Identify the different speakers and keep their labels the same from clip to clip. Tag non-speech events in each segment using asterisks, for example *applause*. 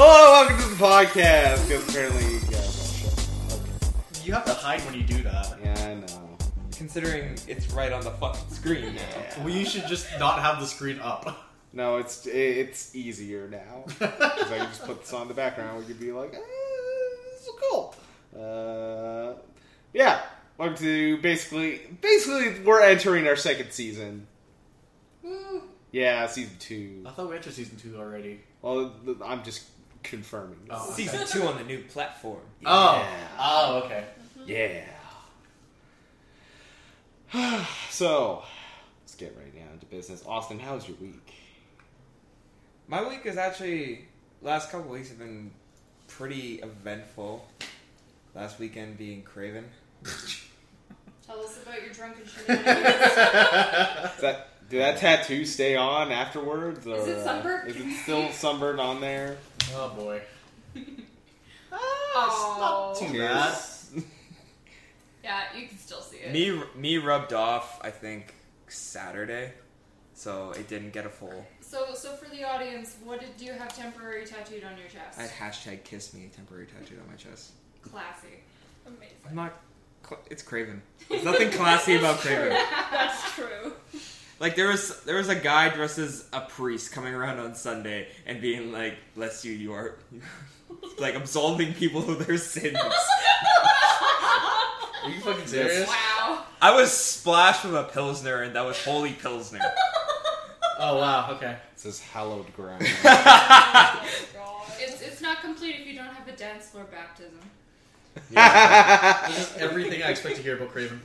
Speaker 1: Oh, podcast because apparently you guys don't shut
Speaker 2: You have to hide when you do that.
Speaker 1: up. Yeah, I know.
Speaker 3: Considering it's right on the fucking screen now.
Speaker 1: Yeah.
Speaker 2: Well, you should just not have the screen up.
Speaker 1: No, it's it's easier now. 'Cause I can just put this on in the background. We could be like, eh, this is cool. Uh, yeah. Welcome to basically basically we're entering our second season. Yeah, season two.
Speaker 2: I thought we entered season two already.
Speaker 1: Well, th- I'm just confirming.
Speaker 2: Oh. okay.
Speaker 3: Season two on the new platform.
Speaker 2: Oh.
Speaker 1: Yeah.
Speaker 2: Oh, okay.
Speaker 1: Yeah. *sighs* so, let's get right down into business. Austin, how was your week?
Speaker 3: My week is actually last couple weeks have been pretty eventful. Last weekend being Craven.
Speaker 4: Tell us about your drunken shenanigans.
Speaker 1: Is that did that tattoo stay on afterwards? Or,
Speaker 4: it
Speaker 1: uh,
Speaker 4: sunburned?
Speaker 1: Is
Speaker 4: Can
Speaker 1: it
Speaker 4: you
Speaker 1: still
Speaker 4: see?
Speaker 1: sunburned on there?
Speaker 2: *laughs* oh *laughs* boy. Ah,
Speaker 4: Oh.
Speaker 2: It's not too bad.
Speaker 1: Yes.
Speaker 4: *laughs* yeah, you can still see it.
Speaker 3: Me me rubbed off, I think, Saturday. So it didn't get a full.
Speaker 4: So, so for the audience, what did you have temporary tattooed on your chest?
Speaker 3: I had hashtag kiss me temporary tattooed on my chest.
Speaker 4: Classy.
Speaker 3: I'm
Speaker 5: Amazing.
Speaker 3: not. Cl- it's Craven. There's nothing classy about
Speaker 4: *laughs*
Speaker 3: Craven.
Speaker 5: That's true.
Speaker 3: Like there was there was a guy dressed as a priest coming around on Sunday and being like, "Bless you, you are," *laughs* like absolving people of their sins.
Speaker 2: Are you fucking
Speaker 1: serious?
Speaker 4: Wow.
Speaker 3: I was splashed with a pilsner, and that was holy pilsner. *laughs*
Speaker 2: Oh wow. Okay.
Speaker 1: It says hallowed *laughs* ground.
Speaker 5: oh, God.
Speaker 4: *laughs* It's, it's not complete if you don't have a dance floor *laughs* baptism.
Speaker 3: *laughs*
Speaker 2: This is everything I expect to hear about Craven.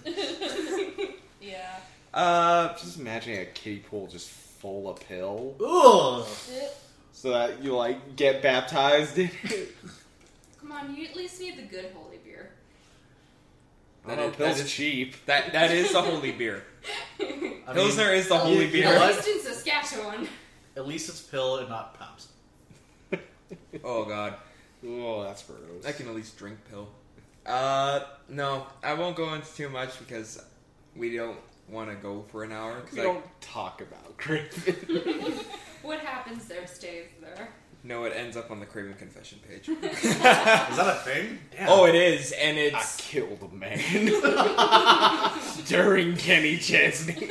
Speaker 5: yeah.
Speaker 3: Uh,
Speaker 1: just imagining a kiddie pool just full of pill,
Speaker 2: Ugh.
Speaker 1: so that you like get baptized. in it.
Speaker 4: *laughs* Come on, you at least need the good holy beer.
Speaker 1: I
Speaker 3: That
Speaker 1: don't know,
Speaker 3: is-
Speaker 1: pill's
Speaker 3: that is-
Speaker 1: cheap.
Speaker 3: that that is the holy *laughs* beer.
Speaker 2: I mean,
Speaker 3: Pilsner is the holy
Speaker 2: you
Speaker 3: beer.
Speaker 2: know
Speaker 4: At
Speaker 2: What?
Speaker 4: least in Saskatchewan.
Speaker 2: at least it's pill and not pops.
Speaker 3: oh god,
Speaker 1: Oh, that's gross.
Speaker 3: I can at least drink pill. Uh, no, I won't go into too much because we don't want to go for an hour.
Speaker 1: we
Speaker 3: Because I
Speaker 1: don't talk about *laughs* Griffin.
Speaker 4: What happens there stays there.
Speaker 3: know it ends up on the Craven confession *laughs* page.
Speaker 2: Is that a thing? Damn.
Speaker 3: oh, it is, and
Speaker 1: I
Speaker 3: it's
Speaker 1: killed a man *laughs* during Kenny Chesney.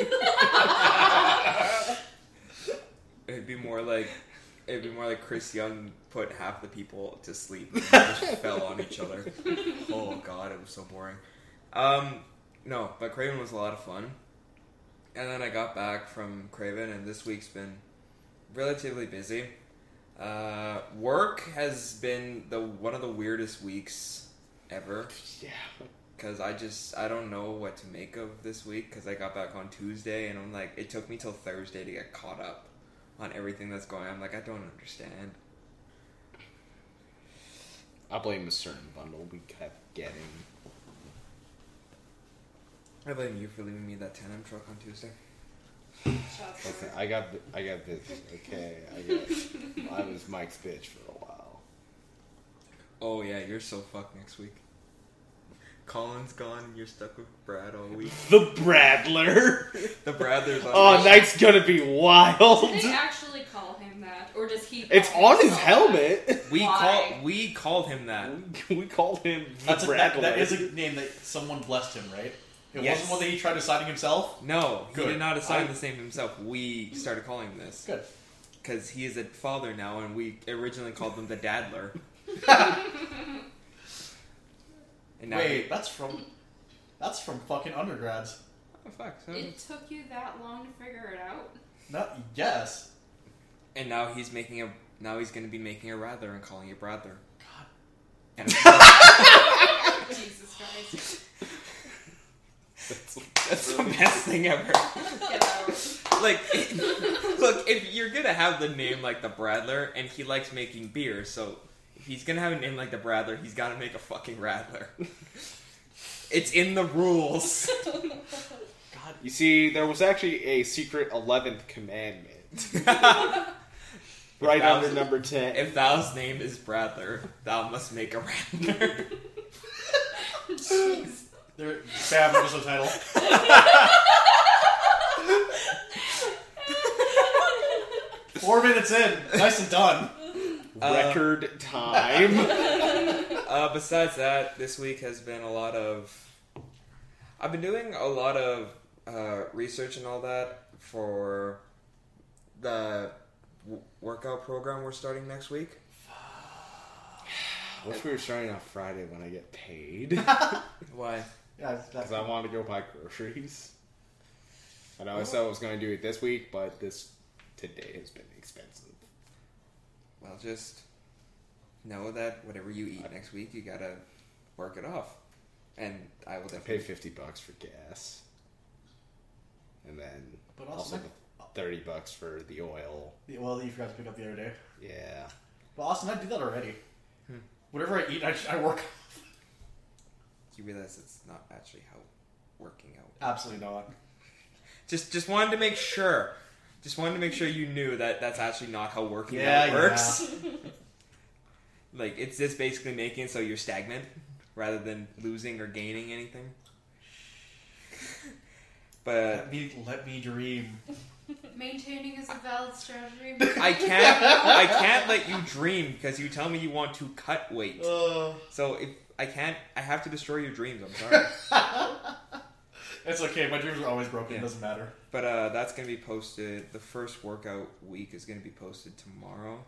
Speaker 3: it'd be more like it'd be more like Chris Young put half the people to sleep and they just *laughs* fell on each other. Oh god, it was so boring. Um, no, but Craven was a lot of fun. And then I got back from Craven, and this week's been relatively busy. Uh, work has been the one of the weirdest weeks ever
Speaker 1: *laughs* Yeah.
Speaker 3: because I just I don't know what to make of this week because I got back on Tuesday and I'm like it took me till Thursday to get caught up on everything that's going. on. I'm like I don't understand.
Speaker 1: I blame a certain bundle we kept getting.
Speaker 3: I blame you for leaving me that ten M truck on Tuesday.
Speaker 4: Shots
Speaker 1: Listen,
Speaker 4: fired.
Speaker 1: I got I got busy. Okay, I got. I was Mike's bitch for a while.
Speaker 3: Oh yeah, you're so fucked next week. Colin's gone and you're stuck with Brad all week.
Speaker 1: The Bradler.
Speaker 3: The Bradlers on.
Speaker 1: *laughs* Oh, night's gonna be wild.
Speaker 4: Did they actually call him that? Or does he call
Speaker 1: It's on his
Speaker 4: himself that? *laughs*
Speaker 1: helmet. *laughs*
Speaker 3: We
Speaker 4: Why?
Speaker 3: call we called him that.
Speaker 1: We, we called him the
Speaker 2: That's a, that,
Speaker 1: Bradler.
Speaker 2: that is a name that someone blessed him, right? It
Speaker 3: Yes.
Speaker 2: wasn't one that he tried assigning himself.
Speaker 3: No, he
Speaker 2: Good.
Speaker 3: did not assign
Speaker 2: I-
Speaker 3: this name himself. We started calling him this
Speaker 2: Good.
Speaker 3: because he is a father now, and we originally called him the Dadler. and now
Speaker 2: Wait, that's from that's from fucking undergrads.
Speaker 3: Oh, fuck. So,
Speaker 4: It took you that long to figure it out?
Speaker 2: Not yes.
Speaker 3: and now he's making a. Now he's going to be making a rather and calling it Bradler.
Speaker 2: God.
Speaker 3: And
Speaker 4: Jesus Christ. *laughs*
Speaker 1: That's,
Speaker 3: that's the best thing ever.
Speaker 4: Get over it.
Speaker 3: Like, look, if you're gonna have the name like the Bradler, and he likes making beer, so if he's gonna have a name like the Bradler, he's gotta make a fucking Radler. It's in the rules. *laughs*
Speaker 2: God.
Speaker 1: you see, there was actually a secret eleventh commandment right
Speaker 3: That
Speaker 1: under
Speaker 3: was-
Speaker 1: number ten.
Speaker 3: If thou's name is Bradler, thou must make a Radler.
Speaker 4: *laughs* Jeez.
Speaker 2: There, bam, there's the *laughs* title. Four minutes in. Nicely done.
Speaker 3: Uh,
Speaker 1: record time. *laughs*
Speaker 3: Uh, besides that, this week has been a lot of. I've been doing a lot of uh, research and all that for the w- workout program we're starting next week.
Speaker 1: I wish we were starting on Friday when I get paid
Speaker 3: Why?
Speaker 2: Yeah, that's
Speaker 1: because I want to go buy groceries. I know I said I was going to do it this week, but this today has been expensive.
Speaker 3: Well, just know that whatever you eat next week, you gotta work it off. And I will
Speaker 1: I pay
Speaker 3: definitely.
Speaker 1: fifty bucks for gas, and then
Speaker 2: But
Speaker 1: also
Speaker 2: also,
Speaker 1: the thirty bucks for the oil.
Speaker 2: well, that you forgot to pick up the other day.
Speaker 1: Yeah,
Speaker 2: But Austin, I do that already.
Speaker 1: Hmm.
Speaker 2: Whatever I eat, I, I work.
Speaker 3: You realize it's not actually how working out.
Speaker 2: Absolutely not.
Speaker 3: Just, just wanted to make sure. Just wanted to make sure you knew that that's actually not how working
Speaker 2: Yeah,
Speaker 3: out
Speaker 2: yeah.
Speaker 3: works. *laughs* Like it's just basically making it so you're stagnant rather than losing or gaining anything. But
Speaker 1: Uh,
Speaker 2: Let me let me dream.
Speaker 4: Maintaining is a valid strategy.
Speaker 3: I can't I can't let you dream because you tell me you want to cut weight.
Speaker 2: Uh,
Speaker 3: So if I can't I have to destroy your dreams, I'm sorry.
Speaker 2: it's okay. My dreams are always broken.
Speaker 3: Yeah.
Speaker 2: It doesn't matter.
Speaker 3: But uh, that's gonna be posted the first workout week is gonna be posted tomorrow.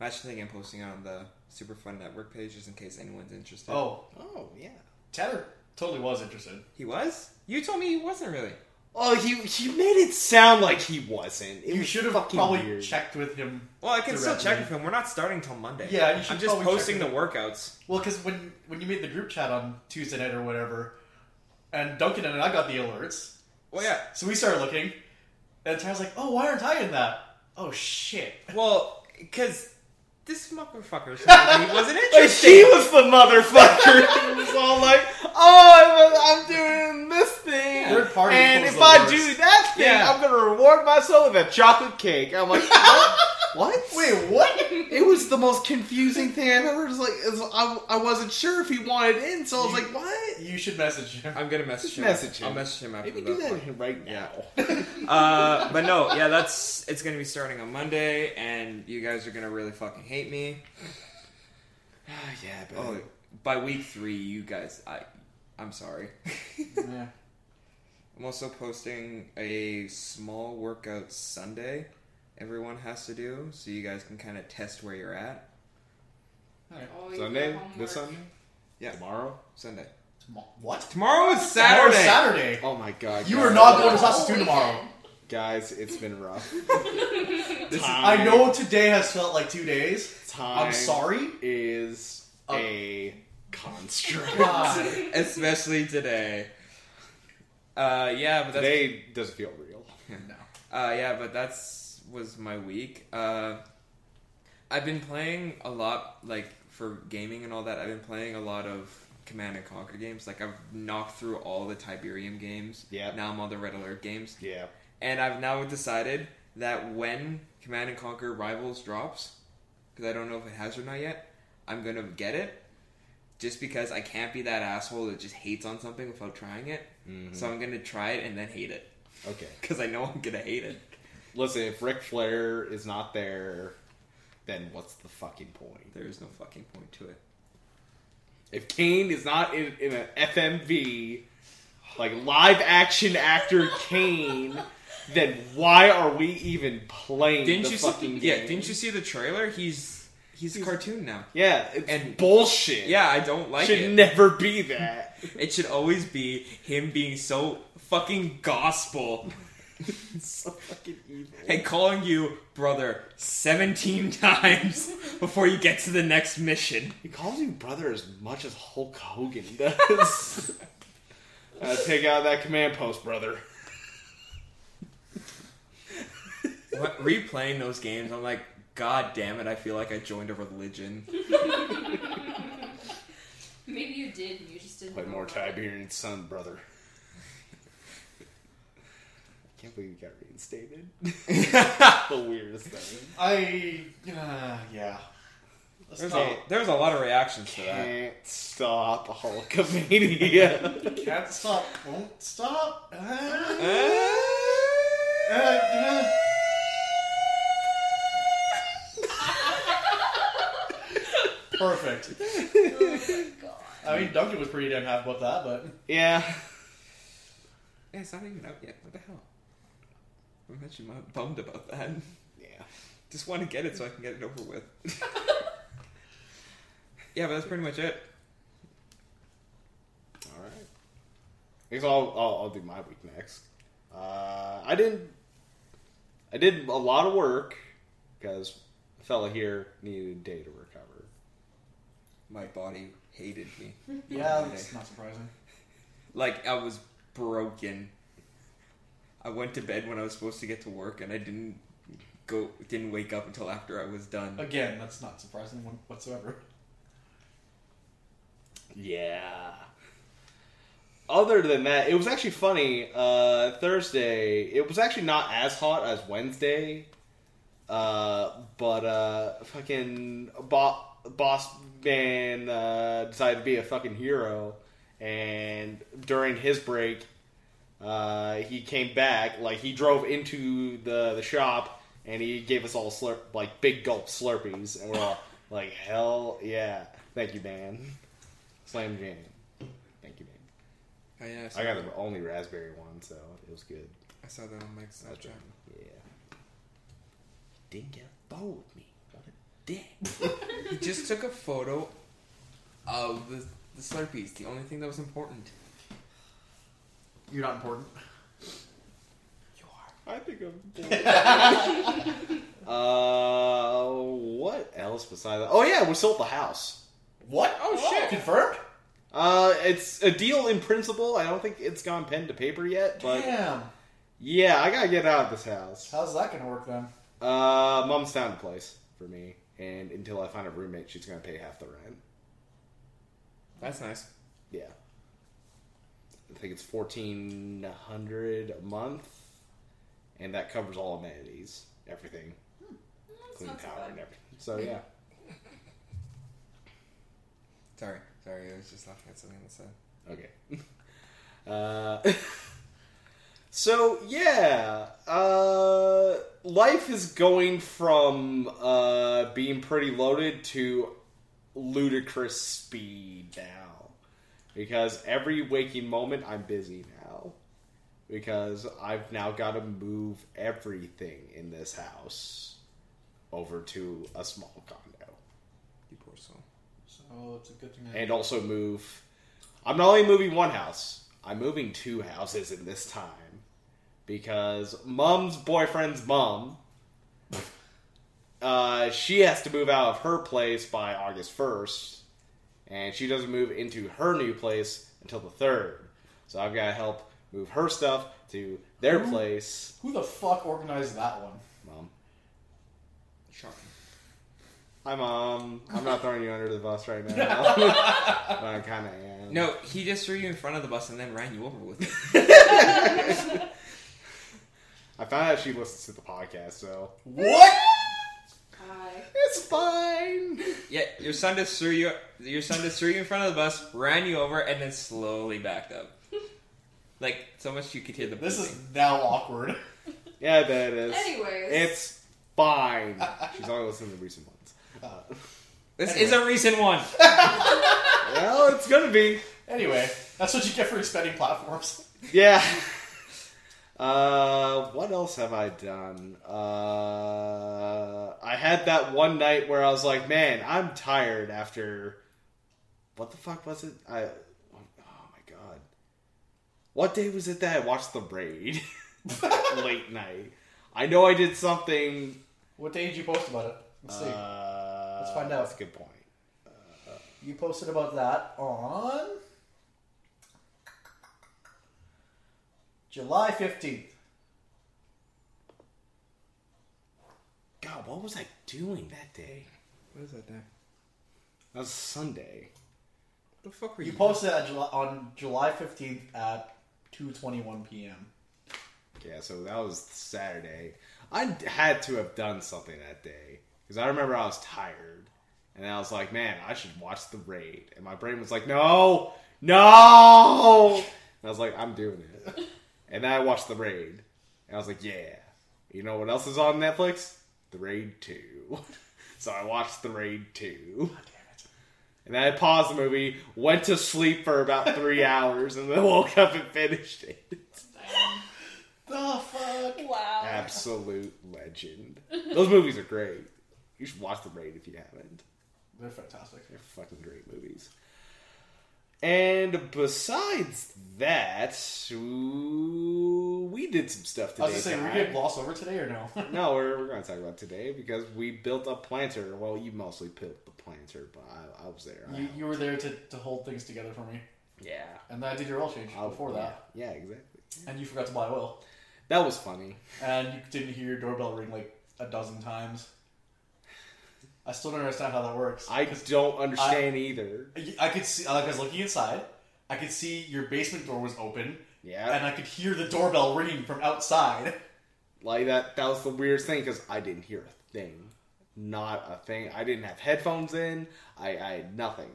Speaker 3: I'm actually thinking I'm posting it on the Superfund Network page just in case anyone's interested.
Speaker 2: Oh,
Speaker 1: Oh yeah.
Speaker 2: Tanner totally was interested.
Speaker 3: He was? You told me he wasn't really.
Speaker 1: Oh, he he made it sound like he wasn't. It
Speaker 2: you
Speaker 1: was
Speaker 2: should have
Speaker 1: fucking
Speaker 2: probably
Speaker 1: weird.
Speaker 2: checked with him.
Speaker 3: Well, I can still
Speaker 2: Directly.
Speaker 3: check with him. We're not starting till Monday.
Speaker 2: Yeah, you should
Speaker 3: I'm just
Speaker 2: probably check
Speaker 3: posting the
Speaker 2: with
Speaker 3: workouts.
Speaker 2: Well, because when when you made the group chat on Tuesday night or whatever, and Duncan and I got the alerts,
Speaker 1: *laughs*
Speaker 3: Well, yeah.
Speaker 2: so we started looking, and Tanner's like, "Oh, why aren't I in that? Oh shit! *laughs*
Speaker 3: Well, because this motherfucker said he
Speaker 1: *laughs*
Speaker 3: wasn't
Speaker 1: Like,
Speaker 3: interested.
Speaker 1: he was the *laughs* motherfucker. He was all like, "Oh, I'm, I'm doing this thing,
Speaker 2: Third party
Speaker 1: and
Speaker 2: equals
Speaker 1: if
Speaker 2: the
Speaker 1: I
Speaker 2: worst."
Speaker 1: do that thing,
Speaker 3: Yeah.
Speaker 1: I'm gonna reward myself with a chocolate cake." I'm like, "What? what?
Speaker 2: Wait, *laughs* what?
Speaker 1: It was the most confusing thing I've ever. Just like, it's- I, I wasn't sure if he wanted in, so I was
Speaker 2: You-
Speaker 1: like, "What?"
Speaker 2: You should message him."
Speaker 3: I'm gonna message
Speaker 1: Just
Speaker 3: him.
Speaker 1: message him.
Speaker 3: I'll message him after
Speaker 1: Maybe do
Speaker 3: the-
Speaker 1: that right now.
Speaker 2: *laughs*
Speaker 3: Uh, but no, yeah, that's it's gonna be starting on Monday, and you guys are gonna really fucking hate me.
Speaker 1: yeah, but
Speaker 3: Oh, by week three, you guys, I, I'm sorry.
Speaker 2: *laughs*
Speaker 3: *laughs*
Speaker 2: yeah.
Speaker 3: I'm also posting a small workout Sunday. Everyone has to do so you guys can kind of test where you're at.
Speaker 1: *laughs*
Speaker 4: Always
Speaker 1: Sunday,
Speaker 4: homework.
Speaker 1: this Sunday,
Speaker 3: Yeah.
Speaker 1: tomorrow.
Speaker 3: Sunday.
Speaker 2: Tomo- What?
Speaker 3: Tomorrow
Speaker 2: Tomorrow's
Speaker 3: is Saturday.
Speaker 2: Saturday.
Speaker 1: Oh my god,
Speaker 2: You
Speaker 1: guys.
Speaker 2: are not going to
Speaker 5: Oh,
Speaker 2: Sasu
Speaker 5: weekend.
Speaker 2: tomorrow.
Speaker 1: guys. It's been rough. *laughs*
Speaker 3: This is-
Speaker 2: I know today has felt like two days.
Speaker 1: Time
Speaker 2: *laughs* I'm sorry.
Speaker 1: is
Speaker 2: Uh,
Speaker 1: a
Speaker 3: *laughs*
Speaker 1: construct.
Speaker 2: God.
Speaker 3: especially today. Uh, yeah, but that's
Speaker 1: Today doesn't feel real.
Speaker 2: No.
Speaker 3: uh, yeah, but that's was my week. Uh, I've been playing a lot, like for gaming and all that. I've been playing a lot of Command and Conquer games. Like I've knocked through all the Tiberium games.
Speaker 1: Yep.
Speaker 3: Now I'm on the Red Alert games,
Speaker 1: Yeah.
Speaker 3: and I've now decided that when Command and Conquer Rivals drops, because I don't know if it has or not yet, I'm gonna get it. Just because I can't be that asshole that just hates on something without trying it, so I'm gonna try it and then hate it
Speaker 1: Okay.
Speaker 3: because I know I'm gonna hate it.
Speaker 1: Listen, if Ric Flair is not there, then what's the fucking point?
Speaker 3: There is no fucking point to it.
Speaker 1: If Kane is not in, in an FMV, like live action actor Kane, then why are we even playing
Speaker 3: Didn't
Speaker 1: the
Speaker 3: you
Speaker 1: fucking
Speaker 3: see?
Speaker 1: game?
Speaker 3: Yeah, didn't you see the trailer? He's he's, a cartoon now.
Speaker 1: Yeah, it's
Speaker 3: And-
Speaker 1: bullshit.
Speaker 3: Yeah, I don't like
Speaker 1: should
Speaker 3: it.
Speaker 1: never be that.
Speaker 3: it should always be him being so fucking gospel
Speaker 1: It's so fucking evil.
Speaker 3: and calling you brother seventeen *laughs* times before you get to the next mission.
Speaker 1: He calls you brother as much as Hulk Hogan does. *laughs* uh, take out that command post, brother.
Speaker 3: What, replaying those games, I'm like, God damn it! I feel like I joined a *laughs* religion.
Speaker 4: Maybe you did. You just didn't.
Speaker 1: Play
Speaker 4: know
Speaker 1: more
Speaker 4: about it.
Speaker 1: Tiberian Sun, brother. I can't believe you got reinstated. *laughs* the weirdest thing.
Speaker 2: I. Uh, yeah. Let's
Speaker 3: There's
Speaker 2: not,
Speaker 3: a there's a lot of reactions to that.
Speaker 1: Can't stop Hulkamania. *laughs*
Speaker 2: can't stop. Won't
Speaker 3: *laughs*
Speaker 2: stop. Uh, uh, *laughs*
Speaker 3: Uh,
Speaker 2: uh. Perfect.
Speaker 5: *laughs* Oh my god.
Speaker 2: I mean, Duncan was pretty damn happy about that, but
Speaker 1: Yeah.
Speaker 3: Yeah, it's not even out yet. What the hell? I'm actually not bummed about that. *laughs*
Speaker 1: Yeah.
Speaker 3: Just want to get it so I can get it over with. *laughs* yeah, but that's pretty much it.
Speaker 1: All right. I guess I'll, I'll, I'll do my week next. Uh, I didn't. I did a lot of work because a fella here needed a day to recover.
Speaker 3: My body hated me.
Speaker 2: yeah, that's not surprising.
Speaker 3: Like I was broken. I went to bed when I was supposed to get to work, and I didn't go. Didn't wake up until after I was done.
Speaker 2: Again, that's not surprising one- whatsoever.
Speaker 1: Yeah. Other than that, it was actually funny. Uh, Thursday, it was actually not as hot as Wednesday, uh, but uh, fucking bo- boss man uh, decided to be a fucking hero, and during his break, uh, he came back. Like he drove into the the shop, and he gave us all slurp like big gulp Slurpees, and we're all like, "Hell yeah, thank you, man." Slam Jam. Thank you, man.
Speaker 3: Oh, yeah,
Speaker 1: I got the only raspberry one, so it was good.
Speaker 3: I saw that on Mike's
Speaker 1: That's
Speaker 3: Snapchat.
Speaker 1: right. Yeah. Didn't get a photo with me. What a dick.
Speaker 3: He just took a photo of the, the Slurpees. The only thing that was important.
Speaker 2: You're not important.
Speaker 3: You are.
Speaker 1: I think I'm. *laughs* uh, what else besides that? Oh yeah, we sold the house.
Speaker 2: What?
Speaker 3: Oh, shit.
Speaker 2: Confirmed?
Speaker 1: Uh, it's a deal in principle. I don't think it's gone pen to paper yet, but
Speaker 2: Damn.
Speaker 1: yeah, I gotta get out of this house.
Speaker 2: How's that gonna work then?
Speaker 1: Uh, mom's found a place for me, and until I find a roommate, she's gonna pay half the rent.
Speaker 3: That's nice.
Speaker 1: Yeah. I think it's fourteen hundred a month, and that covers all amenities, everything,
Speaker 5: That's
Speaker 1: clean
Speaker 5: not so
Speaker 1: power and
Speaker 5: bad.
Speaker 1: everything. So yeah,
Speaker 3: Sorry, sorry. I was just laughing at something on the side.
Speaker 1: okay. *laughs* Uh, *laughs* so yeah, uh, life is going from uh, being pretty loaded to ludicrous speed now, because every waking moment I'm busy now. because I've now got to move everything in this house over to a small condo
Speaker 3: You poor soul.
Speaker 2: So it's a good thing.
Speaker 1: and also move. I'm not only moving one house, I'm moving two houses in this time because mom's boyfriend's mom. Uh, she has to move out of her place by August 1st, and she doesn't move into her new place until the 3rd. So I've got to help move her stuff to their
Speaker 2: Who-
Speaker 1: place.
Speaker 2: Who the fuck organized that one?
Speaker 1: Mom.
Speaker 3: Shocking.
Speaker 1: Hi, Mom. I'm not throwing you under the bus right now.
Speaker 2: *laughs*
Speaker 1: but I kind of am.
Speaker 3: No, he just threw you in front of the bus and then ran you over with it. *laughs*
Speaker 1: I found out she listens to the podcast, so.
Speaker 2: What?
Speaker 4: Hi.
Speaker 1: It's fine.
Speaker 3: yeah, your son just threw you. Your son just threw you in front of the bus, ran you over, and then slowly backed *laughs* up. Like so much you could hear the.
Speaker 2: This is
Speaker 3: beeping.
Speaker 2: now awkward.
Speaker 1: Yeah, that is.
Speaker 4: Anyways.
Speaker 1: It's fine. She's only listened to recent ones. Uh,
Speaker 3: This is a recent *laughs* one.
Speaker 1: well, it's gonna be.
Speaker 2: Anyway, that's what you get for expanding platforms.
Speaker 1: Yeah. *laughs* Uh, what else have I done? Uh, I had that one night where I was like, man, I'm tired after. What the fuck was it? I. Oh my god. What day was it that I watched The Raid? *laughs* Late night. I know I did something.
Speaker 2: What day did you post about it? Let's see.
Speaker 1: Uh,
Speaker 2: Let's find out.
Speaker 1: That's a good point.
Speaker 2: you posted about that on July 15th.
Speaker 1: God, what was I doing that day?
Speaker 3: What is that there?
Speaker 1: That was Sunday.
Speaker 3: What the fuck were you?
Speaker 2: You posted at July, on July 15th at 2:21 p.m.
Speaker 1: Yeah, so that was Saturday. I had to have done something that day because I remember I was tired, and I was like, "Man, I should watch the raid." And my brain was like, "No, no!" And I was like, "I'm doing
Speaker 2: *laughs*
Speaker 1: it." and then I watched the raid, and I was like, "Yeah." You know what else is *laughs* on Netflix? The Raid Two. so I watched the Raid Two.
Speaker 2: Damn it.
Speaker 1: And then I paused the movie, went to sleep for about
Speaker 2: *laughs*
Speaker 1: three hours, and then woke up and finished it.
Speaker 2: The fuck?
Speaker 5: Wow.
Speaker 1: Absolute legend. Those movies are great. You should watch The Raid if you haven't.
Speaker 2: They're fantastic.
Speaker 1: They're fucking great movies. And besides that, ooh, we did some stuff
Speaker 2: I
Speaker 1: today.
Speaker 2: was just saying, we
Speaker 1: Ty.
Speaker 2: get gloss over today or no? *laughs*
Speaker 1: no, we're, we're going to talk about today because we built a planter. Well, you mostly built the planter, but I, I was there. I
Speaker 2: you, you were there to, to hold things together for me,
Speaker 1: yeah.
Speaker 2: and I did your oil change
Speaker 1: I-
Speaker 2: before that,
Speaker 1: Oh, Yeah, yeah, exactly.
Speaker 2: and you forgot to buy oil,
Speaker 1: That was funny.
Speaker 2: and you didn't hear your doorbell ring like a dozen times. I still don't understand how that works.
Speaker 1: I
Speaker 2: *laughs* 'cause
Speaker 1: don't understand either.
Speaker 2: I could see, like, I was looking inside. I could see your basement door was open,
Speaker 1: Yeah,
Speaker 2: and I could hear the doorbell ringing from outside.
Speaker 1: like that. That was the weirdest thing because I didn't hear a thing, not a thing. I didn't have headphones in. I, I had nothing.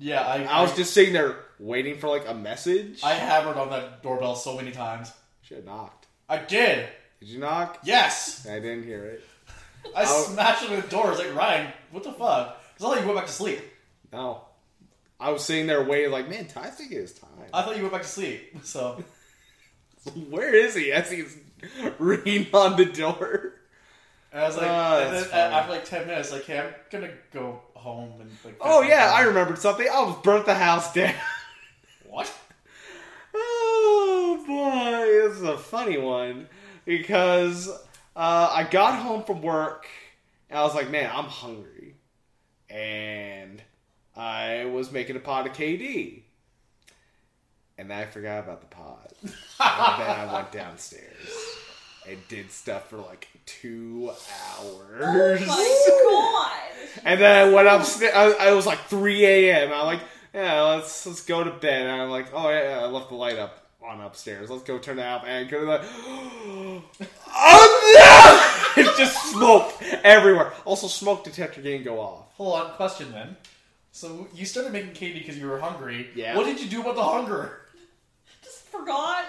Speaker 2: Yeah, I,
Speaker 1: I was just sitting there waiting for like a message.
Speaker 2: I hammered on that doorbell so many times.
Speaker 1: should have knocked.
Speaker 2: I did.
Speaker 1: Did you knock?
Speaker 2: Yes.
Speaker 1: I didn't hear it.
Speaker 2: I
Speaker 1: I'll-
Speaker 2: smashed it in the door. I was like, Ryan, what the fuck? It's not like you went back to sleep.
Speaker 1: No, I was sitting there waiting. Like, man, Ty's taking his time.
Speaker 2: I thought you went back to sleep. So
Speaker 1: Where is he? As he's *laughs* ringing on the door.
Speaker 2: and I was like,
Speaker 1: Ah,
Speaker 2: and
Speaker 1: that's
Speaker 2: then, a-
Speaker 1: funny.
Speaker 2: after like ten minutes, like, hey, I'm gonna go home and like.
Speaker 1: Oh
Speaker 2: fix
Speaker 1: yeah, *laughs*
Speaker 2: my
Speaker 1: I
Speaker 2: phone."
Speaker 1: remembered something. I was burnt the house down.
Speaker 2: What?
Speaker 1: Oh boy, this is a funny one because uh, I got home from work and I was like, man, I'm hungry, and I was making a pot of KD, and I forgot about the pot, and then I went downstairs and did stuff for like two hours.
Speaker 5: Oh my
Speaker 1: And then I went upstairs. I, I was like 3 a.m. I'm like, yeah, let's let's go to bed. And I'm like, oh yeah, yeah, I left the light up on upstairs. Let's go turn it off and go to the. *gasps* Oh no! *laughs* It's just smoke everywhere. Also, smoke detector didn't go off.
Speaker 2: Hold on. Question then. So you started making candy because you were hungry.
Speaker 1: Yeah.
Speaker 2: What did you do about the hunger?
Speaker 1: *laughs*
Speaker 5: god. *laughs* Just forgot.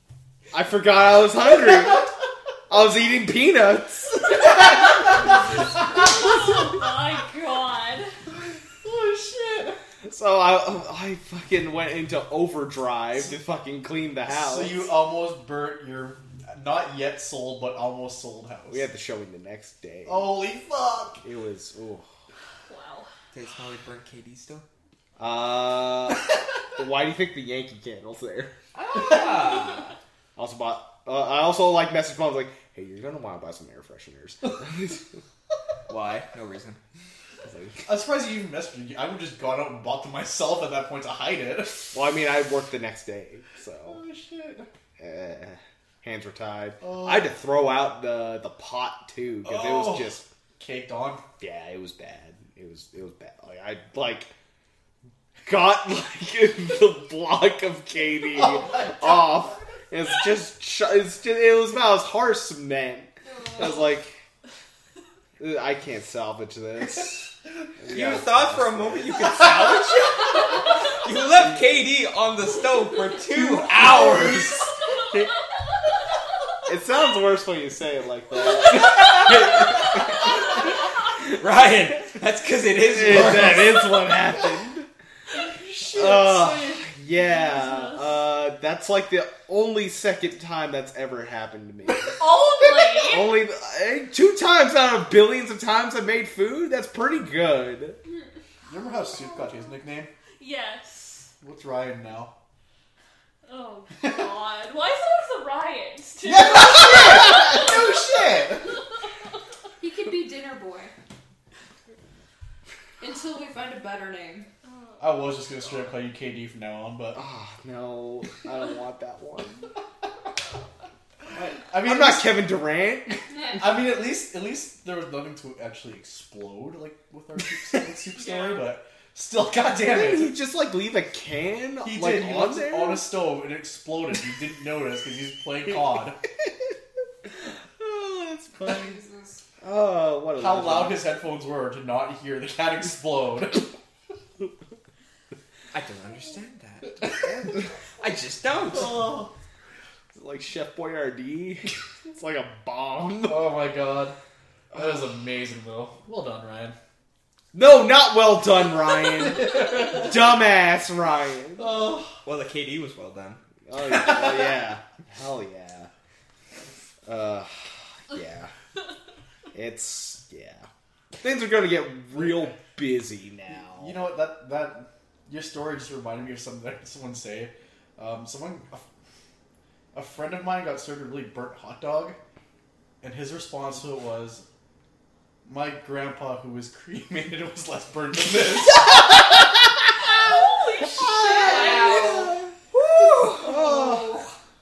Speaker 2: *laughs*
Speaker 1: I forgot I was hungry. I was eating peanuts. *laughs*
Speaker 5: Oh my god.
Speaker 2: Oh shit.
Speaker 1: So I I fucking went into overdrive to fucking clean the house.
Speaker 2: So you almost burnt your not yet sold but almost sold house.
Speaker 1: we had the showing the next day.
Speaker 2: Holy fuck!
Speaker 1: It was. Ooh.
Speaker 5: Wow.
Speaker 3: Tastes probably burnt KD still.
Speaker 2: *laughs*
Speaker 1: Uh, why do you think the Yankee candles there? I also bought. Uh, I also like message mom like, "Hey, you're gonna want to buy some air fresheners."
Speaker 2: *laughs*
Speaker 3: Why? No reason.
Speaker 2: I'm surprised you even messaged me. I would have just gone out and bought them myself at that point to hide it.
Speaker 1: well, I mean, I worked the next day, so
Speaker 2: Oh shit!
Speaker 1: uh, hands were tied.
Speaker 2: Oh.
Speaker 1: I had to throw out the the pot too because it
Speaker 2: Oh.
Speaker 1: was just
Speaker 2: Caked on.
Speaker 1: yeah, it was bad. It was it was bad. Like I like got *laughs* like the block of
Speaker 3: *laughs*
Speaker 1: Katie
Speaker 3: Oh
Speaker 1: off. It's just ch- it's just it was about as harsh cement. I was like, I can't salvage this.
Speaker 3: *laughs*
Speaker 1: Yeah.
Speaker 3: You thought *laughs* for a moment you could salvage it? You left KD on the stove for two hours.
Speaker 1: *laughs* It sounds worse when you say it like that.
Speaker 3: *laughs* Ryan, that's because it is yours.
Speaker 1: that is what happened.
Speaker 2: Shit!
Speaker 1: Uh, yeah, uh, that's like the only second time that's ever happened to me.
Speaker 2: *laughs*
Speaker 5: Only.
Speaker 1: Only eh, two times out of billions of times I made food. That's pretty good.
Speaker 2: Remember how Soup got his nickname?
Speaker 5: Yes.
Speaker 2: What's Ryan now? *laughs*
Speaker 5: Oh god. Why is there the riots? Too?
Speaker 2: No shit!
Speaker 4: He could be dinner boy. Until we find a better name.
Speaker 2: I was just gonna straight up call you KD from now on, but
Speaker 1: Oh, no, I don't want that
Speaker 2: *laughs*
Speaker 1: one.
Speaker 2: I
Speaker 1: I
Speaker 2: mean,
Speaker 1: am not Kevin
Speaker 2: *laughs*
Speaker 1: Durant.
Speaker 2: I mean, at least at least there was nothing to actually explode like with our soup,
Speaker 1: *laughs*
Speaker 2: soup story, but still, *laughs* goddamn
Speaker 1: Didn't
Speaker 2: it!
Speaker 1: he just like leave a can
Speaker 2: He
Speaker 1: like
Speaker 2: did. He
Speaker 1: on
Speaker 2: left
Speaker 1: there?
Speaker 2: it on a stove and it exploded. He didn't notice because he's
Speaker 1: *laughs*
Speaker 2: playing COD.
Speaker 1: Oh, that's
Speaker 2: Uh,
Speaker 1: funny.
Speaker 4: Jesus.
Speaker 1: Oh, what a
Speaker 2: How
Speaker 1: legend.
Speaker 2: loud his headphones were to not hear the cat explode.
Speaker 1: *laughs*
Speaker 2: *laughs*
Speaker 3: I don't understand that. I just don't.
Speaker 2: oh.
Speaker 1: like Chef
Speaker 2: *laughs*
Speaker 1: Boyardee? it's like a bomb.
Speaker 2: *laughs* my god. That is amazing, though. Well done, Ryan.
Speaker 1: No, not well done, Ryan.
Speaker 2: *laughs*
Speaker 1: Dumbass, Ryan.
Speaker 2: Oh.
Speaker 3: Well, the KD was well done.
Speaker 1: Oh yeah, oh, yeah. hell yeah. Uh, yeah. It's yeah. Things are gonna get real busy now.
Speaker 2: You know what? That that your story just reminded me of something that someone say. Um, someone, a, a friend of mine, got served a really burnt hot dog, and his response to it was, "My grandpa, who was *laughs* cremated, was less burnt
Speaker 1: *laughs*
Speaker 2: than this."
Speaker 5: Holy shit!
Speaker 1: Oh.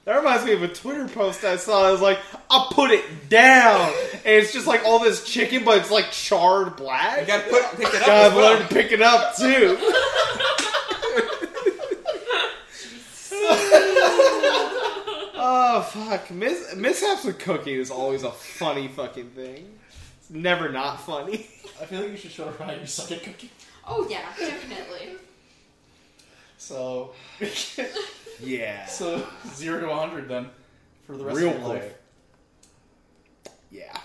Speaker 1: That reminds me of a Twitter post I saw. I was like, I'll put it down. And it's just like all this chicken, but it's like charred black.
Speaker 3: You gotta put, pick it up.
Speaker 1: God,
Speaker 3: as
Speaker 1: I've
Speaker 3: well.
Speaker 1: learned to pick it up
Speaker 3: *laughs*
Speaker 1: too. *laughs* oh fuck! Mis- mishaps with cooking is always a funny fucking thing. It's never not
Speaker 3: *laughs*
Speaker 1: funny.
Speaker 2: I feel like you should show Ryan your second cookie.
Speaker 4: Oh yeah, definitely.
Speaker 2: So, *laughs*
Speaker 1: Yeah.
Speaker 2: so zero to hundred then for the rest
Speaker 1: Real
Speaker 2: of your
Speaker 1: quick.
Speaker 2: life.
Speaker 1: Yeah.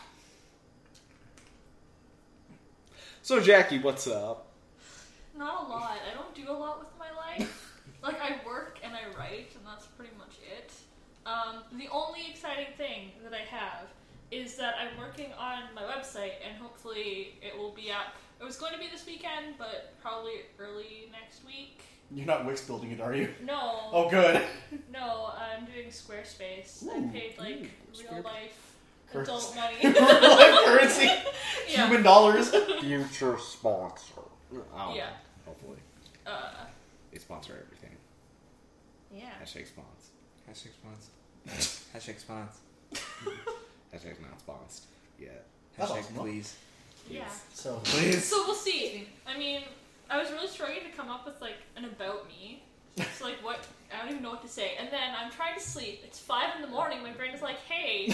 Speaker 1: So Jackie, what's up?
Speaker 5: Not a lot. I don't do a lot with my
Speaker 1: *laughs*
Speaker 5: life. like I work and I write, and that's pretty much it. Um, the only exciting thing that I have is that I'm working on my website, and hopefully it will be up. It was going to be this weekend, but probably early next week.
Speaker 2: You're not Wix building it, are you?
Speaker 5: No,
Speaker 2: Oh, good.
Speaker 5: no, I'm doing Squarespace.
Speaker 1: Ooh,
Speaker 5: I paid like
Speaker 1: ooh,
Speaker 5: real
Speaker 1: Square-
Speaker 5: life
Speaker 2: Currency.
Speaker 5: adult money.
Speaker 1: *laughs*
Speaker 5: *laughs*
Speaker 2: Real life currency,
Speaker 5: yeah.
Speaker 2: human dollars.
Speaker 1: Future sponsor. Oh,
Speaker 5: Yeah.
Speaker 1: Hopefully,
Speaker 5: Uh,
Speaker 1: they sponsor everything.
Speaker 5: yeah.
Speaker 1: Hashtag sponsor.
Speaker 3: Hashtag spawns. Hashtag spawns.
Speaker 1: Hashtag not sponsored.
Speaker 3: *laughs*
Speaker 1: Yeah.
Speaker 2: That's
Speaker 3: Hashtag
Speaker 2: awesome.
Speaker 3: please.
Speaker 5: Yeah.
Speaker 2: So,
Speaker 1: Please.
Speaker 5: So we'll see. I mean, I was really struggling to come up with like an about me. So like what I don't even know what to say. And then I'm trying to sleep. It's five in the morning. My brain is like, hey,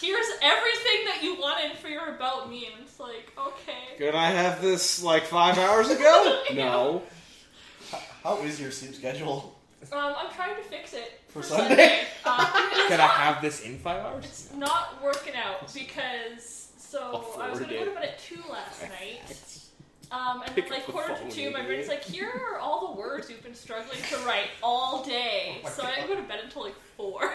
Speaker 5: here's everything that you wanted for your about me, and it's like, okay.
Speaker 1: Could I have this like five hours
Speaker 3: *laughs*
Speaker 1: ago? no.
Speaker 2: how is your sleep schedule?
Speaker 5: Um, I'm trying to fix it
Speaker 2: For
Speaker 5: for,
Speaker 2: Sunday?
Speaker 5: Um, it's
Speaker 3: Can I
Speaker 5: not-
Speaker 3: have this in five hours?
Speaker 5: It's not working out because so I was
Speaker 1: Afford
Speaker 5: gonna go to
Speaker 1: it.
Speaker 5: bed at two last night.
Speaker 1: *laughs*
Speaker 5: Um, and
Speaker 1: Pick
Speaker 5: like
Speaker 1: up the
Speaker 5: quarter to
Speaker 1: phone,
Speaker 5: two, my
Speaker 1: idiot.
Speaker 5: brain's like, here are all the words you've been struggling to write all day.
Speaker 2: Oh my
Speaker 5: so I didn't go to bed until like four.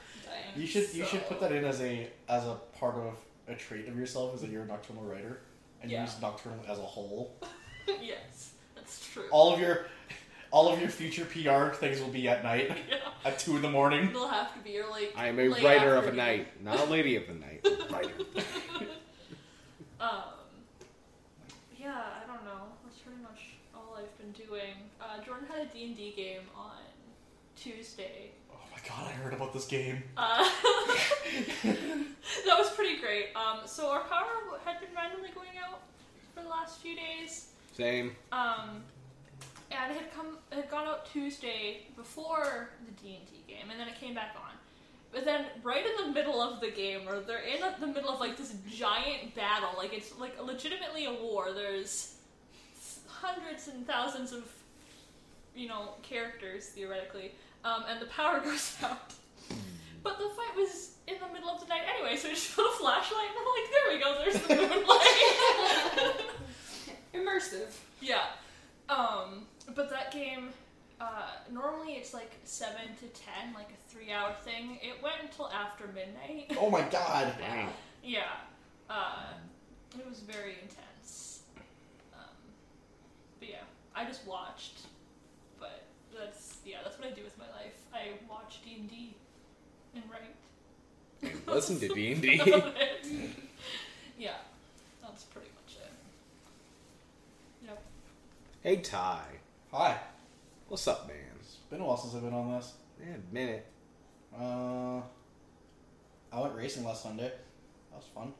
Speaker 2: *laughs* You should you should put that in as a as a part of a trait of yourself is that you're a nocturnal writer and
Speaker 5: Yeah.
Speaker 2: use nocturnal as a whole.
Speaker 5: yes, that's true.
Speaker 2: All of your all of your future PR things will be at night
Speaker 5: *laughs* yeah.
Speaker 2: at two in the morning.
Speaker 5: It'll have to be your like.
Speaker 1: I am a
Speaker 5: late
Speaker 1: writer of a
Speaker 5: afternoon.
Speaker 1: night, not a lady of the night. Writer.
Speaker 5: Um, yeah, I don't know. That's pretty much all I've been doing. Uh, Jordan had a D and D game on Tuesday.
Speaker 2: Oh my god, I heard about this game.
Speaker 5: Uh, *laughs* that was pretty great. Um, so our power w- had been randomly going out for the last few days.
Speaker 1: Same.
Speaker 5: Um, and it had come, it had gone out Tuesday before the D and D game, and then it came back on. But then, right in the middle of the game, or they're in the middle of like this giant battle, like it's like legitimately a war. There's hundreds and thousands of, you know, characters theoretically, um, and the power *laughs* goes out. But the fight was in the middle of the night anyway, so I just put a flashlight and I'm like, there we go, there's the moonlight. *laughs*
Speaker 4: Immersive.
Speaker 5: Yeah. Um, but that game, uh, normally it's like 7 to 10, like a three hour thing. It went until after midnight. *laughs*
Speaker 2: Oh my god.
Speaker 1: Wow.
Speaker 5: yeah. Uh, it was very intense. Um, but yeah, I just watched. But that's, yeah, that's what I do with my life. I watch D&D and write.
Speaker 1: Listen
Speaker 5: *laughs*
Speaker 1: to D and D.
Speaker 5: About it. yeah, that's pretty much it. Yep.
Speaker 1: Hey Ty,
Speaker 2: Hi.
Speaker 1: what's up, man?
Speaker 2: It's been a while since I've been on this.
Speaker 1: Yeah, a minute.
Speaker 2: Uh I went racing last Sunday. That was fun.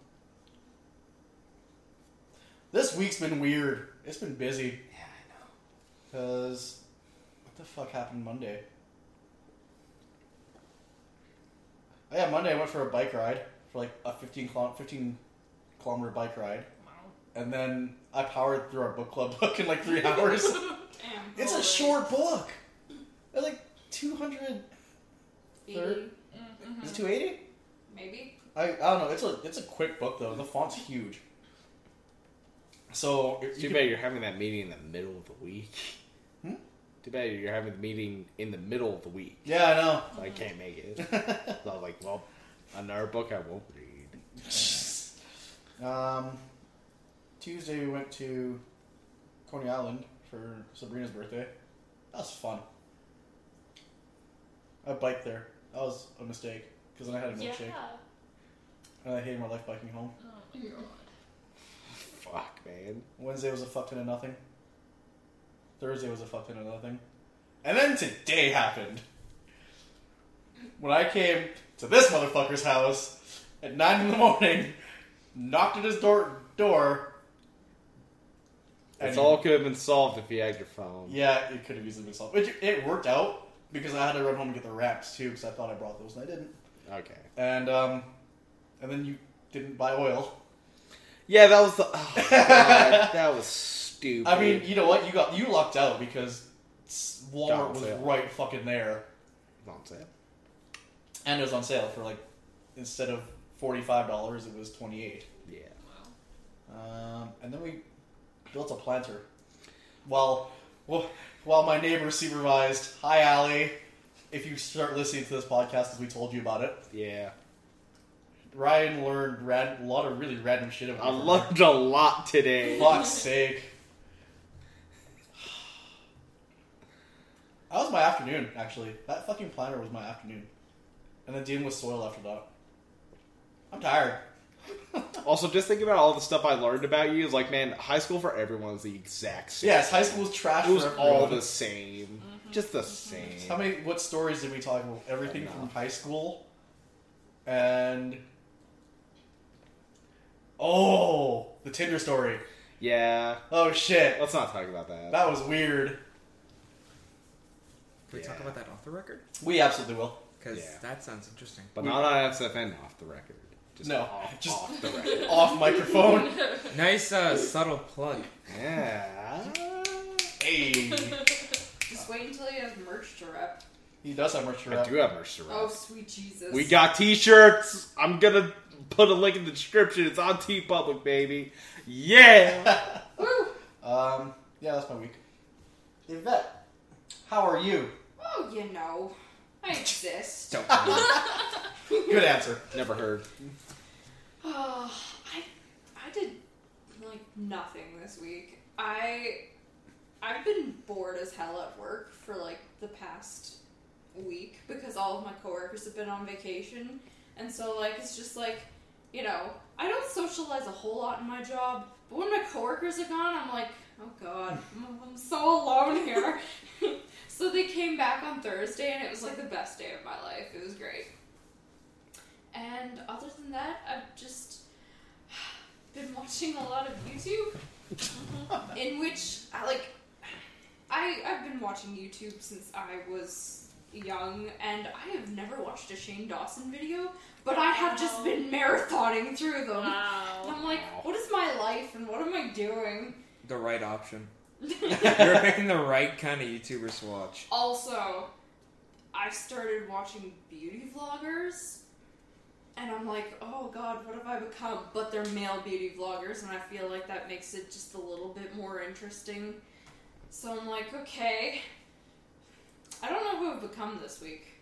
Speaker 2: This week's been weird. It's been busy.
Speaker 3: Yeah, I
Speaker 2: Cause what the fuck happened Monday? Oh yeah, Monday I went for a bike ride for like a fifteen kilo- fifteen kilometer bike ride,
Speaker 5: Wow. *laughs*
Speaker 2: and then I powered through our book club *laughs* book in like three
Speaker 3: *laughs*
Speaker 2: hours.
Speaker 4: Damn.
Speaker 2: it's a short book. It's like two hundred.
Speaker 4: Eighty,
Speaker 5: Mhm.
Speaker 2: Is it two eighty?
Speaker 4: maybe.
Speaker 2: I, I don't know. It's a it's a quick book though. The font's huge. So if you
Speaker 1: Too
Speaker 2: could-
Speaker 1: bad you're having that meeting in the middle of the week.
Speaker 2: Hmm?
Speaker 1: Too bad you're having the meeting in the middle of the week.
Speaker 2: yeah, I know.
Speaker 1: So I can't make it. *laughs* so I was like, well, another book I won't read.
Speaker 2: *laughs* Um, Tuesday we went to Coney Island for Sabrina's birthday. That was fun. I biked there. That was a mistake because then I had a
Speaker 5: Yeah.
Speaker 2: milkshake and I hated my life biking home.
Speaker 5: Oh my
Speaker 1: *laughs*
Speaker 5: god.
Speaker 1: Fuck, man.
Speaker 2: Wednesday was a fuck ton of nothing. Thursday was a fuck ton of nothing, and then today happened. When I came to this motherfucker's house at nine in the morning, knocked at his door door.
Speaker 1: It's
Speaker 2: and-
Speaker 1: all could have been solved if you had your phone.
Speaker 2: Yeah, it could have easily been solved. It, it worked out because I had to run home and get the wraps too because I thought I brought those and I didn't.
Speaker 1: Okay.
Speaker 2: And um, and then you didn't buy oil.
Speaker 1: Yeah, that was the. Oh,
Speaker 2: *laughs*
Speaker 1: God, that was stupid.
Speaker 2: I mean, you know what? You got you lucked out because s- Walmart
Speaker 1: Down
Speaker 2: was
Speaker 1: sale.
Speaker 2: right fucking there
Speaker 1: Not saying.
Speaker 2: and it was on sale for like instead of forty five dollars, it was twenty eight.
Speaker 1: Yeah.
Speaker 5: Wow.
Speaker 2: Um, and then we built a planter. While well, while my neighbor supervised. Hi, Allie. If you start listening to this podcast, as we told you about it.
Speaker 1: Yeah.
Speaker 2: Ryan learned rad- a lot of really random shit about
Speaker 1: I
Speaker 2: her.
Speaker 1: learned a lot today.
Speaker 2: Fuck's sake. That was my afternoon, actually. That fucking planter was my afternoon. And then dealing with soil after that. I'm tired.
Speaker 1: Also, just think about all the stuff I learned about you. It's like, man, high school for everyone is the exact same.
Speaker 2: yes, high school was trash
Speaker 1: It was
Speaker 2: for everyone.
Speaker 1: all the same. Just the same.
Speaker 2: How many? What stories did we talk about? Everything from
Speaker 1: Enough.
Speaker 2: high school, and oh, the Tinder story.
Speaker 1: Yeah.
Speaker 2: Oh shit,
Speaker 1: Let's not talk about that.
Speaker 2: that was weird.
Speaker 3: Can we talk
Speaker 1: Yeah.
Speaker 3: about that off the record?
Speaker 2: We absolutely will.
Speaker 3: Because
Speaker 1: Yeah.
Speaker 3: that sounds interesting.
Speaker 1: But not on SFN off the record. Just
Speaker 2: No,
Speaker 1: off,
Speaker 2: just-
Speaker 1: off the record.
Speaker 2: Off microphone. *laughs*
Speaker 3: Nice uh, subtle plug.
Speaker 1: yeah.
Speaker 2: hey,
Speaker 4: Just wait until he has merch to rep.
Speaker 2: he does have merch to
Speaker 1: I
Speaker 2: wrap.
Speaker 1: do have merch to wrap.
Speaker 4: Oh, sweet Jesus.
Speaker 1: We got t-shirts. I'm gonna put a link in the description. It's on T Public, baby. Yeah.
Speaker 4: Woo!
Speaker 2: Um, yeah, that's my week. Yvette, how are you?
Speaker 4: Oh, you know. I exist.
Speaker 3: Don't *laughs* know.
Speaker 2: Good answer.
Speaker 1: Never heard.
Speaker 4: Oh, *sighs* I I did like nothing this week. I I've been bored as hell at work for like the past week because all of my coworkers have been on vacation, and so like it's just like you know I don't socialize a whole lot in my job, but when my coworkers are gone, I'm like oh god, I'm, I'm so alone here. *laughs* so they came back on Thursday, and it was like the best day of my life. It was great. And other than that, I've just *sighs* been watching a lot of YouTube, in which I like. I I've been watching YouTube since I was young, and I have never watched a Shane Dawson video, but I have just
Speaker 5: Wow.
Speaker 4: been marathoning through them. And
Speaker 5: Wow.
Speaker 4: I'm like, what is my life, and what am I
Speaker 2: *laughs*
Speaker 4: doing?
Speaker 3: the right option. You're picking the right kind of YouTubers to watch.
Speaker 4: Also, I started watching beauty vloggers, and I'm like, oh god, what have I become? But they're male beauty vloggers, and I feel like that makes it just a little bit more interesting. So I'm like, okay. I don't know who I've become this week.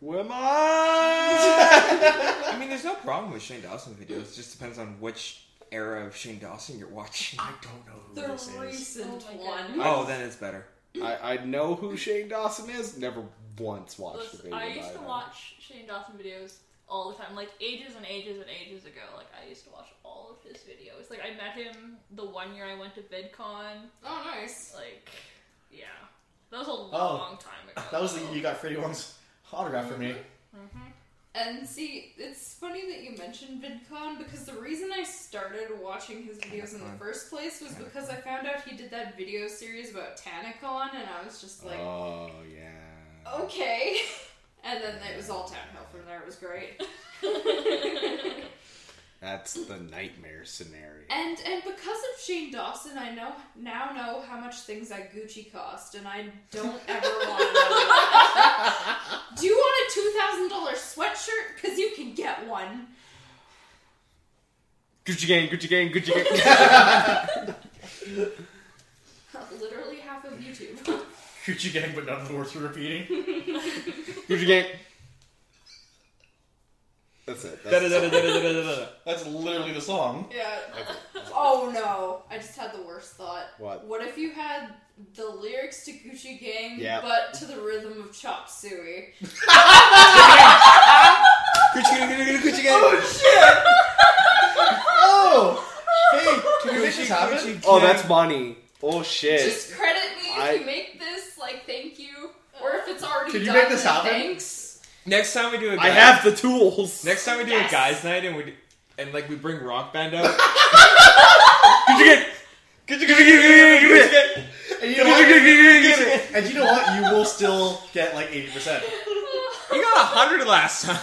Speaker 1: Where am I?
Speaker 2: *laughs*
Speaker 3: I mean, there's no problem with Shane Dawson's videos. It just depends on which era of Shane Dawson you're watching.
Speaker 2: I don't know who
Speaker 4: The
Speaker 2: this is.
Speaker 4: recent
Speaker 5: Oh my
Speaker 3: *laughs*
Speaker 4: one.
Speaker 3: Oh, then it's better.
Speaker 1: I, I know who Shane Dawson is. Never once watched the
Speaker 5: Listen,
Speaker 1: video.
Speaker 5: I used
Speaker 1: either.
Speaker 5: to watch Shane Dawson videos all the time, like ages and ages and ages ago. Like I used to watch all of his videos. Like I met him the one year I went to VidCon.
Speaker 4: Oh, nice.
Speaker 5: Like, yeah, that was a
Speaker 1: Oh.
Speaker 5: long time ago.
Speaker 2: That was the you got Freddie Wong's autograph for me.
Speaker 4: And see, it's funny that you mentioned VidCon because the reason I started watching his videos in the first place was because I found out he did that video series about Tanacon, and I was just like, Oh.
Speaker 1: oh yeah.
Speaker 4: okay. *laughs* And then it was all downhill from there. It was great.
Speaker 1: That's the nightmare scenario.
Speaker 4: And and because of Shane Dawson, I know now know how much things at Gucci cost, and I don't ever want to know. that. Do you want a two thousand dollar sweatshirt? Because you can get one.
Speaker 1: Gucci gang, Gucci gang, Gucci gang.
Speaker 4: *laughs* Literally half of YouTube. *laughs*
Speaker 2: Coochie gang, but none of the words were repeating.
Speaker 1: Gucci gang. That's it. That's
Speaker 2: *laughs* That's literally the song.
Speaker 4: yeah. Oh no! I just had the worst thought.
Speaker 1: What?
Speaker 4: What if you had the lyrics to Gucci Gang,
Speaker 1: Yeah.
Speaker 4: but to the rhythm of Chop Suey?
Speaker 3: Gucci gang.
Speaker 2: Oh! *laughs* Hey, can we make this happen?
Speaker 1: Oh, that's money. Oh shit.
Speaker 4: Just credit me if
Speaker 1: I-
Speaker 4: you make this. Like, thank you, or if it's already
Speaker 2: Can you
Speaker 4: done.
Speaker 2: make this
Speaker 4: then
Speaker 2: happen?
Speaker 4: Thanks.
Speaker 3: Next time we do a guy,
Speaker 1: I have the tools.
Speaker 3: Next time we do
Speaker 4: Yes.
Speaker 3: a guys' night and we do, and like we bring Rock Band out.
Speaker 1: Gucci gang. Gucci gang, Gucci gang,
Speaker 2: And you, know
Speaker 1: Gucci
Speaker 2: what?
Speaker 1: gang, Gucci gang.
Speaker 2: and you know what? You will still get like 80%.
Speaker 3: You got a hundred last time.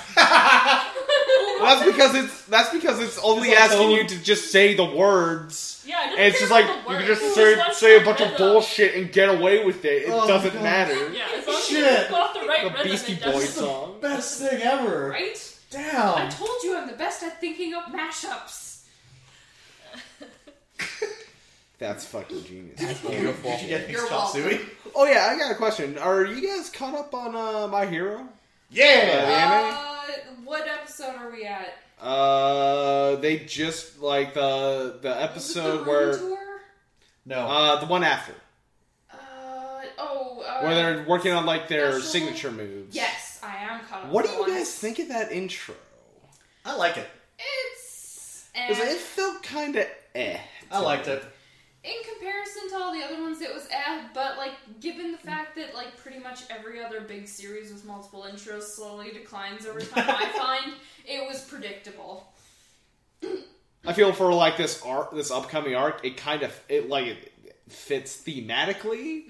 Speaker 1: Well, that's because it's that's because it's only
Speaker 2: It's like
Speaker 1: asking
Speaker 2: so-
Speaker 1: you to just say the words.
Speaker 5: *laughs* Yeah,
Speaker 1: And it's just like you can just say, say a bunch of bullshit and get away with it. It
Speaker 2: Oh,
Speaker 1: doesn't
Speaker 2: God.
Speaker 1: matter.
Speaker 5: Yeah, as long as
Speaker 2: Shit.
Speaker 5: you got the right
Speaker 1: The
Speaker 5: rhythm,
Speaker 1: Beastie
Speaker 5: it
Speaker 1: Boys
Speaker 5: does.
Speaker 1: song.
Speaker 2: Best thing ever.
Speaker 4: Right? I
Speaker 1: Um.
Speaker 2: Damn.
Speaker 4: told you I'm the best at thinking up mashups.
Speaker 1: That's fucking genius. *laughs*
Speaker 3: Beautiful.
Speaker 2: Did you get these
Speaker 4: You're
Speaker 2: chop
Speaker 4: welcome.
Speaker 2: suey?
Speaker 1: Oh yeah, I got a question. Are you guys caught up on uh, My Hero?
Speaker 2: Yeah.
Speaker 4: Uh, what episode are we at?
Speaker 1: Uh, they just like the the
Speaker 4: Was it
Speaker 1: episode
Speaker 4: the
Speaker 1: where
Speaker 4: room tour?
Speaker 2: No.
Speaker 1: uh the one after
Speaker 4: Uh, oh, uh,
Speaker 1: where they're working on like their
Speaker 4: Special?
Speaker 1: signature moves.
Speaker 4: yes, I am caught up.
Speaker 1: What do
Speaker 4: with
Speaker 1: you
Speaker 4: one.
Speaker 1: guys think of that intro?
Speaker 2: I like it.
Speaker 4: It's
Speaker 1: 'Cause
Speaker 4: eh.
Speaker 1: it felt kind of eh.
Speaker 2: I
Speaker 1: to
Speaker 2: liked
Speaker 1: me.
Speaker 2: it.
Speaker 4: in comparison to all the other ones, it was eh. But like, given the fact that like pretty much every other big series with multiple intros slowly declines over time,
Speaker 1: *laughs*
Speaker 4: I find it was predictable.
Speaker 1: I feel for like this arc, this upcoming arc, it kind of it like it fits thematically,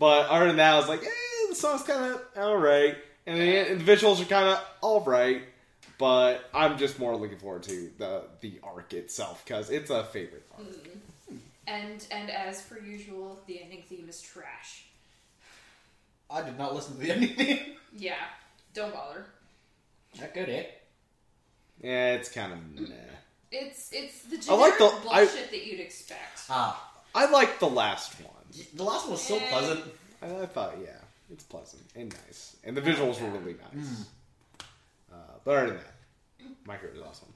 Speaker 1: but other than that, I was like, eh, the song's kind of all right, and the, and the visuals are kind of all right. But I'm just more looking forward to the the arc itself because it's a favorite arc.
Speaker 4: And and as per usual, the ending theme is trash.
Speaker 2: I did not listen to the *laughs* ending.
Speaker 4: Yeah, don't bother.
Speaker 2: not good, eh?
Speaker 1: Yeah, it's kind of meh.
Speaker 4: It's it's the
Speaker 1: I like
Speaker 4: generic
Speaker 1: the- I-
Speaker 4: bullshit that you'd expect.
Speaker 2: Ah.
Speaker 1: I like the last one.
Speaker 2: The last one was so
Speaker 4: Eh.
Speaker 2: pleasant.
Speaker 1: I, I thought, yeah, it's pleasant and nice, and the visuals were really nice. Uh, but other than that, my hero is awesome.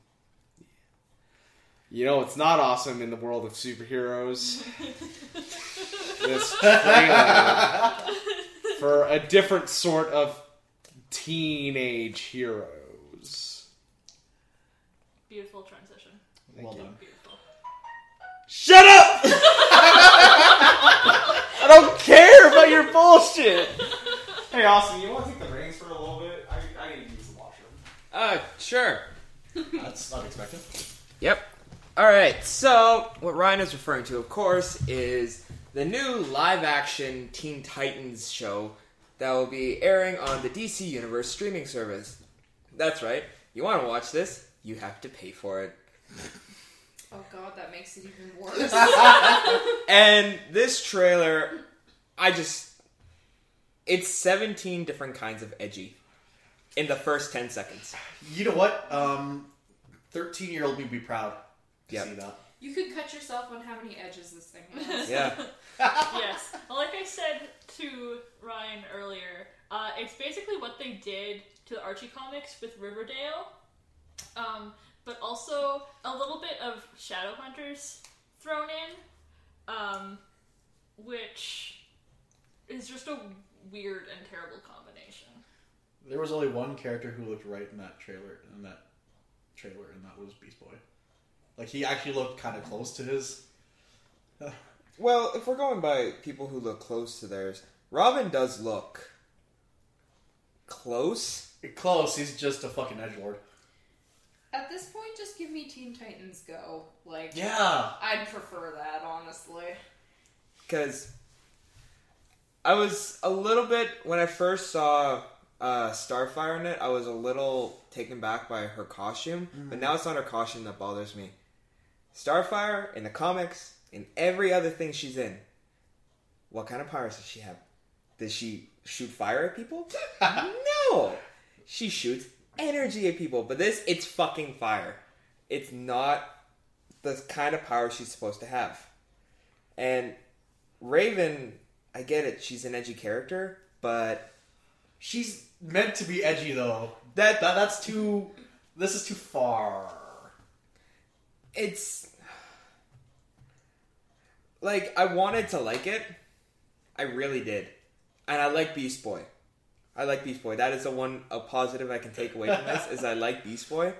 Speaker 1: You know, it's not awesome in the world of superheroes. this trailer for a different sort of teenage heroes.
Speaker 5: Beautiful transition.
Speaker 2: well
Speaker 1: you.
Speaker 2: done. *laughs*
Speaker 5: Beautiful.
Speaker 1: Shut *laughs* up! I don't care about your bullshit. Hey, Austin, you want to take the reins for a little bit? I, I need to use the washroom.
Speaker 3: Uh, sure.
Speaker 2: That's unexpected.
Speaker 3: Yep. All right. So what Ryan is referring to, of course, is the new live-action Teen Titans show that will be airing on the DC Universe streaming service. That's right. You want to watch this? You have to pay for it.
Speaker 4: Oh god, that makes it even
Speaker 1: *laughs*
Speaker 4: worse.
Speaker 3: And this trailer, I just. It's 17 different kinds of edgy in the first 10 seconds.
Speaker 2: You know what? Um, thirteen-year-old me would be proud to
Speaker 3: Yep.
Speaker 2: see that.
Speaker 4: you could cut yourself on how many edges this
Speaker 5: *laughs*
Speaker 4: thing
Speaker 1: *laughs*
Speaker 4: has.
Speaker 3: Yeah.
Speaker 5: yes. Like I said to Ryan earlier, uh, it's basically what they did to the Archie comics with Riverdale, um, but also a little bit of Shadowhunters thrown in, um, which is just a weird and terrible combination. *laughs*
Speaker 2: There was only one character who looked right in that trailer, in that trailer, and that was Beast Boy. Like he actually looked kind of close to his.
Speaker 3: Well, if we're going by people who look close to theirs, Robin does look close.
Speaker 2: Close. He's just a fucking edge lord.
Speaker 4: At this point, just give me Teen Titans Go. Like,
Speaker 2: Yeah.
Speaker 4: I'd prefer that, honestly.
Speaker 3: because I was a little bit when I first saw uh, Starfire in it. I was a little taken back by her costume, but now it's not her costume that bothers me. Starfire in the comics, in every other thing she's in, what kind of powers does she have? Does she shoot fire at people? no, she shoots energy at people. But this, it's fucking fire. It's not the kind of power she's supposed to have. And Raven, I get it, she's an edgy character, but
Speaker 2: She's meant to be edgy though. That, that that's too. This is too far.
Speaker 3: it's like I wanted to like it. I really did. And I like Beast Boy. I like Beast Boy. That is the one a positive I can take away from this is I like Beast Boy.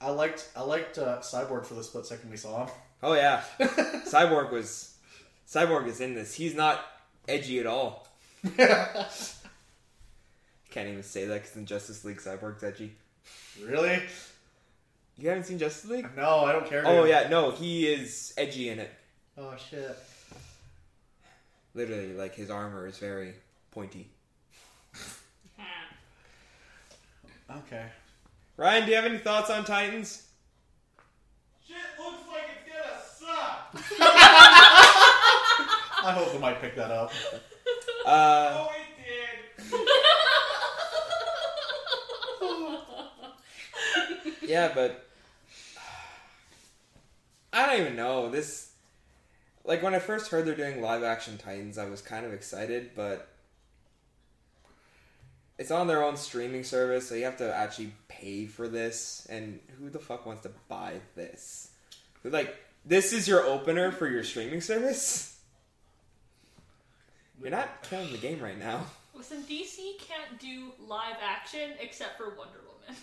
Speaker 2: I liked I liked uh, Cyborg for the split second we saw him.
Speaker 3: Oh yeah. Cyborg was Cyborg is in this. He's not edgy at all. Can't even say that because in Justice League, Cyborg's edgy.
Speaker 2: *laughs* really?
Speaker 3: You haven't seen Justice League?
Speaker 2: No, I don't care.
Speaker 3: Oh
Speaker 2: dude.
Speaker 3: yeah, no, he is edgy in it.
Speaker 2: Oh shit.
Speaker 3: Literally, like his armor is very pointy.
Speaker 2: Okay.
Speaker 3: Ryan, do you have any thoughts on Titans?
Speaker 1: Shit looks like it's gonna suck.
Speaker 2: I hope they might pick that up.
Speaker 3: Uh,
Speaker 1: it did.
Speaker 3: yeah, but *sighs* I don't even know this. Like when I first heard they're doing live action Titans, I was kind of excited, but it's on their own streaming service, so you have to actually pay for this. And who the fuck wants to buy this? Like, this is your opener for your streaming service. You're not killing the game right now.
Speaker 5: Listen, DC can't do live action except for Wonder Woman.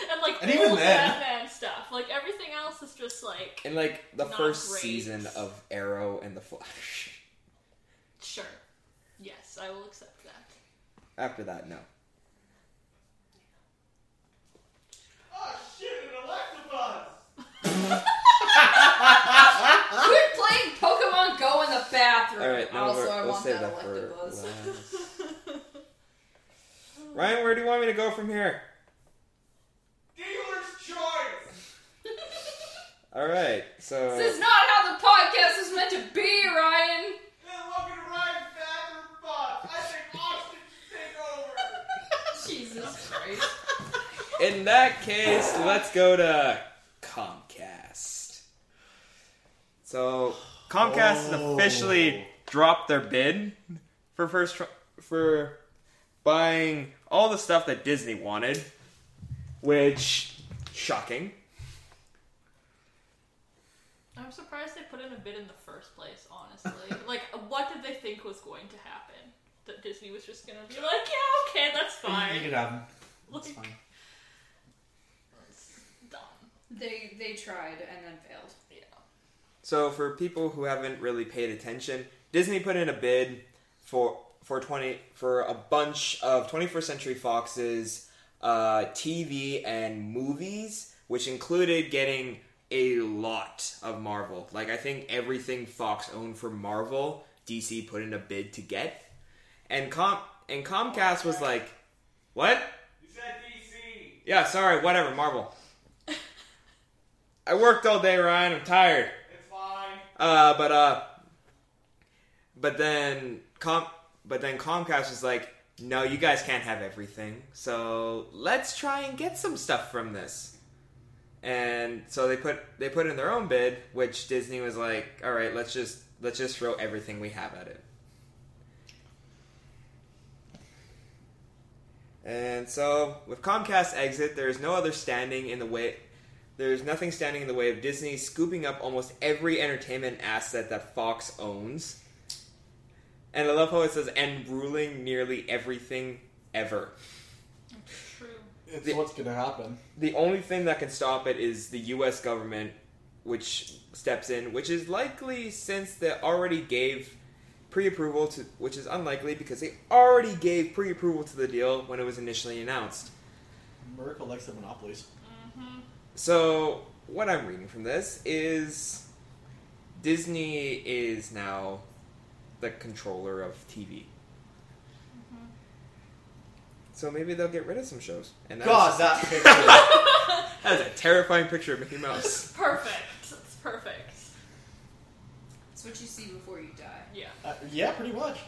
Speaker 5: *laughs* and like
Speaker 2: And
Speaker 5: old
Speaker 2: even then-
Speaker 5: Batman stuff. Like everything else is just like
Speaker 3: In like the
Speaker 5: Not
Speaker 3: first
Speaker 5: great.
Speaker 3: season of Arrow and the Flash. *laughs*
Speaker 5: sure. Yes, I will accept that.
Speaker 3: After that, no.
Speaker 1: Oh shit, it electrobus.
Speaker 4: Quit playing Pokemon Go in the bathroom.
Speaker 3: All right, no,
Speaker 4: also,
Speaker 3: we're,
Speaker 4: I
Speaker 3: we'll
Speaker 4: want
Speaker 3: save
Speaker 4: that,
Speaker 3: that, for
Speaker 4: *laughs* Electabuzz.
Speaker 3: last. Ryan, where do you want me to go from here?
Speaker 1: Dealer's choice.
Speaker 3: *laughs* All right, so
Speaker 4: This is not how the podcast is meant to be, Ryan.
Speaker 1: Then looking to ride bathroom bus. I think Austin should take over.
Speaker 4: *laughs* Jesus Christ.
Speaker 3: *laughs* in that case, let's go to Comcast. So Comcast has
Speaker 2: Oh.
Speaker 3: officially dropped their bid for first tr- for buying all the stuff that Disney wanted, which shocking.
Speaker 5: I'm surprised they put in a bid in the first place,
Speaker 2: *laughs*
Speaker 5: honestly. like what did they think was going to happen? That Disney was just gonna be like, yeah, okay, that's
Speaker 2: You
Speaker 5: fine.
Speaker 2: can have him.
Speaker 5: Like,
Speaker 2: It's fine.
Speaker 5: it's dumb.
Speaker 4: They they tried and then failed.
Speaker 5: Yeah.
Speaker 3: So for people who haven't really paid attention, Disney put in a bid for for twenty for a bunch of 21st Century Fox's uh, TV and movies, which included getting a lot of Marvel. Like I think everything Fox owned for Marvel, DC put in a bid to get, and com and Comcast was like, "What?
Speaker 1: You said DC.
Speaker 3: Yeah, sorry, whatever, Marvel." I worked all day, Ryan. I'm tired.
Speaker 1: It's fine.
Speaker 3: Uh, but uh, but then Com, but then Comcast was like, no, you guys can't have everything. So let's try and get some stuff from this. And so they put they put in their own bid, which Disney was like, all right, let's just let's just throw everything we have at it. And so, with Comcast's exit, there is no other standing in the way there's nothing standing in the way of Disney scooping up almost every entertainment asset that Fox owns. And I love how it says, and ruling nearly everything ever.
Speaker 5: True.
Speaker 2: It's
Speaker 3: The-
Speaker 2: what's gonna happen.
Speaker 3: The only thing that can stop it is the US government, which steps in, which is likely since they already gave pre approval to, which is unlikely because they already gave pre approval to the deal when it was initially announced.
Speaker 2: Miracle likes the monopolies.
Speaker 5: Mm-hmm.
Speaker 3: So, what I'm reading from this is Disney is now the controller of TV.
Speaker 2: Mm-hmm.
Speaker 3: So maybe they'll get rid of some shows. And that
Speaker 2: God,
Speaker 3: was,
Speaker 2: that *laughs* picture.
Speaker 3: that is a terrifying picture of Mickey Mouse. *laughs*
Speaker 5: Perfect. It's perfect.
Speaker 4: It's what you see before you die. *laughs*
Speaker 5: Yeah.
Speaker 2: *laughs* uh, yeah, pretty much.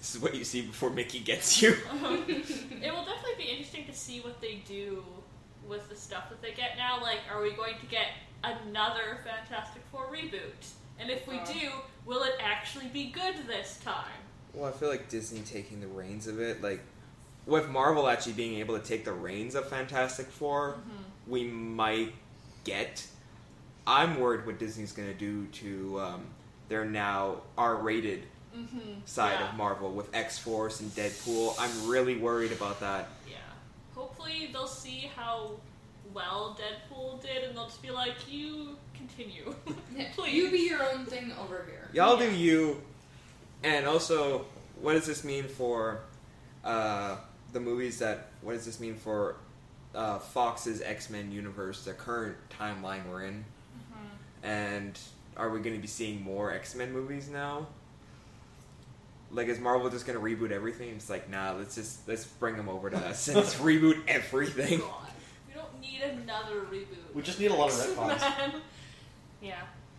Speaker 3: this is what you see before Mickey gets you.
Speaker 4: Mm-hmm.
Speaker 5: Um, it will definitely be interesting to see what they do with the stuff that they get now. Like, are we going to get another Fantastic Four reboot? And if we
Speaker 4: Uh.
Speaker 5: do, will it actually be good this time?
Speaker 3: Well, I feel like Disney taking the reins of it, like with Marvel actually being able to take the reins of Fantastic 4
Speaker 5: Mm-hmm.
Speaker 3: we might get. I'm worried what Disney's going to do to um, their now R-rated
Speaker 5: Mm-hmm.
Speaker 3: side
Speaker 5: yeah.
Speaker 3: of Marvel with X-Force and Deadpool. I'm really worried about that.
Speaker 5: Yeah. Hopefully they'll see how well Deadpool did, and they'll just be like, "You continue." *laughs* Please.
Speaker 4: You be your own thing over here.
Speaker 3: Y'all
Speaker 5: Yeah.
Speaker 3: do you. And also, what does this mean for uh, the movies that? What does this mean for uh, Fox's X Men universe, the current timeline we're in? And are we going to be seeing more X Men movies now? Like, is Marvel just going to reboot everything? It's like, nah, let's just let's bring them over to us and let's reboot everything.
Speaker 5: God, we don't need another reboot.
Speaker 2: We just need a *laughs* lot of retcons.
Speaker 5: Man. *laughs* Yeah.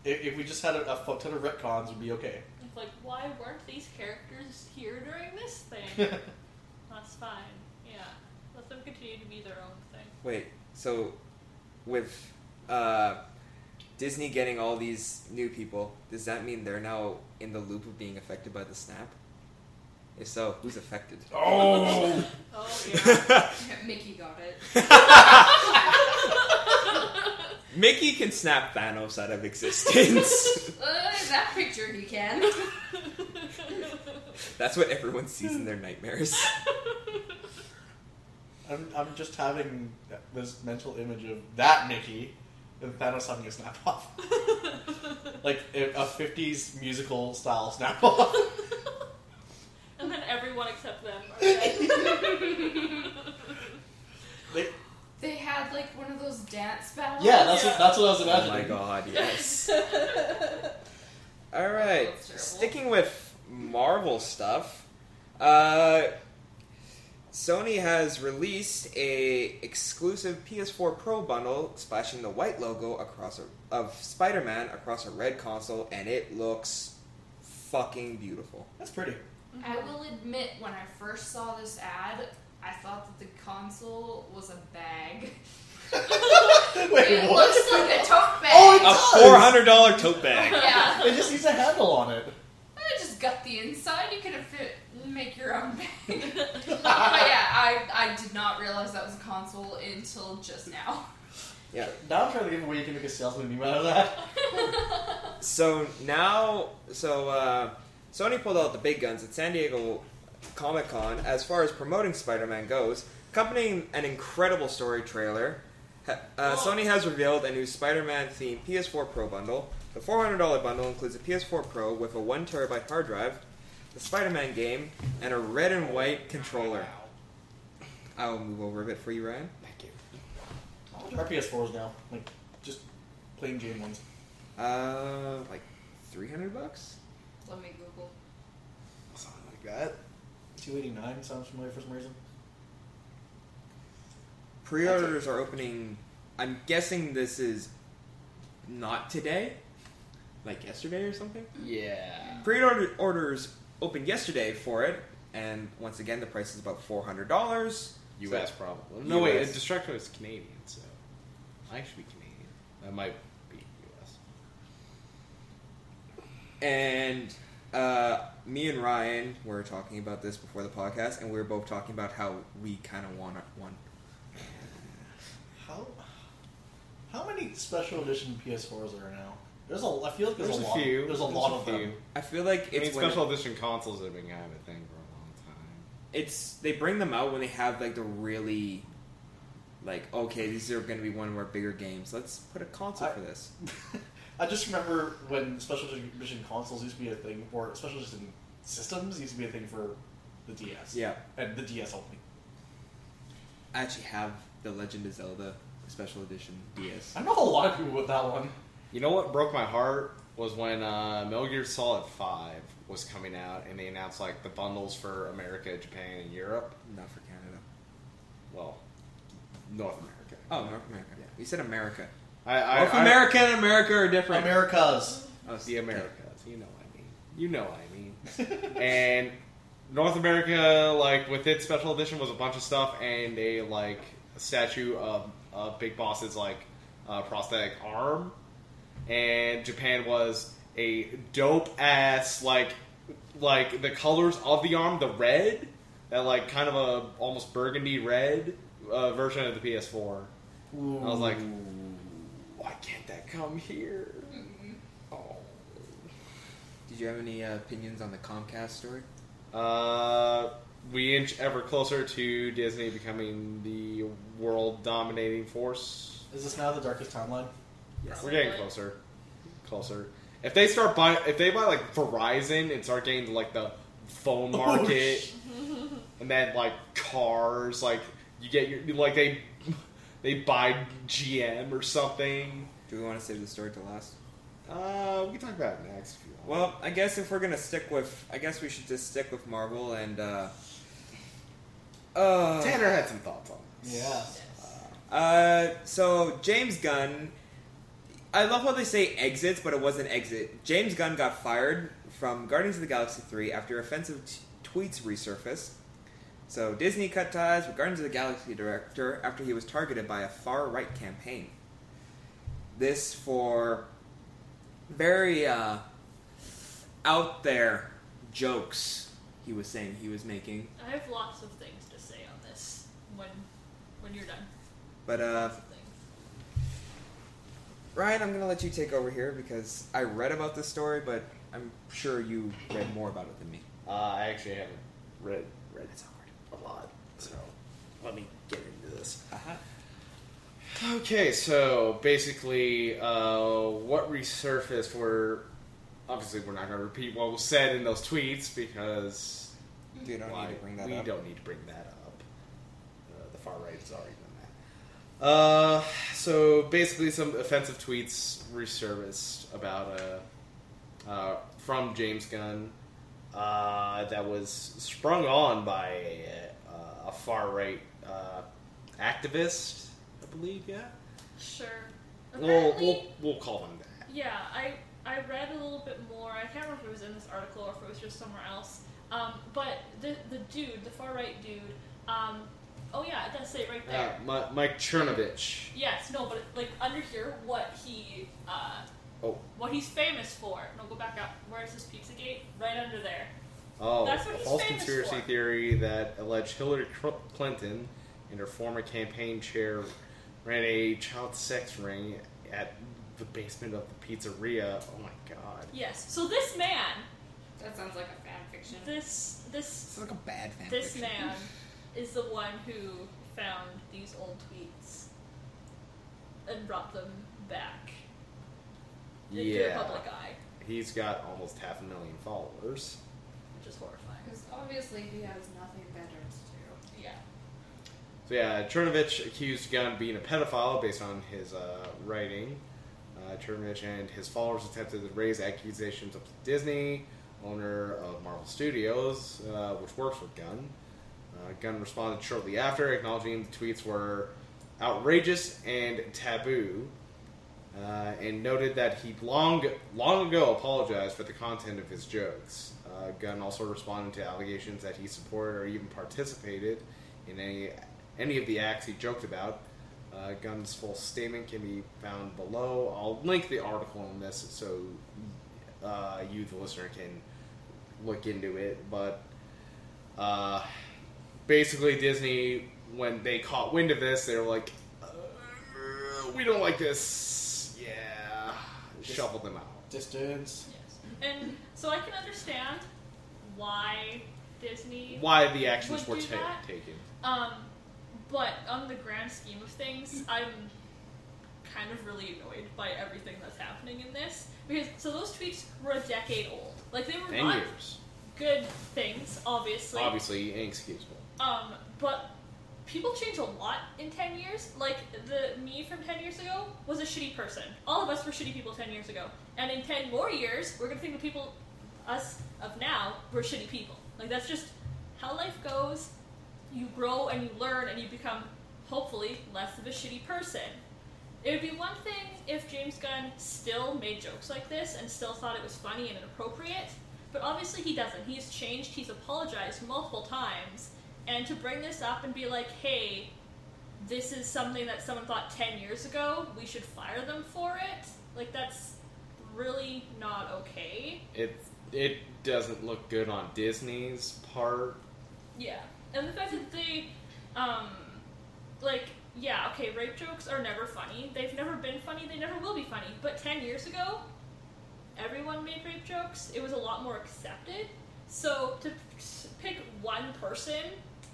Speaker 2: if, if we just had a, a fuck ton of retcons, we'd be *laughs* okay.
Speaker 5: It's like, why weren't these characters here during this
Speaker 2: *laughs*
Speaker 5: thing? That's fine. Yeah. Let them continue to be their own thing.
Speaker 3: Wait, so with uh, Disney getting all these new people, does that mean they're now in the loop of being affected by the snap? If so, who's affected?
Speaker 2: oh,
Speaker 5: Oh, yeah.
Speaker 4: Mickey got it.
Speaker 3: *laughs*
Speaker 4: *laughs*
Speaker 3: Mickey can snap Thanos out of existence.
Speaker 4: Uh, that picture he can. *laughs*
Speaker 3: That's what everyone sees in their nightmares.
Speaker 2: I'm, I'm just having this mental image of that Mickey and Thanos having a snap off, *laughs* like a, a '50s musical style snap off.
Speaker 5: *laughs*
Speaker 2: *laughs*
Speaker 5: and then everyone except them are dead.
Speaker 2: They-
Speaker 4: They had like one of those dance battles.
Speaker 2: yeah, that's
Speaker 5: Yeah.
Speaker 2: What, that's what I was
Speaker 3: Oh
Speaker 2: imagining.
Speaker 3: my god,
Speaker 5: *laughs*
Speaker 3: yes.
Speaker 5: yes.
Speaker 3: All right.
Speaker 4: That's terrible.
Speaker 3: Sticking with Marvel stuff, uh, Sony has released a exclusive PS4 Pro bundle splashing the white logo across a, of Spider-Man across a red console, and it looks fucking beautiful.
Speaker 2: That's pretty. *laughs*
Speaker 4: I will admit, when I first saw this ad, I thought that the console was a bag.
Speaker 2: Wait,
Speaker 4: *laughs* it
Speaker 2: what?
Speaker 4: looks like a tote bag.
Speaker 2: *laughs* Oh, it
Speaker 3: A
Speaker 2: does!
Speaker 3: four hundred dollar tote
Speaker 2: *laughs*
Speaker 3: bag.
Speaker 4: yeah.
Speaker 2: It just needs a handle on it.
Speaker 4: I just got the inside. You could have fit, make your own bag.
Speaker 2: *laughs*
Speaker 4: but yeah, I, I did not realize that was a console until just now.
Speaker 3: Yeah.
Speaker 2: Now I'm trying to think of a way you can make a salesman meme out of that.
Speaker 3: So now, so uh, Sony pulled out the big guns at San Diego Comic Con as far as promoting Spider Man goes, accompanying an incredible story trailer. ha- Uh,
Speaker 5: Whoa.
Speaker 3: Sony has revealed a new Spider Man themed PS4 Pro bundle. The $400 bundle includes a PS4 Pro with a 1TB hard drive, the Spider Man game, and a red and white controller. I will move over a bit for you, Ryan.
Speaker 1: Thank you.
Speaker 2: Our PS4s now, like just plain Jane ones.
Speaker 3: Uh, like 300 bucks?
Speaker 4: Let me Google.
Speaker 1: Something like that.
Speaker 2: 289 sounds familiar for some reason.
Speaker 3: Pre-orders are opening. I'm guessing this is not today, like yesterday or something.
Speaker 1: Yeah.
Speaker 3: Pre-order orders opened yesterday for it, and once again the price is about four hundred dollars.
Speaker 1: U.S. probably. No, wait.
Speaker 3: US.
Speaker 1: It distracted was Canadian, so I should be Canadian. That might be U.S.
Speaker 3: And uh, me and Ryan were talking about this before the podcast, and we were both talking about how we kind of want one.
Speaker 2: How how many special edition PS4s are now? There's a. I feel like there's,
Speaker 1: There's
Speaker 2: a,
Speaker 1: a
Speaker 2: lot.
Speaker 1: few.
Speaker 2: There's a
Speaker 1: There's
Speaker 2: lot
Speaker 1: a
Speaker 2: of
Speaker 1: few.
Speaker 2: them.
Speaker 3: I feel like
Speaker 1: I mean,
Speaker 3: it's when-
Speaker 1: special edition consoles have been kind of a thing for a long time.
Speaker 3: it's they bring them out when they have like the really like okay these are going to be one of our bigger games let's put a console
Speaker 2: I-
Speaker 3: for this
Speaker 2: *laughs* I just remember when special edition consoles used to be a thing, or special edition systems used to be a thing for the DS.
Speaker 3: yeah
Speaker 2: And the DS only.
Speaker 3: i actually have the legend of zelda special edition ds
Speaker 2: I know a lot of people with that one.
Speaker 1: You know what broke my heart was when uh, Metal Gear Solid Five was coming out, and they announced like the bundles for America, Japan, and Europe.
Speaker 3: not for canada
Speaker 1: Well, North America.
Speaker 3: oh north america
Speaker 1: Yeah.
Speaker 3: you said america
Speaker 1: I, I,
Speaker 3: north
Speaker 1: I-
Speaker 3: america and america are different
Speaker 2: America's.
Speaker 3: oh,
Speaker 1: the
Speaker 3: okay.
Speaker 1: Americas. You know what I mean. You know what I mean. *laughs* and North America, like with its special edition, was a bunch of stuff and a like a statue of uh, Big Boss's like uh, prosthetic arm, and Japan was a dope ass like like the colors of the arm, the red, that like kind of a almost burgundy red uh, version of the PS4. I was like, Why can't that come here? Oh.
Speaker 3: Did you have any uh, opinions on the Comcast story?
Speaker 1: Uh, we inch ever closer to Disney becoming the world dominating force.
Speaker 2: Is this now the darkest timeline?
Speaker 3: Yes.
Speaker 1: We're getting closer, closer. If they start buy, if they buy like Verizon and start getting like the phone
Speaker 2: Oh,
Speaker 1: market,
Speaker 2: sh-
Speaker 1: and then like cars, like you get your like they they buy GM or something.
Speaker 3: Do we want to save the story to last?
Speaker 1: Uh, we can talk about it next if you want.
Speaker 3: Well, I guess if we're gonna stick with, I guess we should just stick with Marvel and. uh... Uh,
Speaker 1: Tanner had some thoughts on this.
Speaker 2: yeah.
Speaker 3: Uh, so James Gunn, I love how they say exits, but it wasn't exit. James Gunn got fired from Guardians of the Galaxy three after offensive t- tweets resurfaced. So Disney cut ties with Guardians of the Galaxy director after he was targeted by a far right campaign. This for very uh, out there jokes he was saying he was making.
Speaker 5: I have lots of things to say on this when when you're done.
Speaker 3: But uh,
Speaker 5: Lots of things.
Speaker 3: Ryan, I'm gonna let you take over here because I read about this story, but I'm sure you read more about it than me.
Speaker 1: Uh, I actually haven't read read
Speaker 3: That's awkward.
Speaker 1: a lot, so let me get into this.
Speaker 3: Uh-huh.
Speaker 1: Okay, so basically, uh, what resurfaced were obviously we're not going to repeat what was said in those tweets because
Speaker 3: You don't
Speaker 1: why-
Speaker 3: need to bring that
Speaker 1: we
Speaker 3: up.
Speaker 1: don't need to bring that up. Uh, the far right has already done that. Uh, so basically, some offensive tweets resurfaced about uh, uh, from James Gunn uh, that was sprung on by a, a far right uh, activist, I believe. Yeah,
Speaker 5: Sure.
Speaker 1: we'll,
Speaker 5: Apparently,
Speaker 1: we'll we'll call him that.
Speaker 5: yeah, I I read a little bit more. I can't remember if it was in this article or if it was just somewhere else. Um, but the the dude, the far right dude. Um, oh yeah, it does say it right there.
Speaker 1: Uh, Mi- Mike Chernovich.
Speaker 5: Yes, no, but like under here, what he, uh,
Speaker 1: Oh.
Speaker 5: what he's famous for. No, go back up. Where is this pizza gate? Right under there.
Speaker 1: Oh,
Speaker 5: That's what
Speaker 1: a
Speaker 5: he's
Speaker 1: false
Speaker 5: famous
Speaker 1: conspiracy
Speaker 5: for.
Speaker 1: theory that alleged Hillary Cl- Clinton and her former campaign chair ran a child sex ring at the basement of the pizzeria. Oh my god.
Speaker 5: Yes. So this man,
Speaker 4: That sounds like a fan fiction.
Speaker 5: this this
Speaker 3: like a bad fan. *laughs*
Speaker 5: this man, is the one who found these old tweets and brought them back into the public eye,
Speaker 1: He's got almost half a million followers.
Speaker 5: which is horrifying.
Speaker 4: Because obviously he has nothing better to
Speaker 5: Yeah.
Speaker 1: So yeah, Chernovich accused Gunn of being a pedophile based on his uh, writing. Uh, Chernovich and his followers attempted to raise accusations up to Disney, owner of Marvel Studios, uh, which works with Gunn. Uh, Gunn responded shortly after, acknowledging the tweets were outrageous and taboo, uh, and noted that he long long ago apologized for the content of his jokes. Uh, Gunn also responded to allegations that he supported or even participated in any any of the acts he joked about. Uh, Gunn's full statement can be found below. I'll link the article on this so uh, you, the listener, can look into it. But uh, basically, Disney, when they caught wind of this, they were like, uh, "We don't like this." Yeah, shovel them out.
Speaker 2: Distance.
Speaker 5: Yes. And so I can understand why Disney
Speaker 1: Why the actions
Speaker 5: Would
Speaker 1: were
Speaker 5: do
Speaker 1: ta-
Speaker 5: that?
Speaker 1: taken?
Speaker 5: Um, but on the grand scheme of things, I'm kind of really annoyed by everything that's happening in this because so those tweets were a decade old. Like they were
Speaker 1: Ten
Speaker 5: not
Speaker 1: years,
Speaker 5: good things, obviously.
Speaker 1: obviously inexcusable.
Speaker 5: Um, but people change a lot in ten years. Like the me from ten years ago was a shitty person. All of us were shitty people ten years ago, and in ten more years, we're gonna think the people, us of now, we're shitty people. Like that's just how life goes. You grow and you learn and you become, hopefully, less of a shitty person. It would be one thing if James Gunn still made jokes like this and still thought it was funny and inappropriate, but obviously he doesn't. He's changed, he's apologized multiple times, and to bring this up and be like, hey, this is something that someone thought 10 years ago, we should fire them for it. Like, that's really not okay.
Speaker 1: It it doesn't look good on Disney's part.
Speaker 5: Yeah. And the fact that they, um, like, yeah, okay, rape jokes are never funny. They've never been funny. They never will be funny. But 10 years ago, everyone made rape jokes. It was a lot more accepted. So to p- s- pick one person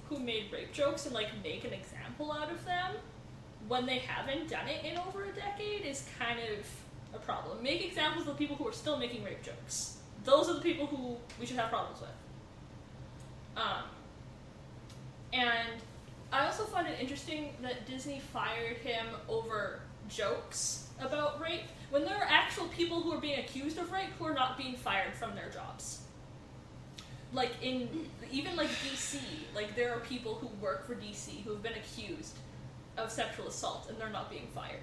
Speaker 5: who made rape jokes and, like, make an example out of them when they haven't done it in over a decade is kind of a problem. Make examples of people who are still making rape jokes. Those are the people who we should have problems with. Um, and I also found it interesting that Disney fired him over jokes about rape when there are actual people who are being accused of rape who are not being fired from their jobs. Like in even like DC, like there are people who work for DC who have been accused of sexual assault and they're not being fired.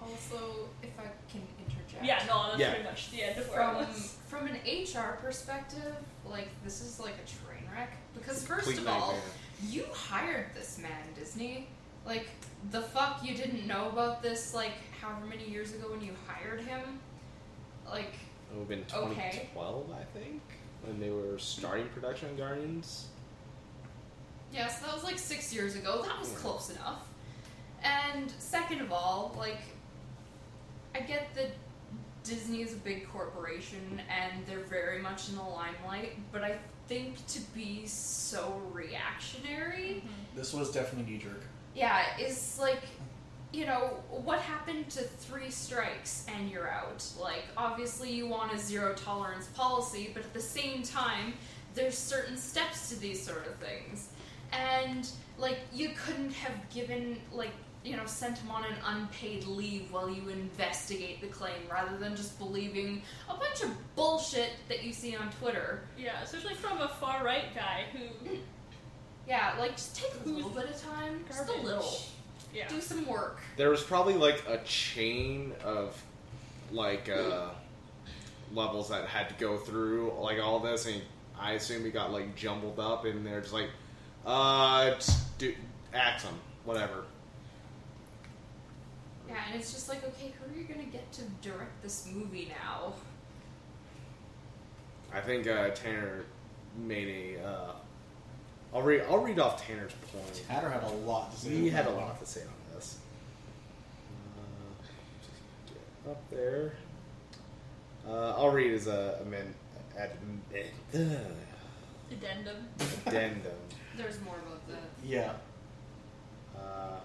Speaker 4: Also, if I can interject.
Speaker 5: Yeah, no, that's
Speaker 1: Yeah.
Speaker 5: pretty much the end of where I
Speaker 4: From
Speaker 5: was.
Speaker 4: from an HR perspective, like this is like a train wreck. Because first
Speaker 1: Complete
Speaker 4: of all,
Speaker 1: nightmare.
Speaker 4: you hired this man, Disney. Like the fuck you didn't know about this like however many years ago when you hired him? Like
Speaker 1: It would have been
Speaker 4: Okay.
Speaker 1: 2012, I think, when they were starting production on Guardians.
Speaker 4: Yeah, so that was like six years ago. That was
Speaker 1: Yeah.
Speaker 4: close enough. And second of all, like, I get that Disney is a big corporation and they're very much in the limelight, but I think to be so reactionary,
Speaker 2: This was definitely knee jerk.
Speaker 4: yeah, is like, you know, what happened to three strikes and you're out? Like, obviously, you want a zero tolerance policy, but at the same time, there's certain steps to these sort of things. And, like, you couldn't have given, like, you know, sent him on an unpaid leave while you investigate the claim rather than just believing a bunch of bullshit that you see on Twitter.
Speaker 5: Yeah, especially from a far right guy who
Speaker 4: Yeah, like, just take a little
Speaker 5: Who's
Speaker 4: bit of time.
Speaker 5: garbage.
Speaker 4: Just a little.
Speaker 5: Yeah.
Speaker 4: Do some work.
Speaker 1: There was probably like a chain of like uh, levels that had to go through like all this, and I assume he got like jumbled up, and they're just like, uh, just do, ax him, whatever.
Speaker 4: Yeah, and it's just like, okay, who are you gonna get to direct this movie now?
Speaker 1: I think uh, Tanner made a. Uh, I'll read. I'll read off Tanner's point.
Speaker 2: Tanner had a lot to say.
Speaker 1: He
Speaker 2: about
Speaker 1: had a
Speaker 2: that.
Speaker 1: lot to say on this. Uh, just get up there. Uh, I'll read as a amend, uh, ad,
Speaker 5: addendum.
Speaker 1: addendum.
Speaker 4: There's more about that.
Speaker 2: Yeah.
Speaker 1: Uh,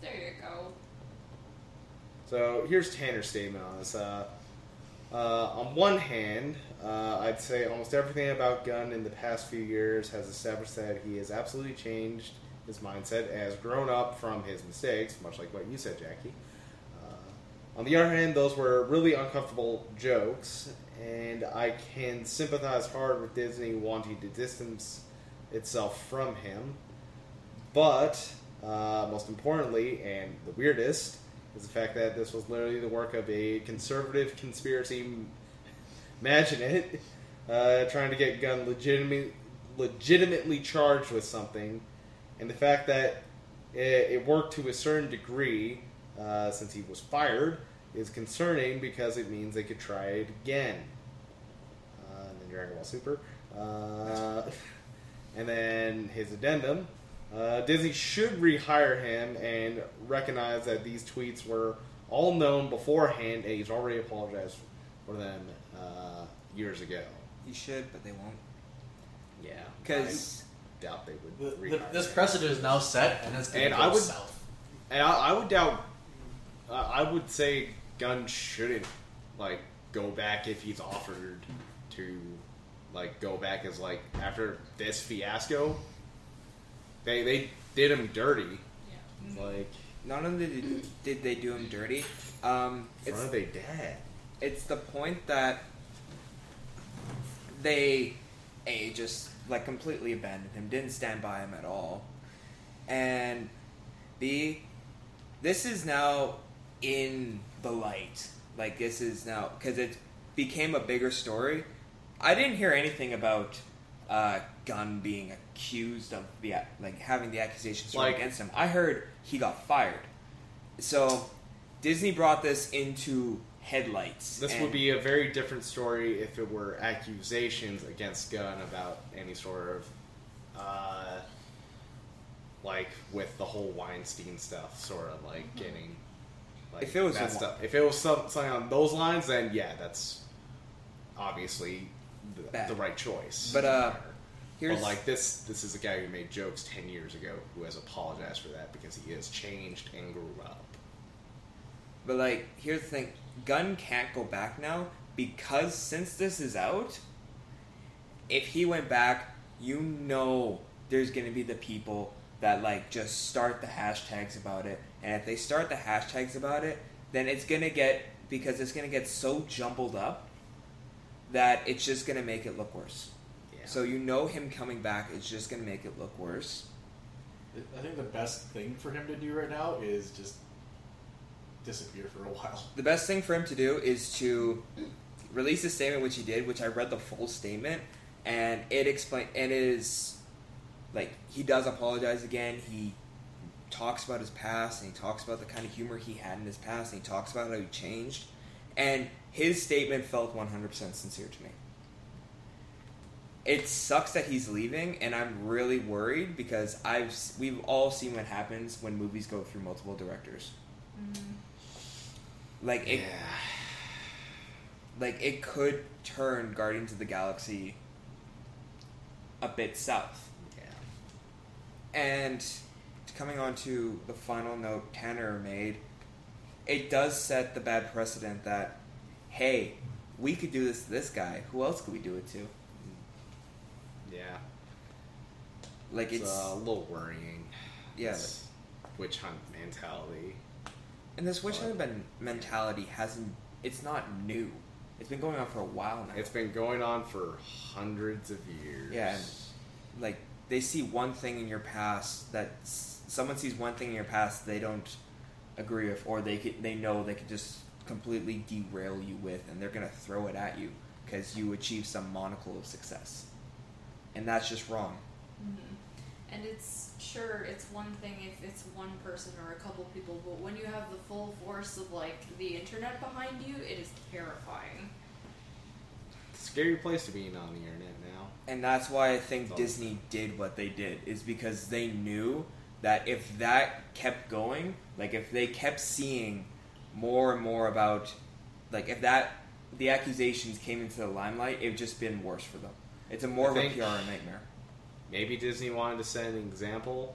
Speaker 4: There you go.
Speaker 1: So here's Tanner's statement on this. Uh, uh, on one hand, uh, I'd say almost everything about Gunn in the past few years has established that he has absolutely changed his mindset and has grown up from his mistakes, much like what you said, Jackie. Uh, on the other hand, those were really uncomfortable jokes, and I can sympathize hard with Disney wanting to distance itself from him. But uh, most importantly, and the weirdest, is the fact that this was literally the work of a conservative conspiracy m- maginate uh, trying to get Gunn legitimately, legitimately charged with something, and the fact that it, it worked to a certain degree uh, since he was fired is concerning because it means they could try it again. Uh, and then Dragon Ball Super. Uh, *laughs* and then his addendum. Uh, Disney should rehire him and recognize that these tweets were all known beforehand, and he's already apologized for them uh, years ago.
Speaker 3: You should, but they won't.
Speaker 1: Yeah,
Speaker 3: Because
Speaker 1: I doubt they
Speaker 2: The,
Speaker 1: would.
Speaker 2: the,
Speaker 1: rehire
Speaker 2: this
Speaker 1: him.
Speaker 2: precedent is now set, and it's going
Speaker 1: And
Speaker 2: to
Speaker 1: I
Speaker 2: go
Speaker 1: would-
Speaker 2: south.
Speaker 1: and I, I would doubt. Uh, I would say Gunn shouldn't like go back if he's offered to, like go back as like after this fiasco. They they did him dirty.
Speaker 5: Yeah.
Speaker 1: Like,
Speaker 3: not only did, did they do him dirty, um,
Speaker 1: in
Speaker 3: it's
Speaker 1: front of their dad.
Speaker 3: it's the point that they a just like completely abandoned him didn't stand by him at all and b this is now in the light like this is now because it became a bigger story i didn't hear anything about uh, Gunn being accused of the like having the accusations thrown
Speaker 1: Like-
Speaker 3: against him. I heard he got fired. So Disney brought this into headlights.
Speaker 1: This
Speaker 3: and-
Speaker 1: would be a very different story if it were accusations against Gunn about any sort of, uh, like with the whole Weinstein stuff, sort of like
Speaker 3: Mm-hmm.
Speaker 1: getting. Like
Speaker 3: If it was a
Speaker 1: messed
Speaker 3: Wei-
Speaker 1: up, if it was some- something on those lines, then yeah, that's obviously the,
Speaker 3: Bad.
Speaker 1: the right choice.
Speaker 3: But, uh,
Speaker 1: But
Speaker 3: here's
Speaker 1: like this, this is a guy who made jokes ten years ago who has apologized for that because he has changed and grew up.
Speaker 3: But like, here's the thing: Gunn can't go back now because since this is out, if he went back, you know, there's gonna be the people that like just start the hashtags about it, and if they start the hashtags about it, then it's gonna get because it's gonna get so jumbled up that it's just gonna make it look worse.
Speaker 1: Yeah.
Speaker 3: So you know, him coming back is just gonna make it look worse.
Speaker 2: I think the best thing for him to do right now is just disappear for a while. *laughs*
Speaker 3: the best thing for him to do is to release a statement which he did which i read the full statement and it explain and it is like he does apologize again he talks about his past and he talks about the kind of humor he had in his past and he talks about how he changed and his statement felt 100% sincere to me it sucks that he's leaving and i'm really worried because i've s- we've all seen what happens when movies go through multiple directors
Speaker 4: Mm-hmm.
Speaker 3: like it
Speaker 1: yeah.
Speaker 3: like it could turn Guardians of the Galaxy a bit south.
Speaker 1: yeah.
Speaker 3: And coming on to the final note Tanner made, it does set the bad precedent that hey, we could do this to this guy. Who else could we do it to?
Speaker 1: Yeah,
Speaker 3: Like
Speaker 1: it's,
Speaker 3: it's
Speaker 1: uh, a little worrying.
Speaker 3: yeah,
Speaker 1: It's witch hunt mentality.
Speaker 3: and this witch hunter men- mentality hasn't. It's not new. It's been going on for a while now.
Speaker 1: It's been going on for hundreds of years.
Speaker 3: Yeah. like they see one thing in your past that s- someone sees one thing in your past they don't agree with or they could, they know they could just completely derail you with and they're going to throw it at you because you achieve some monocle of success and that's just wrong
Speaker 4: And it's sure it's one thing if it's one person or a couple people, but when you have the full force of like the internet behind you, it is terrifying.
Speaker 1: Scary place to be in on the internet now.
Speaker 3: and that's why i think
Speaker 1: Totally.
Speaker 3: disney did what they did is because they knew that if that kept going like if they kept seeing more and more about like if that the accusations came into the limelight it would just been worse for them it's a more
Speaker 1: I
Speaker 3: of a
Speaker 1: think-
Speaker 3: pr nightmare
Speaker 1: Maybe Disney wanted to set an example,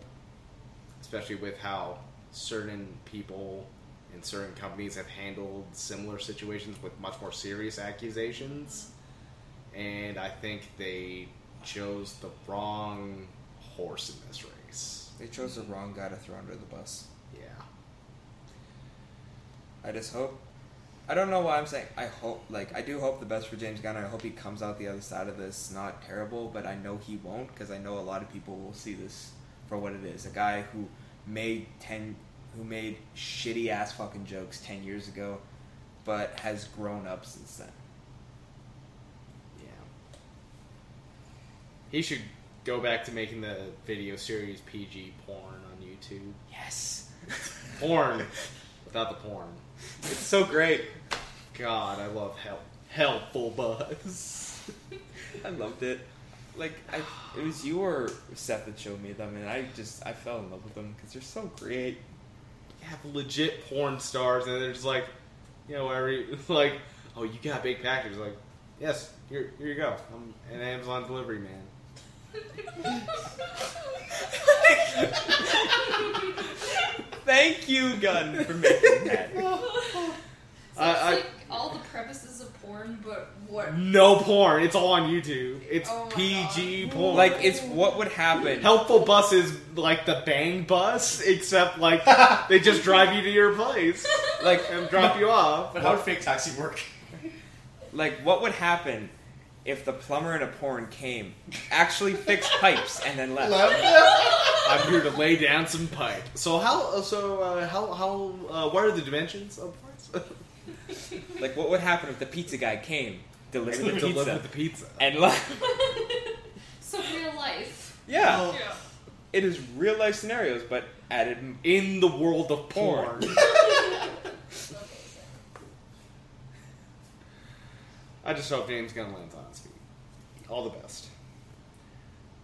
Speaker 1: especially with how certain people and certain companies have handled similar situations with much more serious accusations. And I think they chose the wrong horse in this race.
Speaker 3: They chose the wrong guy to throw under the bus.
Speaker 1: Yeah.
Speaker 3: I just hope. I don't know why I'm saying. I hope, like, I do hope the best for James Gunn. I hope he comes out the other side of this not terrible, but I know he won't because I know a lot of people will see this for what it is. A guy who made ten, who made shitty ass fucking jokes ten years ago, but has grown up since then.
Speaker 1: Yeah. He should go back to making the video series PG porn on YouTube.
Speaker 3: Yes,
Speaker 1: Porn! Without the porn.
Speaker 3: it's so great.
Speaker 1: God, I love help. Helpful buzz. *laughs*
Speaker 3: I loved it. Like I, it was you or Seth that showed me them, and I just I fell in love with them because they're so great.
Speaker 1: You have legit porn stars, and they're just like, you know, every *laughs* like, oh, you got a big package. Like, yes, here, here you go. I'm an Amazon delivery man.
Speaker 3: Thank you, Gun, for making that.
Speaker 4: So it's
Speaker 1: I- I-
Speaker 4: like all the prefaces of porn, but what?
Speaker 1: No porn. It's all on YouTube. It's
Speaker 4: Oh my
Speaker 1: PG
Speaker 4: God.
Speaker 1: porn.
Speaker 3: Like, it's what would happen.
Speaker 1: Helpful bus is like the bang bus, except *laughs* like they just drive you to your place
Speaker 3: Like,
Speaker 1: and drop you off.
Speaker 2: But how would fake taxi work?
Speaker 3: like what would happen if the plumber in a porn came, actually fixed pipes, and then left?
Speaker 1: *laughs* I'm here to lay down some pipe. So how? So uh, how? How? Uh, what are the dimensions of parts?
Speaker 3: Like, what would
Speaker 1: *laughs*
Speaker 3: happen if the pizza guy came, delivered the pizza,
Speaker 1: the pizza.
Speaker 3: and left? Yeah,
Speaker 2: Oh.
Speaker 5: Yeah.
Speaker 3: it is real life scenarios, but added. m-
Speaker 1: in the world of porn. *laughs* I just hope James Gunn lands on his feet. All the best.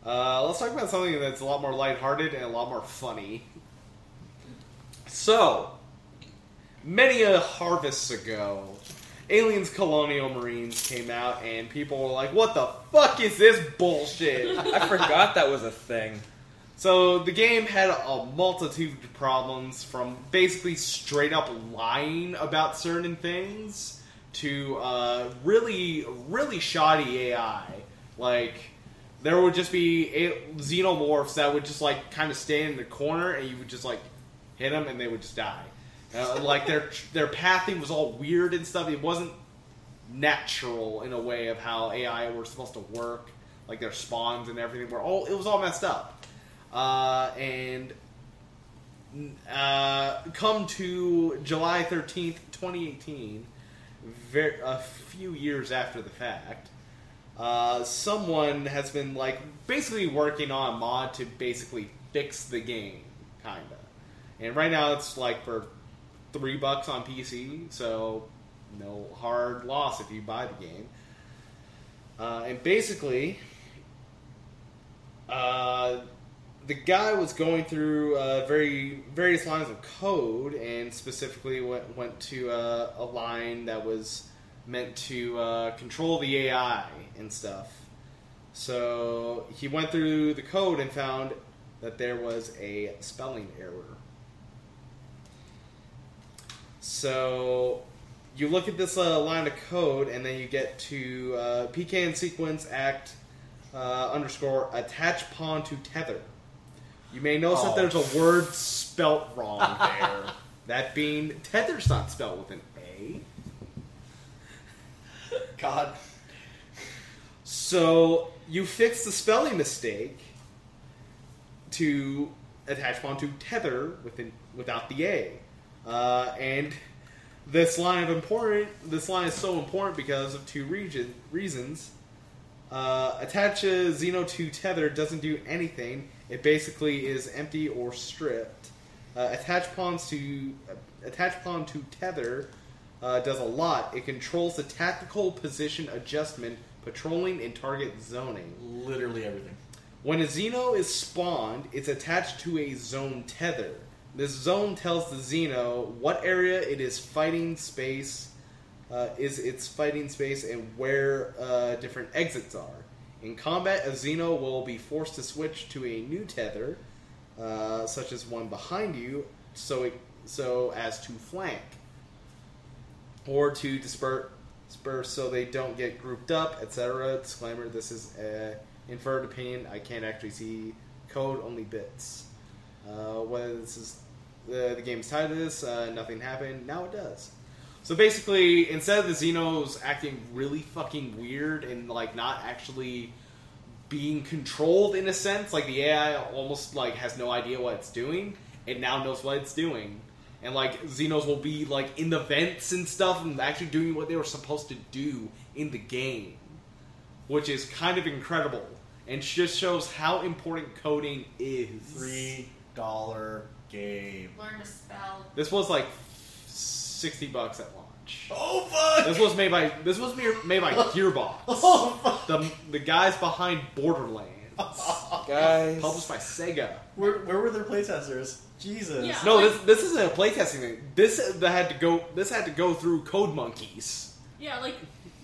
Speaker 1: Uh, let's talk about something that's a lot more lighthearted and a lot more funny. So, many a harvests ago, Aliens Colonial Marines came out, and people were like, What the fuck is this bullshit?
Speaker 3: I forgot that was a thing.
Speaker 1: So the game had a multitude of problems from basically straight up lying about certain things to uh, really, really shoddy AI. Like, there would just be a- xenomorphs that would just, like, kind of stand in the corner and you would just, like, hit them and they would just die. Uh, like, their, their pathing was all weird and stuff. It wasn't natural in a way of how AI were supposed to work, like their spawns and everything were all it was all messed up. Uh, and uh, come to July thirteenth, twenty eighteen, ver- a few years after the fact. Uh, someone has been like basically working on a mod to basically fix the game, kinda. And right now it's like for three bucks on PC, so no hard loss if you buy the game. Uh, and basically, uh, the guy was going through uh, very various lines of code, and specifically went went to uh, a line that was meant to uh, control the AI and stuff. So he went through the code and found that there was a spelling error. So you look at this uh, line of code, and then you get to uh, PKN sequence act uh, underscore attach pawn to tether. You may notice that
Speaker 2: Oh.
Speaker 1: there's a word spelt wrong
Speaker 2: *laughs*
Speaker 1: there. that being tether's not spelled with an A.
Speaker 2: God.
Speaker 1: So you fix the spelling mistake to attach onto tether within, without the a, uh, and this line of important this line is so important because of two region, reasons. Uh, attach a Xeno to tether doesn't do anything. It basically is empty or stripped. Uh, attach pawns to uh, attach pawn to tether uh, does a lot. It controls the tactical position adjustment, patrolling, and target zoning.
Speaker 2: Literally everything.
Speaker 1: When a Xeno is spawned, it's attached to a zone tether. This zone tells the Xeno what area it is fighting space uh, is its fighting space and where uh, different exits are. In combat, a Xeno will be forced to switch to a new tether, uh, such as one behind you, so it, so as to flank or to disperse, disperse so they don't get grouped up, etc. Disclaimer: This is a inferred opinion. I can't actually see code, only bits. Uh, whether this is the, the game's tied to this, uh, nothing happened. Now it does. So basically, instead of the Xenos acting really fucking weird and like not actually being controlled in a sense, like the AI almost like has no idea what it's doing, it now knows what it's doing. And like Xenos will be like in the vents and stuff and actually doing what they were supposed to do in the game. Which is kind of incredible. And just shows how important coding is.
Speaker 2: Three dollar game.
Speaker 4: Learn to spell.
Speaker 1: This was like sixty bucks at launch.
Speaker 2: Oh fuck! *laughs*
Speaker 1: This was made by this was made made by Gearbox,
Speaker 2: oh fuck!
Speaker 1: the the guys behind Borderlands,
Speaker 3: Guys,
Speaker 1: published by Sega.
Speaker 2: *laughs* Where, where were their playtesters? Jesus.
Speaker 5: Yeah.
Speaker 1: No, this this isn't a playtesting thing. This that had to go this had to go through Code Monkeys.
Speaker 5: Yeah, like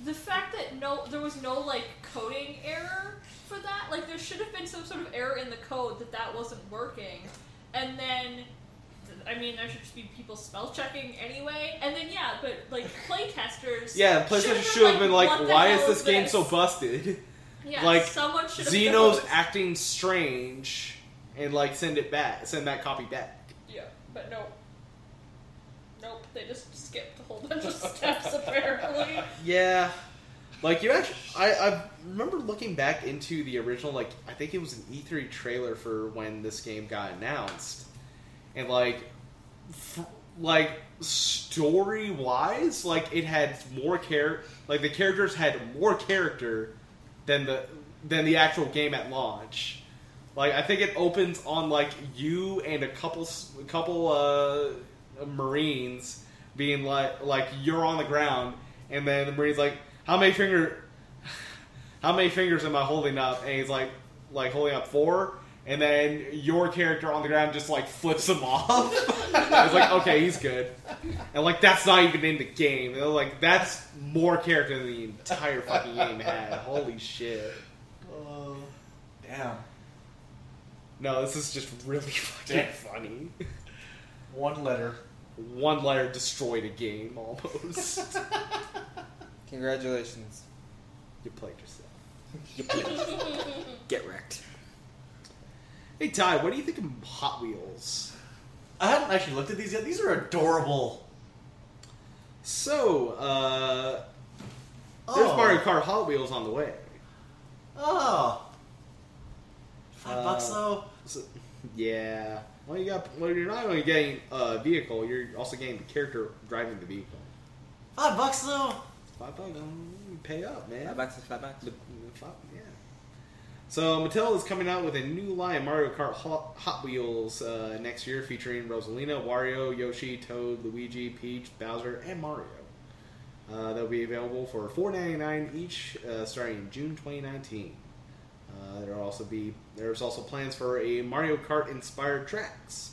Speaker 5: the fact that no, there was no like coding error for that. Like there should have been some sort of error in the code that that wasn't working, and then. I mean, there should just be people spell checking anyway, and then yeah, but like playtesters.
Speaker 1: Yeah, PlayStation should have been like,
Speaker 5: what the
Speaker 1: why
Speaker 5: hell
Speaker 1: is this game so
Speaker 5: this?" *laughs*
Speaker 1: busted?
Speaker 5: Yeah,
Speaker 1: like,
Speaker 5: someone should have
Speaker 1: Xeno's
Speaker 5: known.
Speaker 1: acting strange, and like send it back, send that copy back.
Speaker 5: Yeah, but no. Nope, they just skipped a whole bunch of
Speaker 1: *laughs*
Speaker 5: steps apparently. *laughs*
Speaker 1: Yeah. Like you actually, I, I remember looking back into the original. Like I think it was an E3 trailer for when this game got announced, and like, f- like story wise, like it had more care. Like the characters had more character than the than the actual game at launch. Like I think it opens on like you and a couple s- a couple uh, Marines being like like you're on the ground, and then the Marine's like, "How many finger? *sighs* How many fingers am I holding up?" And he's like, "Like holding up four. And then your character on the ground just like flips him *laughs* off. I was like, okay, he's good. And like that's not even in the game. And, like that's more character than the entire fucking game had. Holy shit.
Speaker 2: Oh, damn.
Speaker 1: No, this is just really *laughs* fucking
Speaker 2: Yeah.
Speaker 1: funny.
Speaker 2: One letter.
Speaker 1: One letter destroyed a
Speaker 6: *laughs*
Speaker 1: game almost.
Speaker 6: Congratulations.
Speaker 1: you played yourself.
Speaker 6: You played. Get wrecked.
Speaker 1: Hey Ty, what do you think of Hot Wheels?
Speaker 2: I haven't actually looked at these yet. These are adorable.
Speaker 1: So, uh there's
Speaker 2: Oh.
Speaker 1: Mario Kart Hot Wheels on the way.
Speaker 2: Oh. Five
Speaker 1: Uh,
Speaker 2: bucks though.
Speaker 1: So, yeah. Well, you got. Well, you're not only getting a vehicle, you're also getting the character driving the vehicle.
Speaker 2: Five bucks though.
Speaker 1: Five bucks. um, Pay up, man.
Speaker 6: Five bucks is five bucks.
Speaker 1: The- the five- yeah. So Mattel is coming out with a new line Mario Kart Hot, Hot Wheels uh, next year, featuring Rosalina, Wario, Yoshi, Toad, Luigi, Peach, Bowser, and Mario. Uh, they'll be available for four ninety nine each, uh, starting June twenty nineteen. Uh, there will also be there's also plans for a Mario Kart inspired tracks.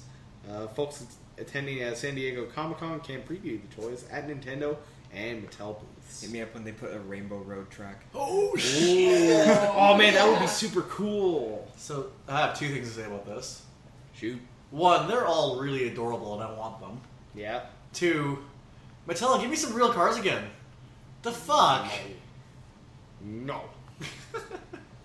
Speaker 1: Uh, folks attending uh, San Diego Comic Con can preview the toys at Nintendo and Mattel booths.
Speaker 3: Hit me up when they put a Rainbow Road track.
Speaker 2: Oh
Speaker 1: Ooh. oh man, that would be super cool.
Speaker 2: So I have two things to say about this.
Speaker 1: Shoot.
Speaker 2: One, they're all really adorable, and I want them.
Speaker 1: Yeah.
Speaker 2: Two, Mattel, give me some real cars again. The fuck.
Speaker 1: No.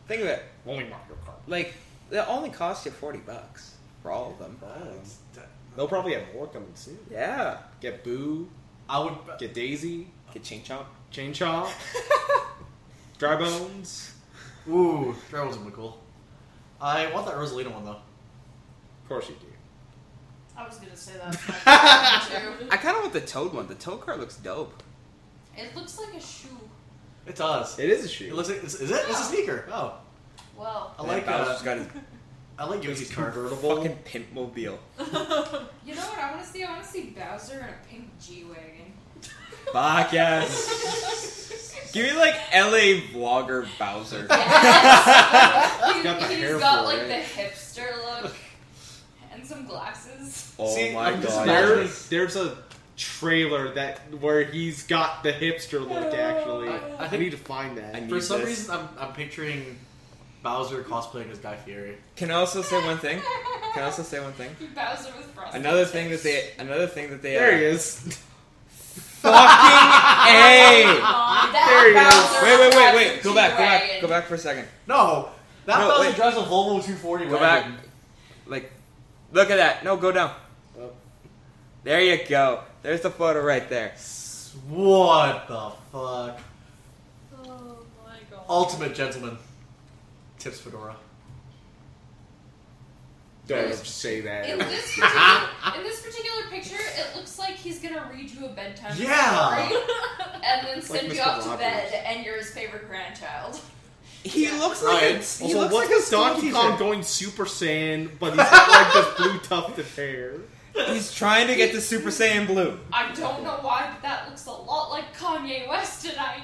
Speaker 6: Think of it.
Speaker 1: Only Mario Kart.
Speaker 6: Like, they only cost you 40 bucks for all of them.
Speaker 2: That's- that-
Speaker 1: They'll probably have more coming soon.
Speaker 6: Yeah.
Speaker 1: Get Boo.
Speaker 2: I would.
Speaker 1: Get Daisy.
Speaker 6: Get Ching Chomp.
Speaker 1: Chain *laughs* Chomp. Dry Bones.
Speaker 2: Ooh, that wasn't really cool. I want that Rosalina one though.
Speaker 1: Of course you do.
Speaker 4: I was gonna say
Speaker 1: *laughs*
Speaker 4: that.
Speaker 6: I kind of want the Toad one. The Toad car looks dope.
Speaker 4: it looks like a shoe.
Speaker 2: It does.
Speaker 1: It is a
Speaker 2: It
Speaker 1: shoe.
Speaker 2: looks like is, is it? It's a sneaker. Oh,
Speaker 4: Well,
Speaker 2: I like uh,
Speaker 3: Bowser's got his
Speaker 2: I like Yoshi's car.
Speaker 3: fucking pimp mobile.
Speaker 4: you know what I want to see? I want to see Bowser in a pink G *laughs* wagon.
Speaker 3: Fuck yes. Give me like LA vlogger Bowser.
Speaker 4: He's
Speaker 1: got the hair
Speaker 4: he's got
Speaker 1: for
Speaker 4: like
Speaker 1: it.
Speaker 4: the hipster look and some glasses.
Speaker 3: Oh
Speaker 2: See,
Speaker 3: my
Speaker 2: I'm just
Speaker 3: god.
Speaker 1: There, there's a trailer that where he's got the hipster look. Actually,
Speaker 2: I- I
Speaker 1: I,
Speaker 2: think-
Speaker 1: need to find that.
Speaker 3: I need
Speaker 2: For some
Speaker 3: this.
Speaker 2: reason, I'm, I'm picturing Bowser cosplaying as Guy Fieri.
Speaker 3: Can I also say one thing? *laughs* Can
Speaker 4: *laughs*
Speaker 3: I also say one thing?
Speaker 4: Bowser with frosted
Speaker 3: Another thing that
Speaker 4: tips.
Speaker 3: they another thing that they
Speaker 1: there
Speaker 3: uh,
Speaker 1: he is. *laughs*
Speaker 3: Fucking A!
Speaker 4: That
Speaker 1: There you go.
Speaker 4: *laughs* Bowser
Speaker 3: Wait, wait, wait, wait.
Speaker 4: with
Speaker 3: Go back, go back,
Speaker 4: G-Wagon.
Speaker 3: go back for a second.
Speaker 2: No, that
Speaker 3: No,
Speaker 2: Bowser
Speaker 3: wait.
Speaker 2: drives a Volvo 240.
Speaker 3: Go back.
Speaker 2: wagon.
Speaker 3: Like look at that. No, go down.
Speaker 1: Oh.
Speaker 3: There you go. There's the photo right there.
Speaker 2: What the fuck?
Speaker 5: Oh my god.
Speaker 2: Ultimate gentleman. Tips fedora.
Speaker 1: Don't say that.
Speaker 3: *laughs*
Speaker 4: In this,
Speaker 1: *laughs*
Speaker 4: particular, in this particular picture, it looks like he's gonna read you a bedtime
Speaker 2: Yeah.
Speaker 4: story *laughs* and then send
Speaker 1: Like
Speaker 4: you
Speaker 1: Mr.
Speaker 4: off to
Speaker 1: Rogers.
Speaker 4: bed, and you're his favorite grandchild.
Speaker 3: He
Speaker 4: Yeah.
Speaker 3: looks like
Speaker 2: Ryan,
Speaker 3: a, he
Speaker 1: Also, what's
Speaker 3: looks like a
Speaker 1: this Donkey
Speaker 3: school
Speaker 1: Kong
Speaker 3: teacher.
Speaker 1: going Super Saiyan, but he's got like this blue tufted hair?
Speaker 3: *laughs* He's trying to get to Super Saiyan Blue.
Speaker 4: I don't know why, but that looks a lot like Kanye West, and I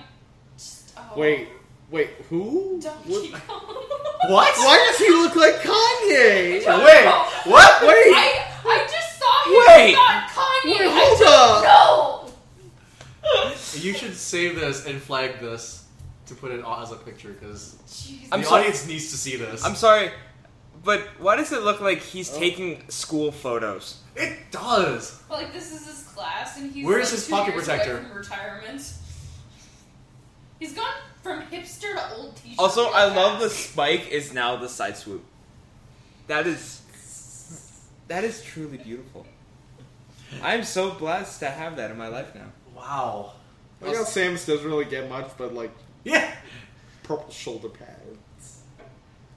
Speaker 4: just oh,
Speaker 1: Wait, wait, who?
Speaker 4: Donkey
Speaker 1: What-
Speaker 4: Kong.
Speaker 2: What?
Speaker 1: Why does he look like Kanye?
Speaker 4: Don't
Speaker 2: Wait,
Speaker 4: know.
Speaker 2: what?
Speaker 1: Wait.
Speaker 4: I, I just saw him.
Speaker 3: Wait.
Speaker 4: Wait. Not Kanye.
Speaker 1: Wait,
Speaker 4: I
Speaker 1: hold
Speaker 4: don't
Speaker 1: up.
Speaker 4: know.
Speaker 2: You should save this and flag this to put it as a picture because
Speaker 4: Jesus.
Speaker 3: I'm
Speaker 2: the
Speaker 3: sorry.
Speaker 2: audience needs to see this.
Speaker 3: I'm sorry, but why does it look like
Speaker 1: Oh.
Speaker 3: he's taking school photos?
Speaker 2: It does.
Speaker 4: like this is his class, and he's
Speaker 2: Where's
Speaker 4: like,
Speaker 2: his
Speaker 4: two
Speaker 2: pocket
Speaker 4: years
Speaker 2: protector?
Speaker 4: away from retirement. He's gone from hipster to old teacher.
Speaker 3: Also,
Speaker 4: real
Speaker 3: I love the
Speaker 4: fast.
Speaker 3: spike is now the side swoop. That is that is truly beautiful. I'm so blessed to have that in my life now.
Speaker 2: Wow.
Speaker 1: Like how Samus doesn't really get much, but like
Speaker 2: Yeah.
Speaker 1: purple shoulder pads.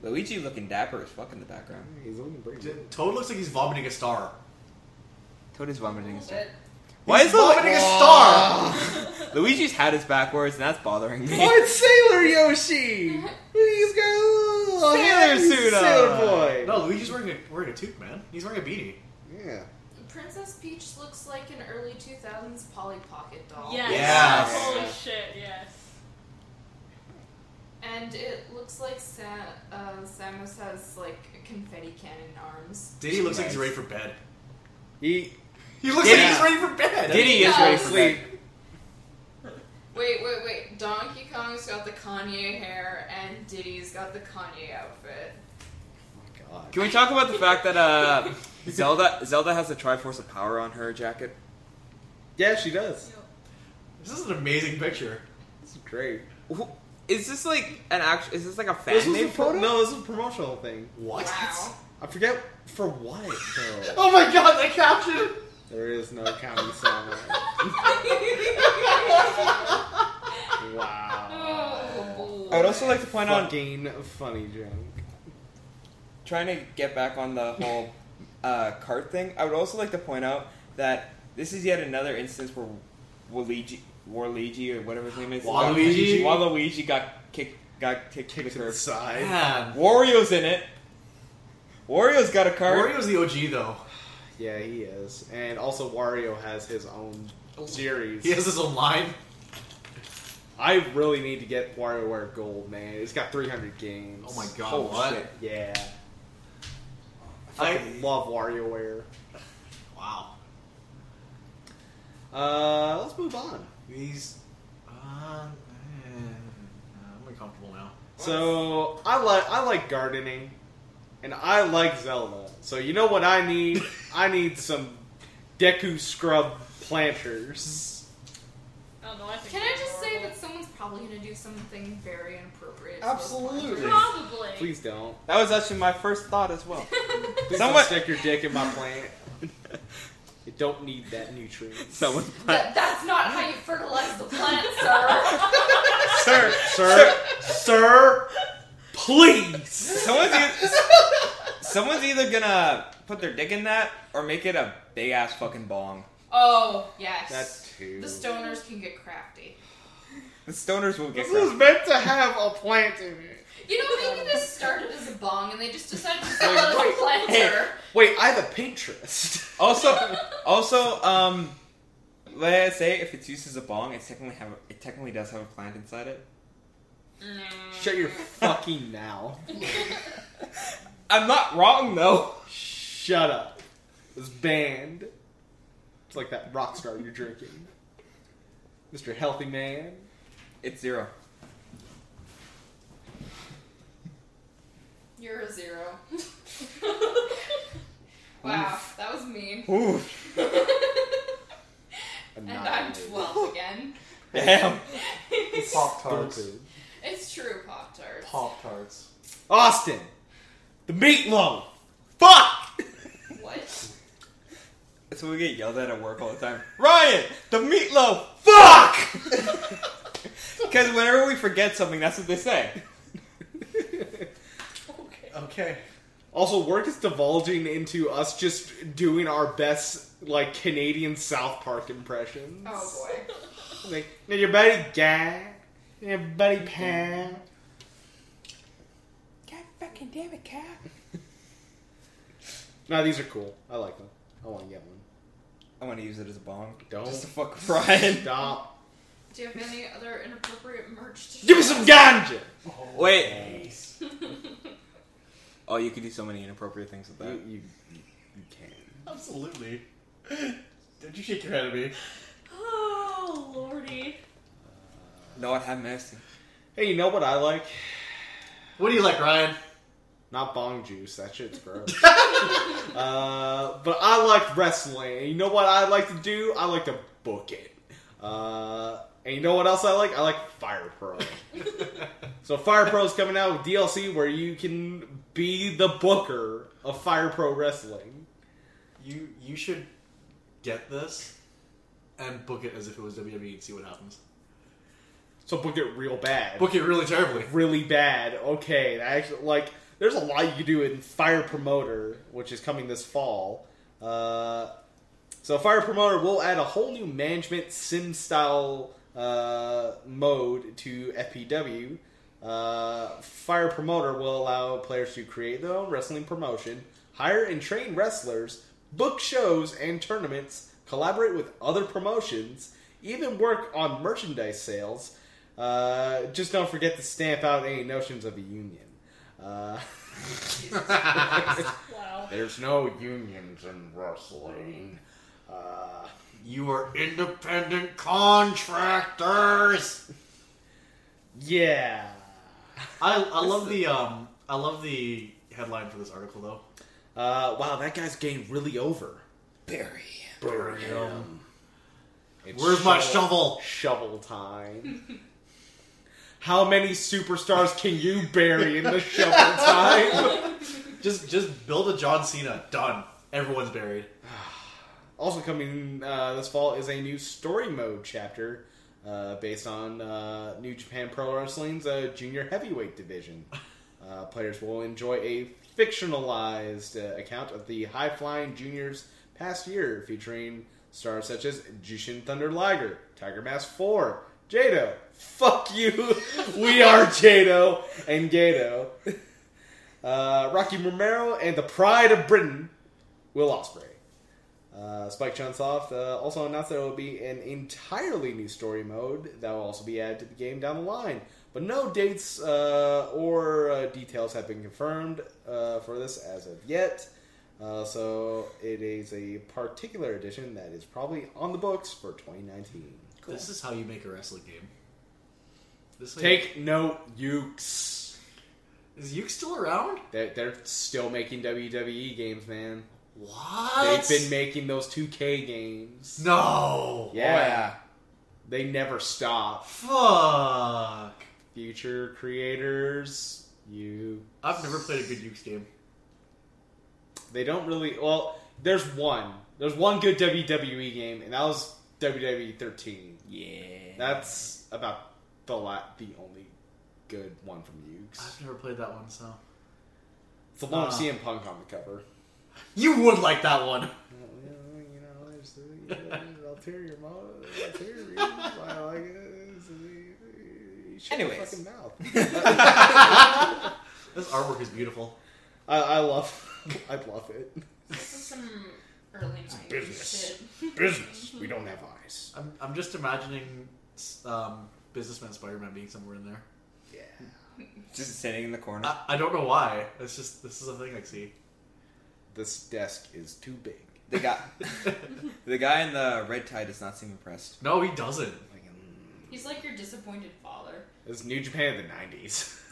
Speaker 3: Luigi looking dapper as fuck in the background.
Speaker 1: He's looking pretty good.
Speaker 2: Toad looks like he's vomiting a star.
Speaker 3: Toad is
Speaker 4: A
Speaker 3: vomiting.
Speaker 4: little
Speaker 3: his stuff.
Speaker 4: bit.
Speaker 3: Why
Speaker 2: He's
Speaker 3: is the
Speaker 2: vomiting a star.
Speaker 7: *laughs*
Speaker 3: Luigi's hat is backwards, and that's bothering me.
Speaker 1: Oh, it's Sailor Yoshi! He's got a little
Speaker 3: Sailor
Speaker 1: heavy
Speaker 3: suit
Speaker 1: Sailor
Speaker 3: on.
Speaker 1: boy.
Speaker 2: he's Uh, wearing a wearing a toque, man. He's wearing a beanie.
Speaker 1: Yeah.
Speaker 4: Princess Peach looks like an early 2000s Polly Pocket doll.
Speaker 5: Yes.
Speaker 2: Yes.
Speaker 5: Holy shit, yes.
Speaker 4: And it looks like Sa- uh, Samus has like a confetti cannon arms.
Speaker 2: Diddy looks like he's
Speaker 7: Nice.
Speaker 2: ready for bed.
Speaker 1: He
Speaker 2: He looks
Speaker 1: Diddy-
Speaker 2: like he's ready for bed.
Speaker 3: Diddy is
Speaker 4: Yeah.
Speaker 3: ready for
Speaker 1: sleep.
Speaker 3: bed.
Speaker 4: Wait, wait, wait. Donkey Kong's got the Kanye hair, and Diddy's got the Kanye outfit.
Speaker 1: Oh God.
Speaker 7: Can we talk about the fact that uh, Zelda Zelda has the Triforce of Power on her jacket?
Speaker 1: Yeah, she does.
Speaker 2: This is an amazing picture.
Speaker 1: It's great.
Speaker 7: Who- Is this like an act? Is this like a fan
Speaker 1: This was
Speaker 7: made
Speaker 1: a pro-
Speaker 7: photo?
Speaker 1: no, this is a promotional thing.
Speaker 2: What?
Speaker 4: Wow.
Speaker 1: I forget for what though.
Speaker 2: Oh my god, that caption!
Speaker 1: There is no county
Speaker 2: *laughs*
Speaker 1: song. Wow.
Speaker 4: Oh,
Speaker 3: I would also like to point out
Speaker 1: Fucking funny joke.
Speaker 3: trying to get back on the whole uh, cart thing, I would also like to point out that this is yet another instance where Waluigi, Waluigi or whatever his name is,
Speaker 2: Waluigi?
Speaker 3: got, Waluigi got kicked, got kicked to the
Speaker 1: Kick to the
Speaker 3: curb.
Speaker 1: side.
Speaker 2: Man.
Speaker 3: Wario's in it. Wario's got a cart.
Speaker 2: Wario's the OG though.
Speaker 1: Yeah, he is. And also, Wario has his own series.
Speaker 2: Oh. He has his own line.
Speaker 1: I really need to get WarioWare Gold, man. It's got 300 games.
Speaker 2: Oh my god,
Speaker 3: Oh,
Speaker 2: what?
Speaker 3: shit.
Speaker 1: Yeah. I
Speaker 2: I-
Speaker 1: fucking love WarioWare.
Speaker 2: Wow.
Speaker 1: Uh, let's move on.
Speaker 2: These. Uh, eh, I'm really comfortable now.
Speaker 1: So I like I like gardening, and I like Zelda. So you know what I need?
Speaker 3: *laughs*
Speaker 1: I need some Deku scrub planters.
Speaker 5: I don't know, Oh, I think
Speaker 4: Can I
Speaker 5: that's
Speaker 4: just say that
Speaker 5: horrible.
Speaker 4: someone's probably gonna do something very inappropriate? to
Speaker 1: Absolutely.
Speaker 4: those
Speaker 5: Probably.
Speaker 1: Please don't.
Speaker 3: That was actually my first thought
Speaker 1: *laughs*
Speaker 3: as well.
Speaker 4: planters?
Speaker 1: Please
Speaker 3: Someone-
Speaker 1: don't stick your dick in my
Speaker 3: *laughs*
Speaker 1: plant. You don't need that nutrient. *laughs*
Speaker 3: Someone,
Speaker 4: *laughs* That, that's not how you fertilize the plant, sir.
Speaker 1: sir, sir, sir, please.
Speaker 3: someone's, either, someone's either gonna put their dick in that or make it a big ass fucking bong.
Speaker 4: *laughs* oh yes.
Speaker 1: That too.
Speaker 4: the stoners can get crafty.
Speaker 3: The stoners will get
Speaker 1: This was
Speaker 3: crushed.
Speaker 1: meant to have a plant in it.
Speaker 4: You know, maybe this started as a bong and they just decided to sell it as a planter.
Speaker 1: Wait, I have a Pinterest.
Speaker 3: Also, also, um, let us say if it's used as a bong, it technically have it technically does have a plant inside it.
Speaker 1: Shut *laughs* your fucking mouth.
Speaker 3: I'm not wrong though.
Speaker 1: Shut up. It's banned. It's like that rock star you're drinking. Mr. Healthy Man.
Speaker 3: It's zero.
Speaker 4: *laughs* You're
Speaker 1: *laughs*
Speaker 4: a zero. wow, that was mean.
Speaker 3: Ooh,
Speaker 4: *laughs* and I'm 12 again.
Speaker 3: damn.
Speaker 4: *laughs*
Speaker 2: Pop
Speaker 1: Stupid.
Speaker 4: It's true, Pop Tarts.
Speaker 2: Pop tarts.
Speaker 1: Austin. The meatloaf. *laughs* Fuck!
Speaker 4: What?
Speaker 3: That's what we get yelled at at work all the time. Ryan, the meatloaf. *laughs*
Speaker 1: Fuck!
Speaker 3: Because whenever we forget something, that's what they say.
Speaker 2: Okay.
Speaker 1: also, work is divulging into us just doing our best, like, Canadian South Park impressions.
Speaker 4: Oh boy.
Speaker 1: Like, "Now your buddy guy. Your buddy Pam.
Speaker 3: God fucking damn it,
Speaker 1: *laughs*
Speaker 3: cat.
Speaker 1: No, these are cool. I like them. I want to get one.
Speaker 3: I want to use it as a bong.
Speaker 1: Don't.
Speaker 3: Just to fuck with Ryan.
Speaker 1: Stop.
Speaker 4: Do you have any other inappropriate merch to
Speaker 1: Give me some ganja!
Speaker 3: Wait. Oh, you could do so many inappropriate things with that.
Speaker 1: You, you, you, you can.
Speaker 2: *laughs* Absolutely. Did you shake your head at me?
Speaker 5: *laughs* Oh, lordy.
Speaker 3: Lord have mercy.
Speaker 1: Hey, you know what I like?
Speaker 2: What do you like, *laughs* Ryan?
Speaker 1: Not bong juice. That shit's *laughs* gross. uh, but I like wrestling. And you know what I like to do? I like to book it. Uh, and you know what else I like? I like Fire Pro. so Fire Pro is coming out with DLC where you can be the booker of Fire Pro Wrestling.
Speaker 2: You you should get this and book it as if it was WWE and see what happens.
Speaker 1: So book it real bad.
Speaker 2: Book it really terribly. *laughs*
Speaker 1: really bad. Okay, that actually, like there's a lot you can do in Fire Promoter, which is coming this fall. Uh, so Fire Promoter will add a whole new management sim style uh, mode to FPW. Uh, Fire Promoter will allow players to create their own wrestling promotion, hire and train wrestlers, book shows and tournaments, collaborate with other promotions, even work on merchandise sales. Uh, just don't forget to stamp out any notions of a union. Uh, *laughs*
Speaker 5: Wow.
Speaker 1: There's no unions in wrestling. Uh,
Speaker 2: You are independent contractors.
Speaker 1: yeah.
Speaker 2: *laughs* I, I love the um I love the headline for this article though.
Speaker 1: Uh, wow, that guy's getting really over.
Speaker 6: Barry.
Speaker 1: Burn
Speaker 2: him.
Speaker 1: It's
Speaker 2: Where's my shovel?
Speaker 1: Shovel time. *laughs* How many superstars can you bury in the shovel time?
Speaker 2: Just just build a John Cena. Done. Everyone's buried.
Speaker 1: also coming uh, this fall is a new story mode chapter uh, based on uh, New Japan Pro Wrestling's uh, junior heavyweight division. Uh, players will enjoy a fictionalized uh, account of the high flying juniors past year, featuring stars such as Jushin Thunder Liger, Tiger Mask 4, Jado, fuck you, we are Jado, and Gato, uh, Rocky Romero, and the pride of Britain, Will Ospreay. Uh, Spike Chunsoft uh, also announced there will be an entirely new story mode that will also be added to the game down the line. But no dates uh, or uh, details have been confirmed uh, for this as of yet. Uh, so it is a particular edition that is probably on the books for 2019.
Speaker 2: This is how you make a wrestling game. This
Speaker 1: Take note, Ukes.
Speaker 2: is Yuke still around?
Speaker 1: They're, they're still making WWE games, man.
Speaker 2: What?
Speaker 1: They've been making those 2K games.
Speaker 2: Oh, no.
Speaker 1: Yeah. They never stop.
Speaker 2: Fuck.
Speaker 1: future creators you
Speaker 2: I've never played a good Yuke's game.
Speaker 1: they don't really well there's one there's one good wwe game and that was wwe 13
Speaker 6: Yeah.
Speaker 1: that's about the la- the only good one from Ukes.
Speaker 2: I've never played that one, so
Speaker 1: it's the one
Speaker 2: Ah.
Speaker 1: with cm punk on the cover
Speaker 2: you would like that *laughs* one.
Speaker 1: Uh, you know there's the ulterior motive ulterior reasons why i like it
Speaker 6: Anyways. fucking
Speaker 2: This artwork is beautiful.
Speaker 1: *laughs* I, I love *laughs* i love it
Speaker 4: This is some early 90s
Speaker 1: business.
Speaker 4: shit.
Speaker 1: business we don't have eyes
Speaker 2: I'm, I'm just imagining um, businessman Spider-Man being somewhere in there.
Speaker 1: yeah
Speaker 6: Just sitting in the corner.
Speaker 2: I, I don't know why. It's just this is a thing I see.
Speaker 1: this desk is too big
Speaker 6: the guy, the guy in the red tie does not seem impressed.
Speaker 2: *laughs* No, he doesn't.
Speaker 1: Like, mm,
Speaker 4: He's like your disappointed father.
Speaker 1: This is New Japan of the nineties. *laughs*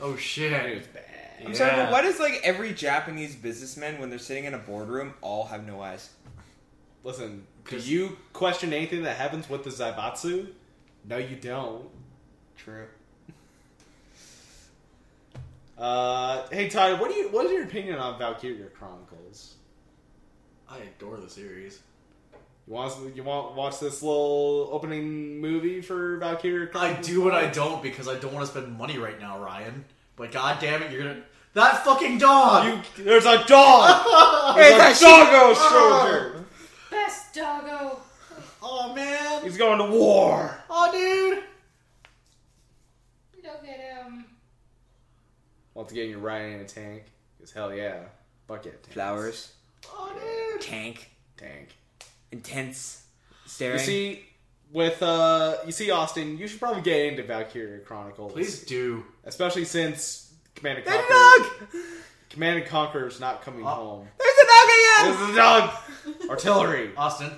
Speaker 2: Oh shit.
Speaker 1: bad.
Speaker 6: I'm sorry,
Speaker 2: Yeah.
Speaker 6: but why does like every Japanese businessman when they're sitting in a boardroom all have no eyes?
Speaker 1: Listen, do
Speaker 2: Just-
Speaker 1: you question anything that happens with the Zaibatsu? No, you don't.
Speaker 6: True.
Speaker 1: Uh, hey Todd, what do you? What is your opinion on Valkyria Chronicles?
Speaker 2: I adore the series.
Speaker 1: You want you want watch this little opening movie for Valkyria?
Speaker 2: I
Speaker 1: Chronicles?
Speaker 2: do what I don't because I don't want to spend money right now, Ryan. But god damn it, you're gonna that fucking dog.
Speaker 1: You, there's a dog. there's a doggo soldier.
Speaker 4: Best doggo!
Speaker 2: Oh man.
Speaker 1: He's going to war.
Speaker 2: Oh dude.
Speaker 4: Look at him.
Speaker 1: Once again, you're riding in a tank. Cause hell yeah, bucket tanks.
Speaker 6: Flowers,
Speaker 2: Oh dude.
Speaker 6: tank,
Speaker 1: tank.
Speaker 6: intense
Speaker 1: You
Speaker 6: staring.
Speaker 1: see, with uh, you see Austin, you should probably get into Valkyria Chronicles,
Speaker 2: Please do.
Speaker 1: especially since Command and
Speaker 6: there's a
Speaker 1: Conquer.
Speaker 6: dog.
Speaker 1: Command and Conquer is not coming
Speaker 2: Uh,
Speaker 1: home.
Speaker 6: There's a dog again.
Speaker 1: This is a dog.
Speaker 2: *laughs*
Speaker 1: Artillery.
Speaker 2: Austin,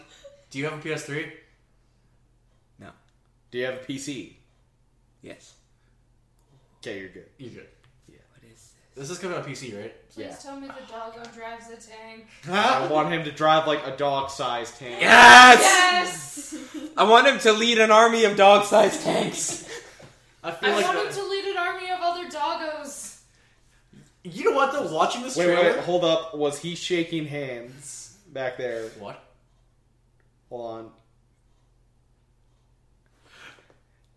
Speaker 2: do you have a PS3?
Speaker 6: No.
Speaker 1: Do you have a PC?
Speaker 6: Yes.
Speaker 1: Okay, you're good.
Speaker 2: You good.
Speaker 6: What is this?
Speaker 2: This is coming on PC, right?
Speaker 4: Please
Speaker 1: Yeah.
Speaker 4: tell me the doggo drives the tank.
Speaker 1: I want him to drive like a dog-sized tank.
Speaker 6: Yes!
Speaker 4: Yes!
Speaker 6: I want him to lead an army of dog-sized tanks.
Speaker 2: I feel
Speaker 4: I
Speaker 2: like
Speaker 4: want
Speaker 2: that-
Speaker 4: him to lead an army of other doggos.
Speaker 2: You know what though? Watching this
Speaker 1: Wait, wait,
Speaker 2: trailer.
Speaker 1: wait, hold up. Was he shaking hands back there?
Speaker 2: What?
Speaker 1: Hold on.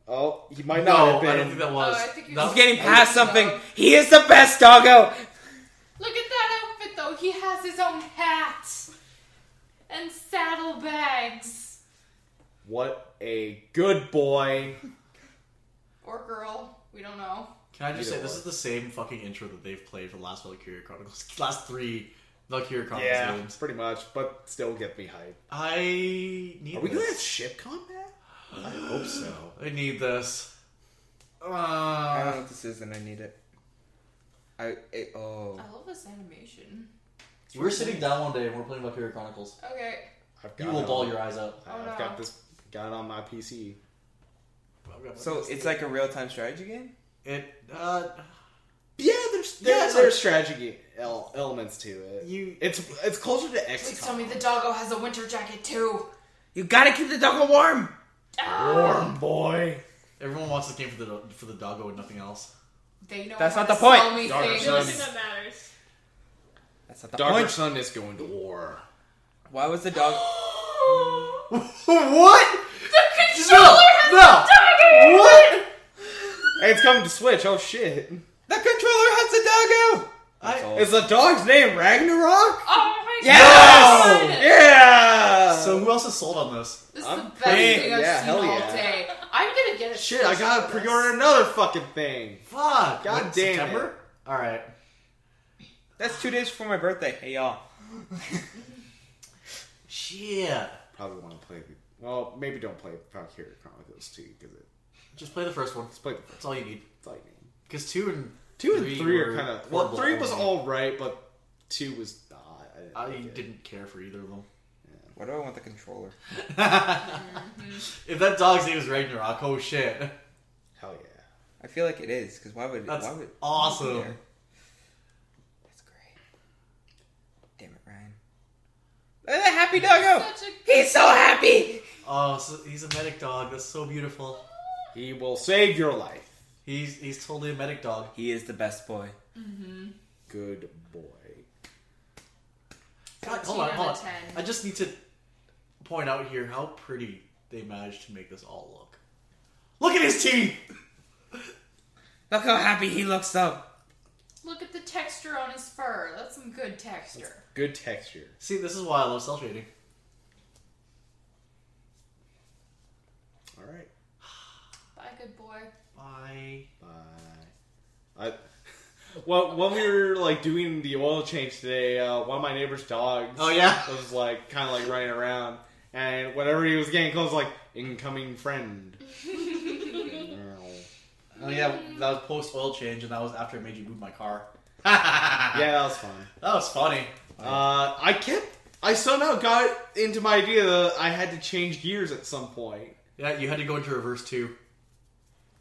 Speaker 1: Oh, he might not
Speaker 2: No,
Speaker 1: have been.
Speaker 2: I don't think that was.
Speaker 4: Oh, I think you-
Speaker 2: That-
Speaker 6: He's getting past something.
Speaker 4: No.
Speaker 6: He is the best doggo.
Speaker 4: Look at that outfit though. He has his own hat and saddlebags.
Speaker 1: What a good boy.
Speaker 4: Or girl. We don't know.
Speaker 2: Can I just
Speaker 3: Either
Speaker 2: say this
Speaker 3: or.
Speaker 2: is the same fucking intro that they've played for the last Valkyria Chronicles, *laughs* last three Valkyria Chronicles
Speaker 1: Yeah,
Speaker 2: games.
Speaker 1: pretty much, but still get me hyped.
Speaker 2: I need.
Speaker 1: Are we gonna have
Speaker 2: this.
Speaker 1: ship combat?
Speaker 2: I hope so. I need this.
Speaker 6: I don't know
Speaker 2: Uh,
Speaker 6: what this is, and I need it. I it, oh.
Speaker 4: I love this animation.
Speaker 2: we're sitting down one day and we're playing Valkyria Chronicles.
Speaker 4: Okay.
Speaker 1: I've
Speaker 2: You
Speaker 1: it
Speaker 2: will
Speaker 1: on-
Speaker 2: ball your eyes out.
Speaker 1: I've
Speaker 4: Oh, no.
Speaker 1: got this. Got it on my PC.
Speaker 6: So it's like a real time strategy game.
Speaker 2: it. Uh,
Speaker 1: Yeah, there's
Speaker 2: Yeah,
Speaker 1: yeah,
Speaker 2: it's
Speaker 1: there's strategy el- elements to it.
Speaker 2: you.
Speaker 1: It's it's closer to X.
Speaker 4: Please tell me the doggo has a winter jacket too.
Speaker 6: You gotta keep the dog warm.
Speaker 1: warm boy.
Speaker 2: Everyone wants this game for the for the doggo and nothing
Speaker 1: *laughs*
Speaker 2: else.
Speaker 4: They know
Speaker 6: That's
Speaker 4: how
Speaker 6: not the
Speaker 4: to sell
Speaker 6: point.
Speaker 4: me
Speaker 1: Doggo
Speaker 4: things.
Speaker 5: The only thing
Speaker 1: Nice.
Speaker 5: that matters.
Speaker 6: That's not the
Speaker 1: Darker
Speaker 6: point.
Speaker 1: Sun is going to war.
Speaker 6: Why was the dog?
Speaker 2: what?
Speaker 1: No, no. What? Hey, it's coming to Switch. Oh shit!
Speaker 6: the controller has the doggo.
Speaker 2: I-
Speaker 1: Is the dog's name Ragnarok?
Speaker 4: Oh my
Speaker 1: Oh.
Speaker 6: Yes!
Speaker 4: god!
Speaker 1: Yeah.
Speaker 2: So who else is sold on this?
Speaker 4: This is
Speaker 1: I'm
Speaker 4: the best
Speaker 1: pretty-
Speaker 4: thing I've
Speaker 1: yeah,
Speaker 4: seen
Speaker 1: hell
Speaker 4: all
Speaker 1: yeah.
Speaker 4: day. I'm gonna get a
Speaker 1: shit, I gotta pre-order another fucking thing.
Speaker 2: Fuck.
Speaker 1: God
Speaker 2: what,
Speaker 1: damn it.
Speaker 2: September? All right.
Speaker 6: That's two days before my birthday. Hey y'all.
Speaker 2: Shit.
Speaker 1: Probably want to play. Well, maybe don't play Valkyria Chronicles two because
Speaker 2: Just play the first one.
Speaker 1: it's played the first
Speaker 2: That's all you need.
Speaker 1: lightning.
Speaker 2: Because two and
Speaker 1: Two and three are
Speaker 2: were
Speaker 1: kind of well.
Speaker 2: horrible
Speaker 1: Three was
Speaker 2: only.
Speaker 1: all right, but two was not.
Speaker 2: I
Speaker 1: like it.
Speaker 2: didn't care for either of them.
Speaker 6: Why do I want the controller?
Speaker 2: If that dog's name is Ragnarok, oh shit,
Speaker 1: Hell yeah!
Speaker 6: I feel like it is because why would
Speaker 2: *laughs* that's
Speaker 6: why would
Speaker 2: awesome.
Speaker 6: Yeah. That's great. Damn it, Ryan. Look at that happy doggo. He's so happy.
Speaker 2: Oh, so he's a medic dog. That's so beautiful.
Speaker 1: He will save your life.
Speaker 2: He's he's totally a medic dog.
Speaker 6: He is the best boy.
Speaker 1: Good boy.
Speaker 2: God, hold on,
Speaker 4: 14
Speaker 2: hold
Speaker 4: out
Speaker 2: on.
Speaker 4: of 10.
Speaker 2: I just need to point out here how pretty they managed to make this all look. Look at his teeth.
Speaker 6: Look how happy he looks though.
Speaker 4: Look at the texture on his fur. That's some good texture.
Speaker 1: Good texture.
Speaker 2: See, this is why I love cell shading.
Speaker 1: All right.
Speaker 4: Bye, good boy.
Speaker 2: Bye.
Speaker 1: Bye. I. *laughs* Well, when we were like doing the oil change today, uh, one of my neighbor's dogs.
Speaker 2: Oh yeah.
Speaker 1: *laughs* was like kind of like running around, and whenever he was getting close, like incoming
Speaker 2: *laughs*
Speaker 1: friend. yeah,
Speaker 2: Oh yeah. That was post oil change, and that was after I made you move my car. *laughs*
Speaker 1: that was fun.
Speaker 2: That was funny.
Speaker 1: Uh, I kept. I somehow got into my idea that I had to change gears at some point.
Speaker 2: Yeah, you had to go into reverse two,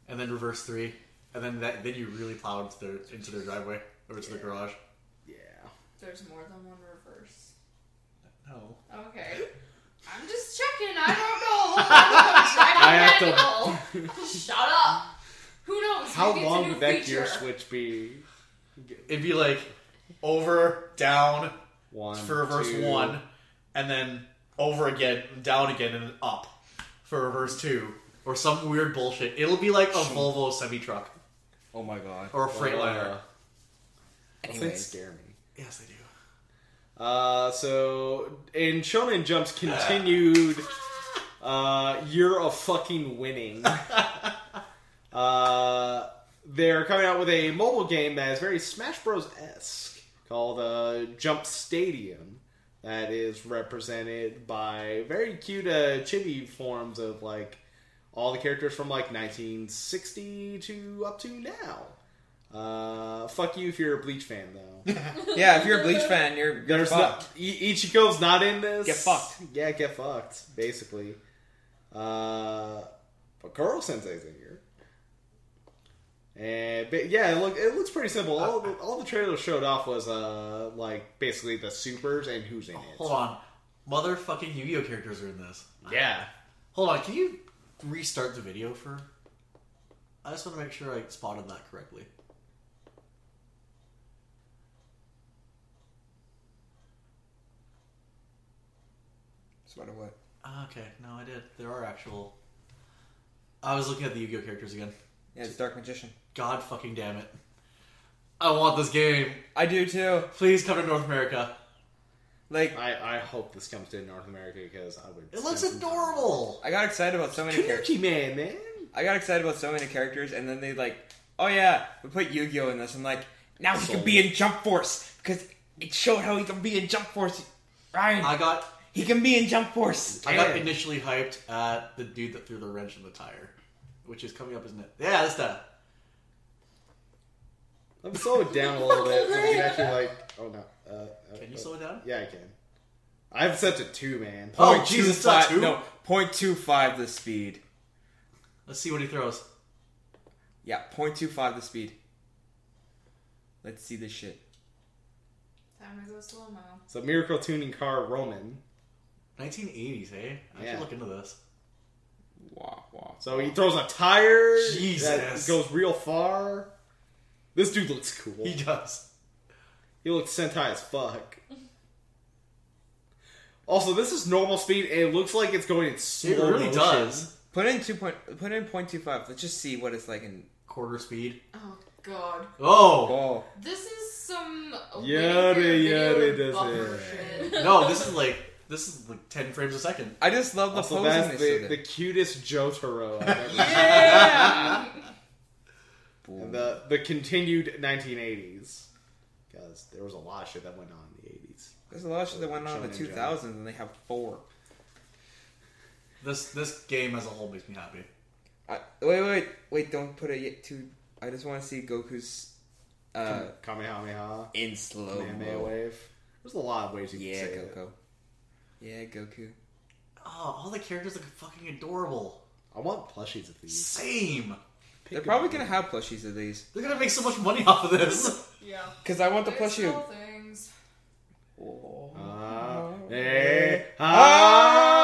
Speaker 2: and then reverse three, and then that then you really plowed into their into their driveway or into their garage.
Speaker 1: Yeah.
Speaker 4: There's more than one reverse.
Speaker 2: No,
Speaker 4: Okay. I'm just checking. I *laughs* don't know. I
Speaker 1: I
Speaker 4: have to. *laughs* Shut up. Who knows?
Speaker 1: How
Speaker 4: Maybe it's a
Speaker 1: long
Speaker 4: new
Speaker 1: would that gear
Speaker 4: feature.
Speaker 1: switch be?
Speaker 2: it'd be like over down
Speaker 1: One
Speaker 2: for reverse
Speaker 1: two.
Speaker 2: one, and then over again, down again, and then up for reverse two, or some weird bullshit. It'll be like a Volvo semi truck
Speaker 6: Oh my god.
Speaker 2: or a Freightliner.
Speaker 1: Uh, those things
Speaker 6: Anyways,
Speaker 1: scare me.
Speaker 2: yes, I do.
Speaker 1: Uh, so in Shonen Jump's continued uh, year of fucking winning, uh, they're coming out with a mobile game that is very Smash Bros esque called uh, Jump Stadium. That is represented by very cute uh, chibi forms of like all the characters from like 1960 to up to now. Uh, fuck you if you're a Bleach fan though.
Speaker 6: yeah, if you're a Bleach fan, you're, you're
Speaker 1: There's
Speaker 6: fucked.
Speaker 1: not I- E- Ichigo's not in this.
Speaker 6: Get fucked.
Speaker 1: Yeah, get fucked. Basically, uh, but Kuro Sensei's in here, and but yeah, it look it looks pretty simple. All the, all the trailers showed off was uh like basically the supers and who's in it.
Speaker 2: Hold on, motherfucking Yu Gi Oh characters are in this.
Speaker 1: Yeah,
Speaker 2: Hold on, can you restart the video for? I just want to make sure I spotted that correctly.
Speaker 6: Sort of what?
Speaker 2: Ah, Okay, no, I did. There are actual. I was looking at the Yu-Gi-Oh characters again.
Speaker 6: Yeah, it's Dark Magician.
Speaker 2: God fucking damn it! I want this game.
Speaker 6: I do too.
Speaker 2: Please come to North America.
Speaker 6: Like,
Speaker 1: I, I hope this comes to North America because I would.
Speaker 2: It looks
Speaker 1: spend some time-
Speaker 2: adorable.
Speaker 6: I got excited about so many characters.
Speaker 1: Kabuki man, man.
Speaker 6: I got excited about so many characters, and then they like
Speaker 3: "Oh yeah, we put Yu-Gi-Oh in this." I'm like, "Now he can be in Jump Force because it showed how he can be in Jump Force." Ryan,
Speaker 2: I got
Speaker 3: he can be in Jump Force.
Speaker 2: I got
Speaker 3: Aaron.
Speaker 2: initially hyped at the dude that threw the wrench in the tire, which is coming up, isn't it? Yeah, that's that.
Speaker 1: I'm slowing down a little bit so I can actually like. Oh no. Uh, uh,
Speaker 2: Can
Speaker 1: uh,
Speaker 2: you slow it down?
Speaker 1: Yeah, I can. I've set to two, man.
Speaker 2: Oh,
Speaker 3: Point
Speaker 2: Jesus,
Speaker 3: two five-
Speaker 2: that's who?
Speaker 3: No, point two five the speed.
Speaker 2: Let's see what he throws.
Speaker 3: Yeah, point two five the speed. Let's see this shit.
Speaker 4: Time is a slow mo.
Speaker 1: So miracle tuning car Roman.
Speaker 2: 1980s, eh? I
Speaker 1: Yeah.
Speaker 2: should look into this.
Speaker 3: Wow, wow.
Speaker 1: So he throws a tire.
Speaker 2: Jesus.
Speaker 1: that goes real far. This dude looks cool.
Speaker 2: He
Speaker 1: He,
Speaker 2: does.
Speaker 1: looks sentai as fuck. Also, this is normal speed, and it looks like it's going in
Speaker 2: It
Speaker 1: slow
Speaker 2: really
Speaker 1: motion.
Speaker 2: does.
Speaker 3: Put in two point. Put in point two five. Let's just see what it's like in.
Speaker 2: Quarter speed.
Speaker 4: Oh god.
Speaker 2: Oh
Speaker 3: Oh,
Speaker 4: This is some
Speaker 1: Yada, yada, does
Speaker 4: buffer
Speaker 1: it. *laughs*
Speaker 4: shit.
Speaker 2: no! This is like this is like 10 frames a second.
Speaker 3: I just love the
Speaker 1: Also,
Speaker 3: posing
Speaker 1: that's
Speaker 3: they
Speaker 1: the,
Speaker 3: showed
Speaker 1: the
Speaker 3: it.
Speaker 1: cutest Jotaro I've ever seen. *laughs*
Speaker 3: Yeah. Boom.
Speaker 1: And the the continued 1980s because there was a lot of shit that went on in the 80s.
Speaker 3: There's a lot of shit that went on in the
Speaker 1: Shonen Jump.
Speaker 3: 2000s, and they have four.
Speaker 2: This this game as a whole makes me happy.
Speaker 3: I, wait, wait, wait! Don't put it yet. Too. I just want to see Goku's uh,
Speaker 1: Kamehameha,
Speaker 3: in slow
Speaker 1: Kamehameha
Speaker 3: mo.
Speaker 1: wave. There's a lot of ways you
Speaker 3: Yeah,
Speaker 1: can say it.
Speaker 3: Goku. Yeah, Goku.
Speaker 2: Oh, all the characters look fucking adorable.
Speaker 1: I want plushies of these.
Speaker 2: Same.
Speaker 3: They're probably gonna have plushies of these
Speaker 2: They're gonna make so much money off of this. *laughs*
Speaker 5: Yeah.
Speaker 3: because I want the
Speaker 4: There's
Speaker 3: plushie.
Speaker 4: still
Speaker 3: of-
Speaker 4: things.
Speaker 3: Oh.
Speaker 1: Ah,
Speaker 3: Eh.
Speaker 1: eh,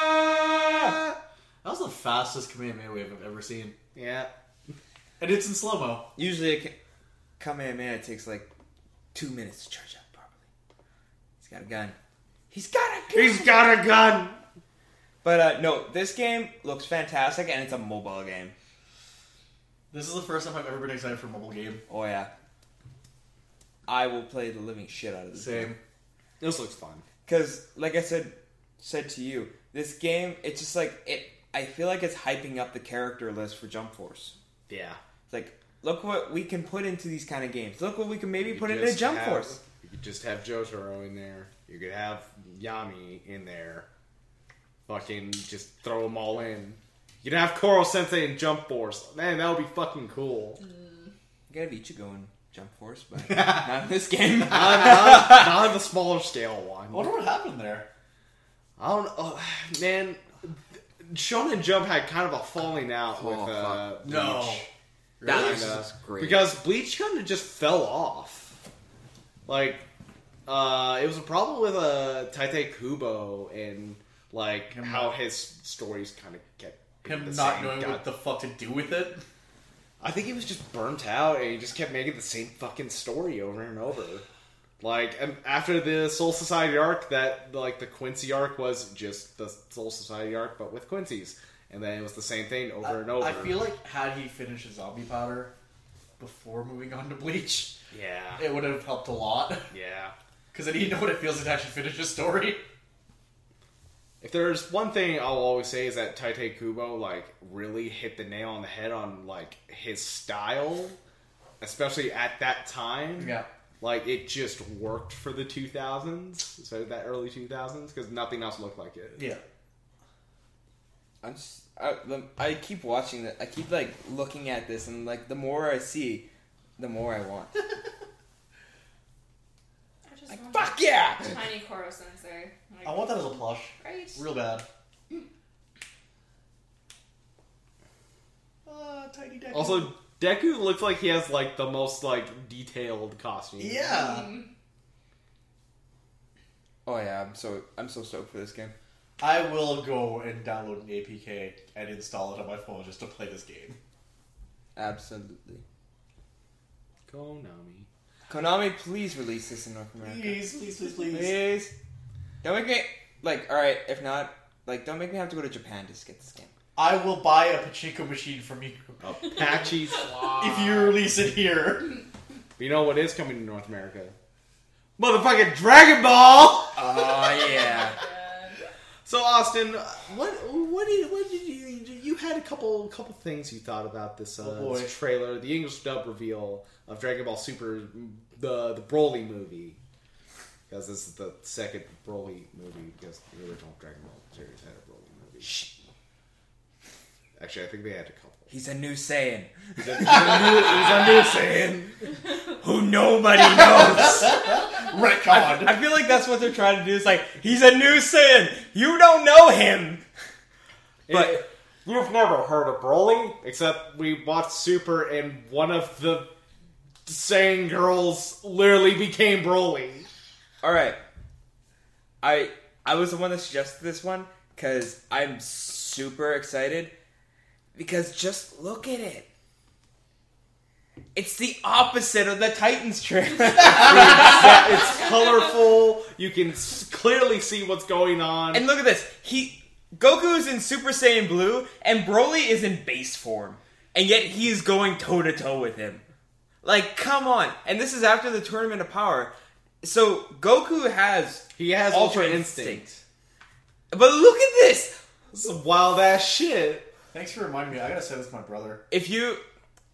Speaker 1: ah.
Speaker 2: That was the fastest Kamehameha wave I've ever seen,
Speaker 1: Yeah.
Speaker 2: and it's in slow mo.
Speaker 3: Usually, a Ka- Kamehameha takes like two minutes to charge up properly. He's got a gun. He's got a gun.
Speaker 1: He's got a gun.
Speaker 3: But uh, no, this game looks fantastic, and it's a mobile game.
Speaker 2: This is the first time I've ever been excited for a mobile game.
Speaker 3: Oh yeah. I will play the living shit out of this
Speaker 2: Same.
Speaker 1: This looks fun.
Speaker 3: Because, like I said, said to you, this game, it's just like it. I feel like it's hyping up the character list for Jump Force.
Speaker 1: Yeah.
Speaker 3: It's like, look what we can put into these kind of games. Look what we can maybe
Speaker 1: You
Speaker 3: put
Speaker 1: could
Speaker 3: into
Speaker 1: just
Speaker 3: Jump
Speaker 1: have-
Speaker 3: Force.
Speaker 1: You could just have Jotaro in there. You could have Yami in there. Fucking just throw them all in. You could have Koro Sensei and Jump Force. Man, that would be fucking
Speaker 3: *laughs*
Speaker 1: cool.
Speaker 3: You gotta have Ichigo in Jump Force,
Speaker 1: *laughs*
Speaker 3: but not in this game. *laughs*
Speaker 1: Not, not, not the smaller scale
Speaker 2: I
Speaker 1: one.
Speaker 2: wonder what happened there.
Speaker 1: I don't know. *sighs* Man, Shonen Jump had kind of a falling out
Speaker 3: Oh,
Speaker 1: with
Speaker 3: fuck.
Speaker 1: uh, Bleach.
Speaker 3: That
Speaker 1: Kinda.
Speaker 3: is great.
Speaker 1: Because Bleach kind of just fell off. Like, uh, it was a problem with uh, Taite Kubo and, like,
Speaker 2: Him
Speaker 1: how
Speaker 2: not-
Speaker 1: his stories kind of kept. being
Speaker 2: Him
Speaker 1: the
Speaker 2: not
Speaker 1: same.
Speaker 2: knowing
Speaker 1: God-
Speaker 2: what the fuck to do with it.
Speaker 1: I think he was just burnt out and he just kept making the same fucking story over and over. Like um, after the Soul Society arc, that like the Quincy arc was just the Soul Society arc, but with Quincy's, and then it was the same thing *laughs* over and over.
Speaker 2: I feel like had he finished his zombie powder before moving on to bleach,
Speaker 1: yeah,
Speaker 2: it would have helped a lot. *laughs*
Speaker 1: yeah.
Speaker 2: Because then he'd know what it feels like to actually finish his story.
Speaker 1: If there's one thing I'll always say is that Taite Kubo like really hit the nail on the head on like his style, especially at that time.
Speaker 2: Yeah.
Speaker 1: Like it just worked for the 2000s, so that early 2000s because nothing else looked like it.
Speaker 2: Yeah.
Speaker 3: I'm just, I, the- I keep watching that. I keep like looking at this, and like the more I see, the more
Speaker 1: *laughs*
Speaker 3: I want.
Speaker 4: I just
Speaker 3: Like,
Speaker 4: want
Speaker 3: fuck yeah!
Speaker 4: a tiny Koro sensei. Like,
Speaker 2: I want that as a plush.
Speaker 4: right?
Speaker 2: Real bad. Hmm. Ah, tiny deck.
Speaker 1: Also, Deku looks like he has like the most like detailed costume.
Speaker 2: Yeah.
Speaker 4: Mm,
Speaker 3: Oh yeah, I'm so I'm so stoked for this game.
Speaker 2: I will go and download an APK and install it on my phone just to play this game.
Speaker 3: Absolutely.
Speaker 1: Konami.
Speaker 3: Konami, please release this in North America.
Speaker 2: Please, please, please, please.
Speaker 3: Please. Don't make me like. All right, if not, like, don't make me have to go to Japan just to get this game.
Speaker 2: I will buy a pachinko machine from you
Speaker 1: Apache
Speaker 2: *laughs*
Speaker 1: Slaw.
Speaker 2: if you release it here. *laughs*
Speaker 1: you know what is coming to North America? Motherfucking Dragon Ball.
Speaker 3: Oh yeah.
Speaker 4: God.
Speaker 1: So Austin, what what did what did you you had a couple couple things you thought about this, uh,
Speaker 2: Oh, boy.
Speaker 1: this trailer, the English dub reveal of Dragon Ball Super, the the Broly movie, because this is the second Broly movie because the original Dragon Ball series had a Broly movie. Actually, I think they had a couple.
Speaker 8: He's a new Saiyan
Speaker 1: He's a, he's a new, he's a new Saiyan.
Speaker 8: who nobody knows.
Speaker 2: Retcon.
Speaker 3: *laughs* I feel like that's what they're trying to do. It's like he's a new sin. You don't know him.
Speaker 1: But you've never heard of Broly, except we watched Super, and one of the Saiyan girls literally became Broly.
Speaker 3: All right, I I was the one that suggested this one because I'm super excited because just look at it. It's the opposite of the Titans trailer.
Speaker 1: That it's colorful. You can s- clearly see what's going on.
Speaker 3: and look at this. He Goku's in Super Saiyan Blue and Broly is in base form. And yet he is going toe to toe with him. Like come on. And this is after the tournament of power. So Goku has
Speaker 1: he has Ultra,
Speaker 3: Ultra
Speaker 1: Instinct.
Speaker 3: Instinct. But look at this.
Speaker 1: This is wild ass shit.
Speaker 2: Thanks for reminding me. I gotta say this to my brother.
Speaker 3: If you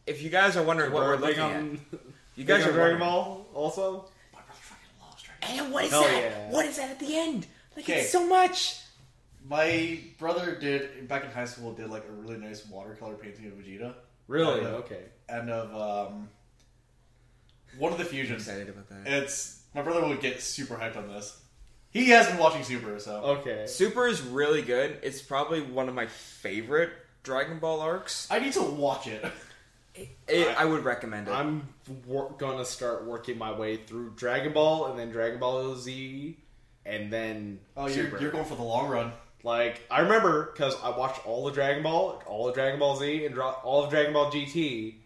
Speaker 3: if you guys are wondering what we're
Speaker 1: Big
Speaker 3: looking at,
Speaker 1: on-
Speaker 3: you
Speaker 1: big
Speaker 3: guys
Speaker 1: on
Speaker 3: are
Speaker 1: Dragon
Speaker 3: wondering.
Speaker 1: Ball also.
Speaker 2: My brother fucking loves Dragon
Speaker 3: And what is
Speaker 1: Hell
Speaker 3: that?
Speaker 1: yeah.
Speaker 3: What is that at the end? Like
Speaker 2: Okay.
Speaker 3: it's so much.
Speaker 2: My brother did back in high school did like a really nice watercolor painting of Vegeta
Speaker 1: Really?
Speaker 3: Uh,
Speaker 2: Kinda.
Speaker 1: Okay.
Speaker 2: and of um, one of the fusions.
Speaker 3: excited about that.
Speaker 2: It's my brother would get super hyped on this. He has been watching Super, so
Speaker 1: Okay.
Speaker 3: Super is really good. It's probably one of my favorite Dragon Ball arcs.
Speaker 2: I need to watch it.
Speaker 3: It, I would recommend it.
Speaker 1: I'm wor- gonna start working my way through Dragon Ball and then Dragon Ball Z and then
Speaker 2: Oh, you're,
Speaker 1: Super.
Speaker 2: you're going for the long run.
Speaker 1: Like I remember because I watched all the Dragon Ball, all of Dragon Ball Z, and dra- all of Dragon Ball GT,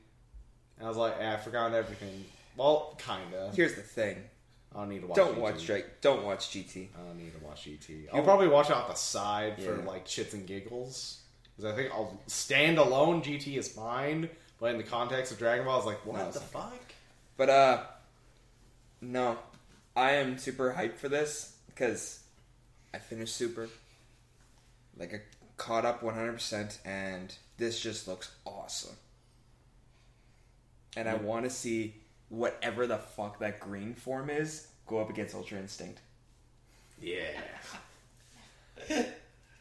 Speaker 1: and I was like, eh, I forgot everything. Well, kinda.
Speaker 3: Here's the thing.
Speaker 1: I don't need to watch.
Speaker 3: Don't
Speaker 1: GT.
Speaker 3: watch Drake. Don't watch GT.
Speaker 1: I don't need to watch GT. I'll probably watch it off the side for
Speaker 3: Yeah.
Speaker 1: like shits and giggles because I think I'll stand alone. GT is fine, but in the context of Dragon Ball, I was like, what
Speaker 3: No, it's
Speaker 1: the
Speaker 3: not
Speaker 1: fuck?
Speaker 3: But uh no. I am super hyped for this cuz I finished Super like I caught up 100% and this just looks awesome. And I want to see whatever the fuck that green form is go up against Ultra Instinct.
Speaker 1: Yeah.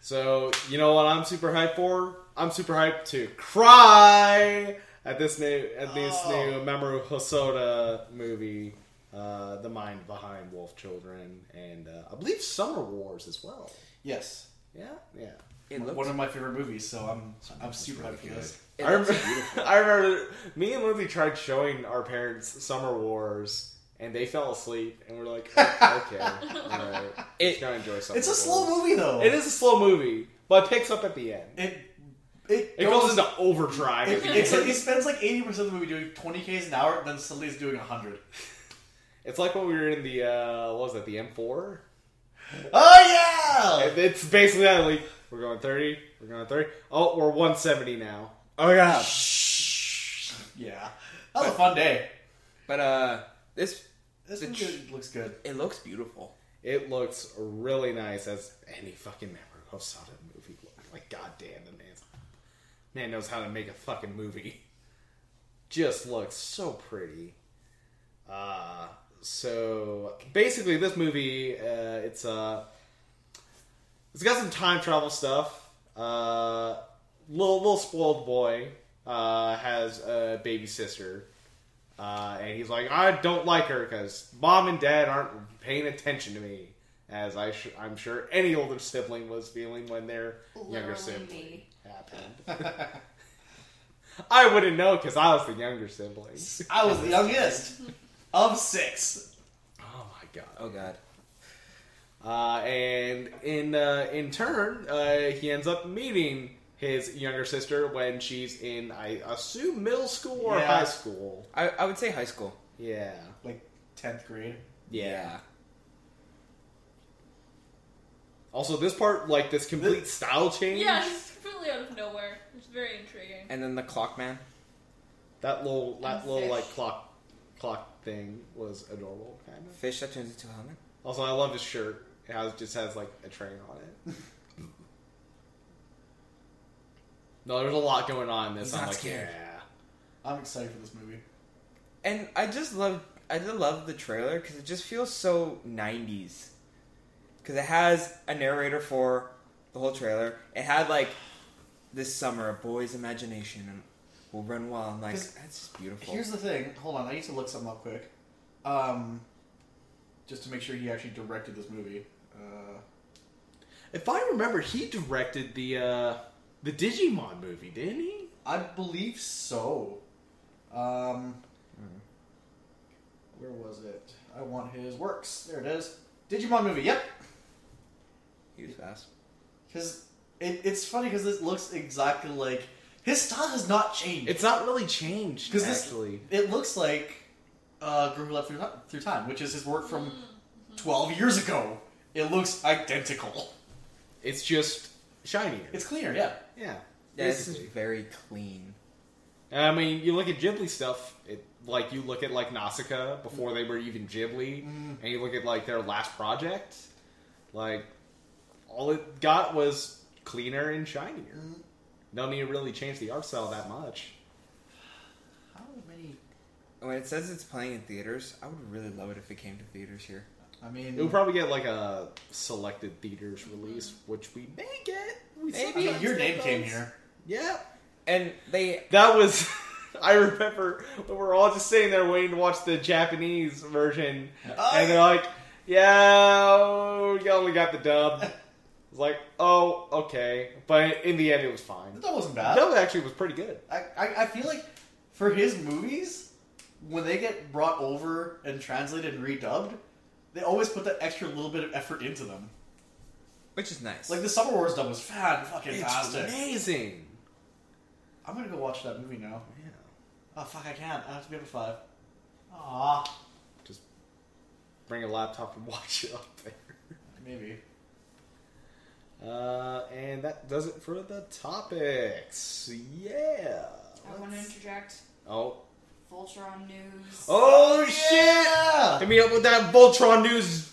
Speaker 1: so, you know what I'm super hyped for? I'm super hyped to cry at this new at this
Speaker 2: Oh.
Speaker 1: new Mamoru Hosoda movie, uh, The Mind Behind Wolf Children, and uh, I believe Summer Wars as well.
Speaker 2: Yes,
Speaker 1: Yeah, yeah.
Speaker 3: It looks
Speaker 2: one of my favorite movies, so I'm I'm super hyped for this.
Speaker 3: it
Speaker 1: I
Speaker 3: looks
Speaker 1: remember, *laughs* I remember me and Lindsay tried showing our parents Summer Wars, and they fell asleep, and we're like, "Oh,
Speaker 2: *laughs*
Speaker 1: okay, all right,
Speaker 3: It-
Speaker 1: gotta enjoy Summer
Speaker 2: It's a slow
Speaker 1: Wars."
Speaker 2: movie though.
Speaker 1: It is a slow movie, but it picks up at the end.
Speaker 2: It it,
Speaker 1: It goes into overdrive. *laughs*
Speaker 2: It, it's, it spends like eighty percent of the movie doing twenty k's an hour, then suddenly it's doing hundred.
Speaker 1: it's like when we were in the uh, what was that? The M4.
Speaker 2: Oh yeah!
Speaker 1: It- It's basically that. Like we're going thirty. We're going thirty. Oh, we're one seventy now.
Speaker 3: Oh yeah.
Speaker 2: Yeah, that was a fun day.
Speaker 3: But uh this
Speaker 2: This
Speaker 3: The
Speaker 2: movie
Speaker 3: tr-
Speaker 2: looks good.
Speaker 3: it looks beautiful.
Speaker 1: It looks really nice as any fucking Mamoru Hosoda movie. looked. Like goddamn, the man, man knows how to make a fucking movie. Just looks so pretty. Uh, so basically, this movie, uh, it's uh, it's got some time travel stuff. Uh, little little spoiled boy uh, has a baby sister, uh, and he's like, I don't like her because mom and dad aren't paying attention to me, as I sh- I'm sure any older sibling was feeling when their younger
Speaker 4: Literally
Speaker 1: sibling
Speaker 4: me.
Speaker 1: happened. I wouldn't know because I was the younger sibling.
Speaker 2: *laughs* I was the youngest of six.
Speaker 1: Oh my god.
Speaker 3: Oh god.
Speaker 1: Uh, and in uh, in turn, uh, he ends up meeting his younger sister when she's in, I assume, middle school or
Speaker 2: Yeah.
Speaker 1: high school.
Speaker 3: I, I would say high school.
Speaker 1: Yeah.
Speaker 2: Like tenth grade.
Speaker 1: Also, this part, like this complete style change,
Speaker 5: Yeah, it's completely out of nowhere. It's very intriguing.
Speaker 3: And then the clock man.
Speaker 1: that little that
Speaker 4: And
Speaker 1: little
Speaker 4: fish.
Speaker 1: like clock clock thing was adorable, kind of.
Speaker 3: Fish that turns into a helmet.
Speaker 1: Also, I love his shirt. It has, just has like a train on it. No, there's a lot going on in this.
Speaker 3: He's
Speaker 1: I'm
Speaker 3: not
Speaker 1: like,
Speaker 3: scared.
Speaker 1: yeah.
Speaker 2: I'm excited for this movie.
Speaker 3: And I just love, I just love the trailer because it just feels so '90s. Because it has a narrator for the whole trailer. It had like this summer, a boy's imagination and will run wild. I'm like,
Speaker 2: 'Cause
Speaker 3: that's just beautiful.
Speaker 2: Here's the thing. Hold on, I need to look something up quick, um, just to make sure he actually directed this movie. Uh,
Speaker 1: If I remember, he directed the uh, the Digimon movie, didn't he?
Speaker 2: I believe so. Um, Where was it? I want his works. There it is. Digimon movie. Yep.
Speaker 3: He was fast.
Speaker 2: Because it, it's funny because this looks exactly like his style has not changed.
Speaker 1: It's not really changed,
Speaker 2: 'Cause this-
Speaker 1: actually.
Speaker 2: it looks like uh, Groove Left through, Ti- through Time, which is his work from 12 years ago. It looks identical.
Speaker 1: It's just shinier.
Speaker 2: It's cleaner, yeah.
Speaker 1: yeah.
Speaker 3: Yeah, this is
Speaker 1: basically.
Speaker 3: very clean.
Speaker 1: I mean, you look at Ghibli stuff. It like you look at like Nausicaa before they were even Ghibli,
Speaker 2: Mm.
Speaker 1: and you look at like their last project. Like, all it got was cleaner and shinier.
Speaker 2: Mm.
Speaker 1: No need to really change the art style that much.
Speaker 2: How many?
Speaker 3: When it says it's playing in theaters, I would really love it if it came to theaters here.
Speaker 2: I mean,
Speaker 1: It would probably get like a selected theaters release, which we may get. We
Speaker 2: I mean, your name came here.
Speaker 1: Yeah,
Speaker 3: And they
Speaker 1: that was. *laughs* I remember we were all just sitting there waiting to watch the Japanese version, and they're like, "Yeah, we only got the dub." It's like, "Oh, okay," but in the end, it was fine.
Speaker 2: that wasn't
Speaker 1: The
Speaker 2: bad.
Speaker 1: dub actually was pretty good.
Speaker 2: I, I, I feel like for his movies, when they get brought over and translated and redubbed, they always put that extra little bit of effort into them.
Speaker 3: which is nice.
Speaker 2: Like the Summer Wars dub was fan fucking
Speaker 1: It's
Speaker 2: fantastic.
Speaker 1: amazing.
Speaker 2: I'm gonna go watch that movie now.
Speaker 1: Yeah,
Speaker 2: Oh fuck, I can't. I have to be up at five. Aw,
Speaker 1: bring a laptop and *laughs* watch it up there.
Speaker 2: maybe.
Speaker 1: Uh, and that does it for the topics. Yeah.
Speaker 4: I want to interject.
Speaker 1: Oh.
Speaker 4: Voltron news.
Speaker 1: Oh
Speaker 2: Yeah!
Speaker 1: shit! Hit me up with that Voltron news.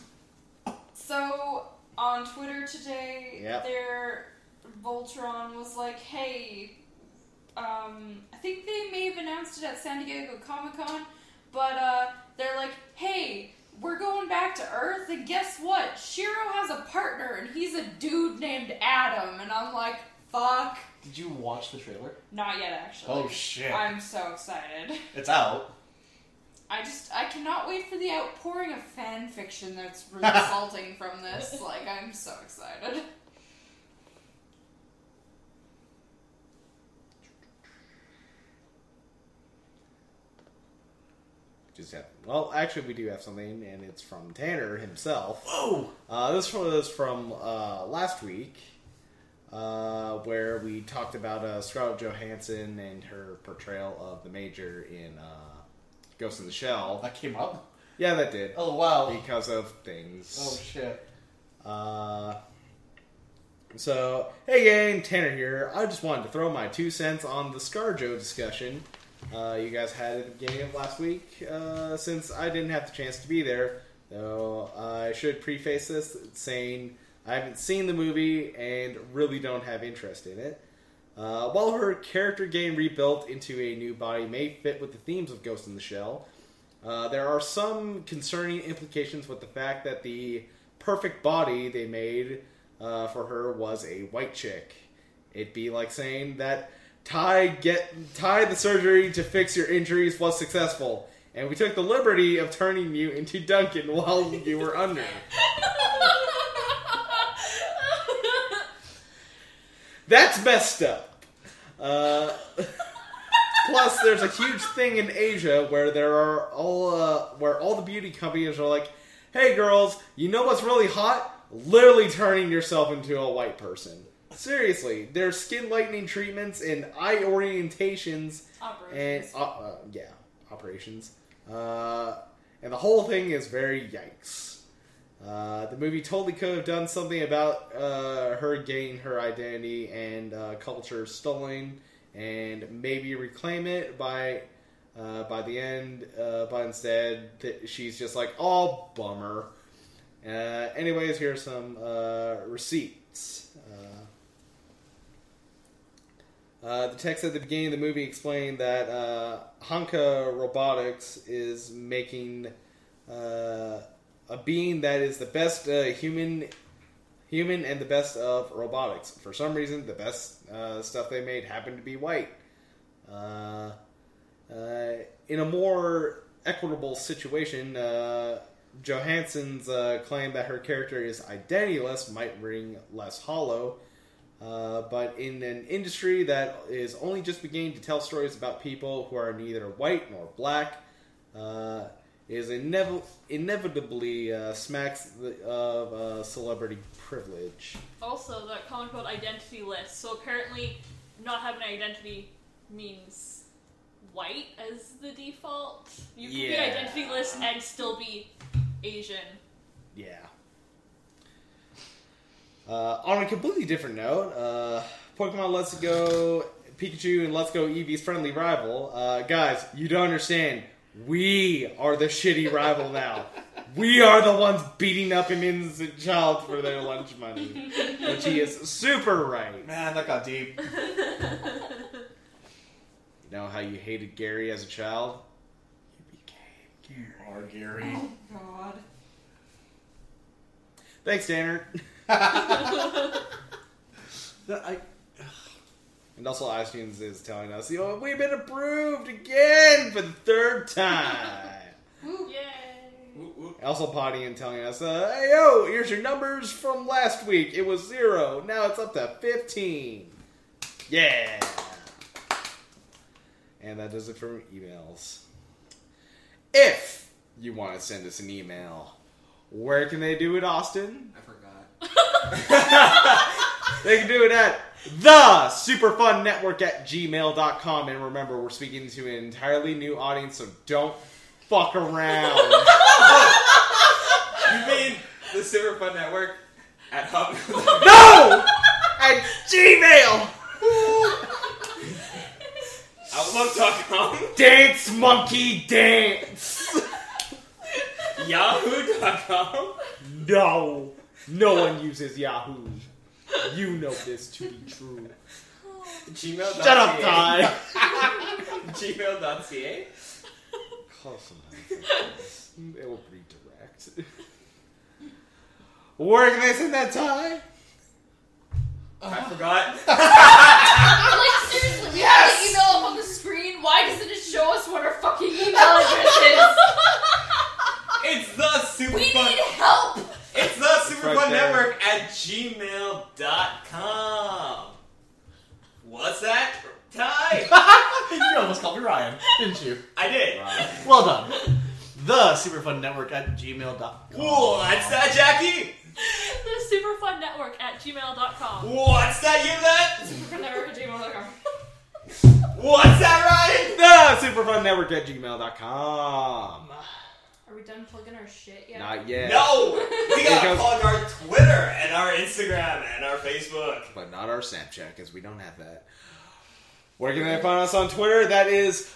Speaker 4: So on Twitter today,
Speaker 1: Yeah.
Speaker 4: their Voltron was like, "Hey, um, I think they may have announced it at San Diego Comic Con, but uh, they're like, hey." We're going back to Earth, and guess what? Shiro has a partner, and he's a dude named Adam. And I'm like, fuck.
Speaker 2: Did you watch the trailer?
Speaker 4: Not yet, actually.
Speaker 2: Oh shit!
Speaker 4: I'm so excited.
Speaker 2: It's out.
Speaker 4: I just I cannot wait for the outpouring of fan fiction that's resulting from this. Like I'm so excited.
Speaker 1: Just have, well, actually, we do have something, and it's from Tanner himself.
Speaker 2: Whoa!
Speaker 1: Uh, this was from uh, last week, uh, where we talked about uh, Scarlett Johansson and her portrayal of the Major in uh, Ghost in the Shell.
Speaker 2: That came up.
Speaker 1: Yeah, that did
Speaker 2: Oh wow!
Speaker 1: because of things.
Speaker 2: Oh shit!
Speaker 1: Uh, so, hey gang, Tanner here. I just wanted to throw my two cents on the ScarJo discussion uh, you guys had at the beginning of last week, uh, since I didn't have the chance to be there. Though I should preface this saying I haven't seen the movie and really don't have interest in it. Uh, while her character game rebuilt into a new body may fit with the themes of Ghost in the Shell, uh, there are some concerning implications with the fact that the perfect body they made uh, for her was a white chick. It'd be like saying that Ty get Ty the surgery to fix your injuries was successful, and we took the liberty of turning you into Duncan while you were under. That's messed up. Uh, plus, there's a huge thing in Asia where there are all uh, where all the beauty companies are like, "Hey, girls, you know what's really hot? Literally turning yourself into a white person." Seriously, there's skin lightening treatments and eye orientations and
Speaker 9: Operations.
Speaker 1: uh, uh, yeah, operations. Uh, and the whole thing is very yikes. Uh, the movie totally could have done something about uh, her getting her identity and uh, culture stolen, and maybe reclaim it by uh, by the end. Uh, but instead, th- she's just like, "Oh, bummer." Uh, anyways, here's some uh, receipts. Uh, Uh, the text at the beginning of the movie explained that uh, Hanka Robotics is making uh, a being that is the best uh, human, human and the best of robotics. For some reason, the best uh, stuff they made happened to be white. Uh, uh, in a more equitable situation, uh, Johansson's uh, claim that her character is identityless might ring less hollow. Uh, but in an industry that is only just beginning to tell stories about people who are neither white nor black, uh, is inev- inevitably uh, smacks the, of uh, celebrity privilege.
Speaker 5: Also, that common code identity list. So apparently, not having an identity means white as the default. You can
Speaker 1: Yeah.
Speaker 5: be identity list and still be Asian.
Speaker 1: Yeah. Uh, on a completely different note, uh, Pokemon Let's Go Pikachu and Let's Go Eevee's friendly rival. Uh, guys, you don't understand. We are the shitty rival now. We are the ones beating up an innocent child for their lunch money, which he is *laughs* super right.
Speaker 2: Man, that got deep.
Speaker 1: You know how you hated Gary as a child?
Speaker 2: You are Gary.
Speaker 4: Oh god.
Speaker 1: Thanks, Tanner.
Speaker 2: Oh. *laughs* That- I,
Speaker 1: And also, iTunes is telling us, you know, we've been approved again for the third time.
Speaker 4: Woo.
Speaker 5: *laughs* Yay!
Speaker 1: Also, potty and telling us, uh, hey, yo, here's your numbers from last week. It was zero. Now it's up to 15. Yeah. And that does it for emails. If you want to send us an email, where can they do it, Austin?
Speaker 3: I forgot.
Speaker 1: They can do it at the superfunnetwork at gmail.com. And remember, we're speaking to an entirely new audience, so don't fuck around.
Speaker 3: You mean the Super Fun Network at Hub? *laughs*
Speaker 1: no! At Gmail!
Speaker 3: Outlook.com,
Speaker 1: Dance monkey dance!
Speaker 3: Yahoo.com.
Speaker 1: No! No one uses Yahoo. You know this to be true.
Speaker 3: Gmail.
Speaker 1: Shut up, Ty!
Speaker 3: Gmail.ca.
Speaker 1: Call somebody. It will redirect. Where can they send that Ty?
Speaker 3: I
Speaker 1: Uh-huh. *laughs*
Speaker 3: forgot.
Speaker 4: Like seriously, we have the email up on the screen. Why doesn't it show us what our fucking email *laughs* address is?
Speaker 3: It's the Super
Speaker 4: We need
Speaker 3: Fun.
Speaker 4: help.
Speaker 3: It's the Super
Speaker 1: right
Speaker 3: Fun
Speaker 1: there.
Speaker 3: Network at gmail.com. What's that? Ty?
Speaker 2: you almost called me Ryan, didn't you?
Speaker 3: I did.
Speaker 2: Well done. The Superfund Network at gmail.com.
Speaker 3: What's that, Jackie?
Speaker 5: the Superfund Network at gmail.com.
Speaker 3: What's that, you that? What's that, Ryan?
Speaker 1: No! Superfunnetwork at gmail.com.
Speaker 4: Are we done plugging our shit yet? *laughs*
Speaker 1: Not yet.
Speaker 3: No! We
Speaker 1: Here
Speaker 3: gotta
Speaker 1: goes-
Speaker 3: plug our Twitter and our Instagram and our Facebook.
Speaker 1: But not our Snapchat, because we don't have that. Where can they find us on Twitter? That is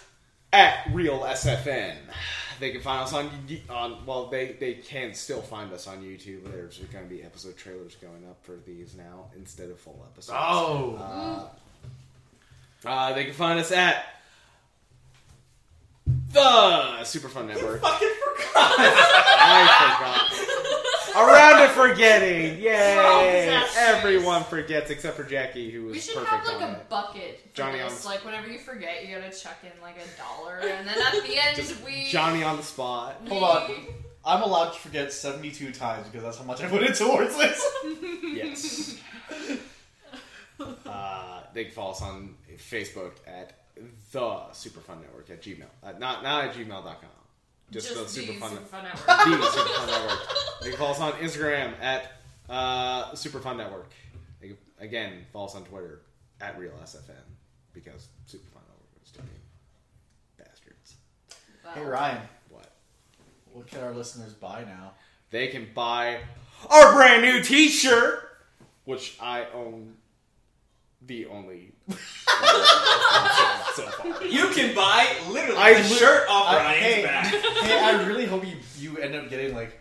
Speaker 1: at RealSFN. They can find us on y- on well, they they can still find us on YouTube. There's going to be episode trailers going up for these now instead of full episodes.
Speaker 2: Oh.
Speaker 1: Uh, they can find us at the Superfund Network.
Speaker 3: Fucking forgot.
Speaker 1: *laughs* I forgot. Around to
Speaker 3: *laughs*
Speaker 1: forgetting, yay!
Speaker 5: disastrous.
Speaker 1: Everyone forgets except for Jackie, who was
Speaker 4: We should
Speaker 1: perfect
Speaker 4: have like
Speaker 1: on
Speaker 4: a
Speaker 1: it.
Speaker 4: bucket for
Speaker 1: Johnny
Speaker 4: this.
Speaker 1: Arms.
Speaker 4: Like whenever you forget, you gotta chuck in like a dollar, and then at the end
Speaker 1: Just
Speaker 4: we
Speaker 1: Johnny on the spot.
Speaker 4: *laughs* we-
Speaker 2: Hold on. I'm allowed to forget 72 times because that's how much I put in towards this.
Speaker 4: *laughs*
Speaker 1: Yes. uh, they can follow us on Facebook at the Superfund Network at Gmail. Uh, not not at gmail.com. Just,
Speaker 4: Just
Speaker 1: the
Speaker 4: the
Speaker 1: Superfund
Speaker 4: Superfund
Speaker 1: The
Speaker 4: Network.
Speaker 1: Superfund Network. They can follow us on Instagram at uh, Superfund Network. They can, again, follow us on Twitter at RealSFN because Superfund Network is doing bastards.
Speaker 2: Hey, Ryan,
Speaker 1: What?
Speaker 2: what can our listeners buy now?
Speaker 1: They can buy our brand new t shirt, which I own the only. so far.
Speaker 3: You can buy literally
Speaker 1: I
Speaker 3: the
Speaker 1: li-
Speaker 3: shirt off
Speaker 2: I-
Speaker 3: Ryan's
Speaker 2: Uh, hey,
Speaker 1: *laughs*
Speaker 3: back.
Speaker 2: *laughs* hey, I really hope you, you end up getting like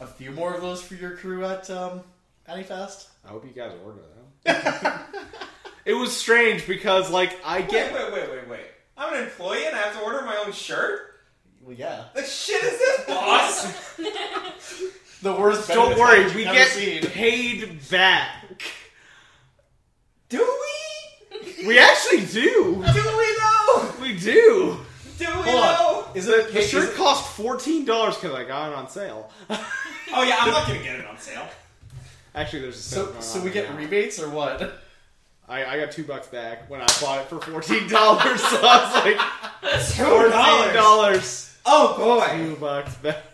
Speaker 2: a few more of *laughs* those for your crew at um, Anifest.
Speaker 1: I hope you guys order them. It was strange because like I
Speaker 3: Wait,
Speaker 1: get
Speaker 3: wait, wait, wait, wait. I'm an employee and I have to order my own shirt?
Speaker 2: Well, yeah.
Speaker 3: The shit is this, boss?
Speaker 2: The worst.
Speaker 1: don't
Speaker 2: benefit
Speaker 1: worry,
Speaker 2: you've
Speaker 1: we
Speaker 2: ever
Speaker 1: get
Speaker 2: seen.
Speaker 1: paid back.
Speaker 3: Do we?
Speaker 1: We actually do.
Speaker 3: Do we though?
Speaker 1: We do.
Speaker 3: Do we
Speaker 2: Hold on.
Speaker 3: though?
Speaker 2: Is it
Speaker 1: The
Speaker 2: is
Speaker 1: shirt
Speaker 2: it-
Speaker 1: cost fourteen dollars because I got it on sale. *laughs*
Speaker 3: Oh yeah, I'm not gonna get it on sale.
Speaker 1: actually, there's a sale
Speaker 2: So,
Speaker 1: going
Speaker 2: so
Speaker 1: on
Speaker 2: we
Speaker 1: right
Speaker 2: get
Speaker 1: now.
Speaker 2: rebates or what? *laughs*
Speaker 1: I, I got two bucks back when I bought it for fourteen dollars. *laughs* so I was like, fourteen dollars,
Speaker 3: Oh boy.
Speaker 1: two bucks back.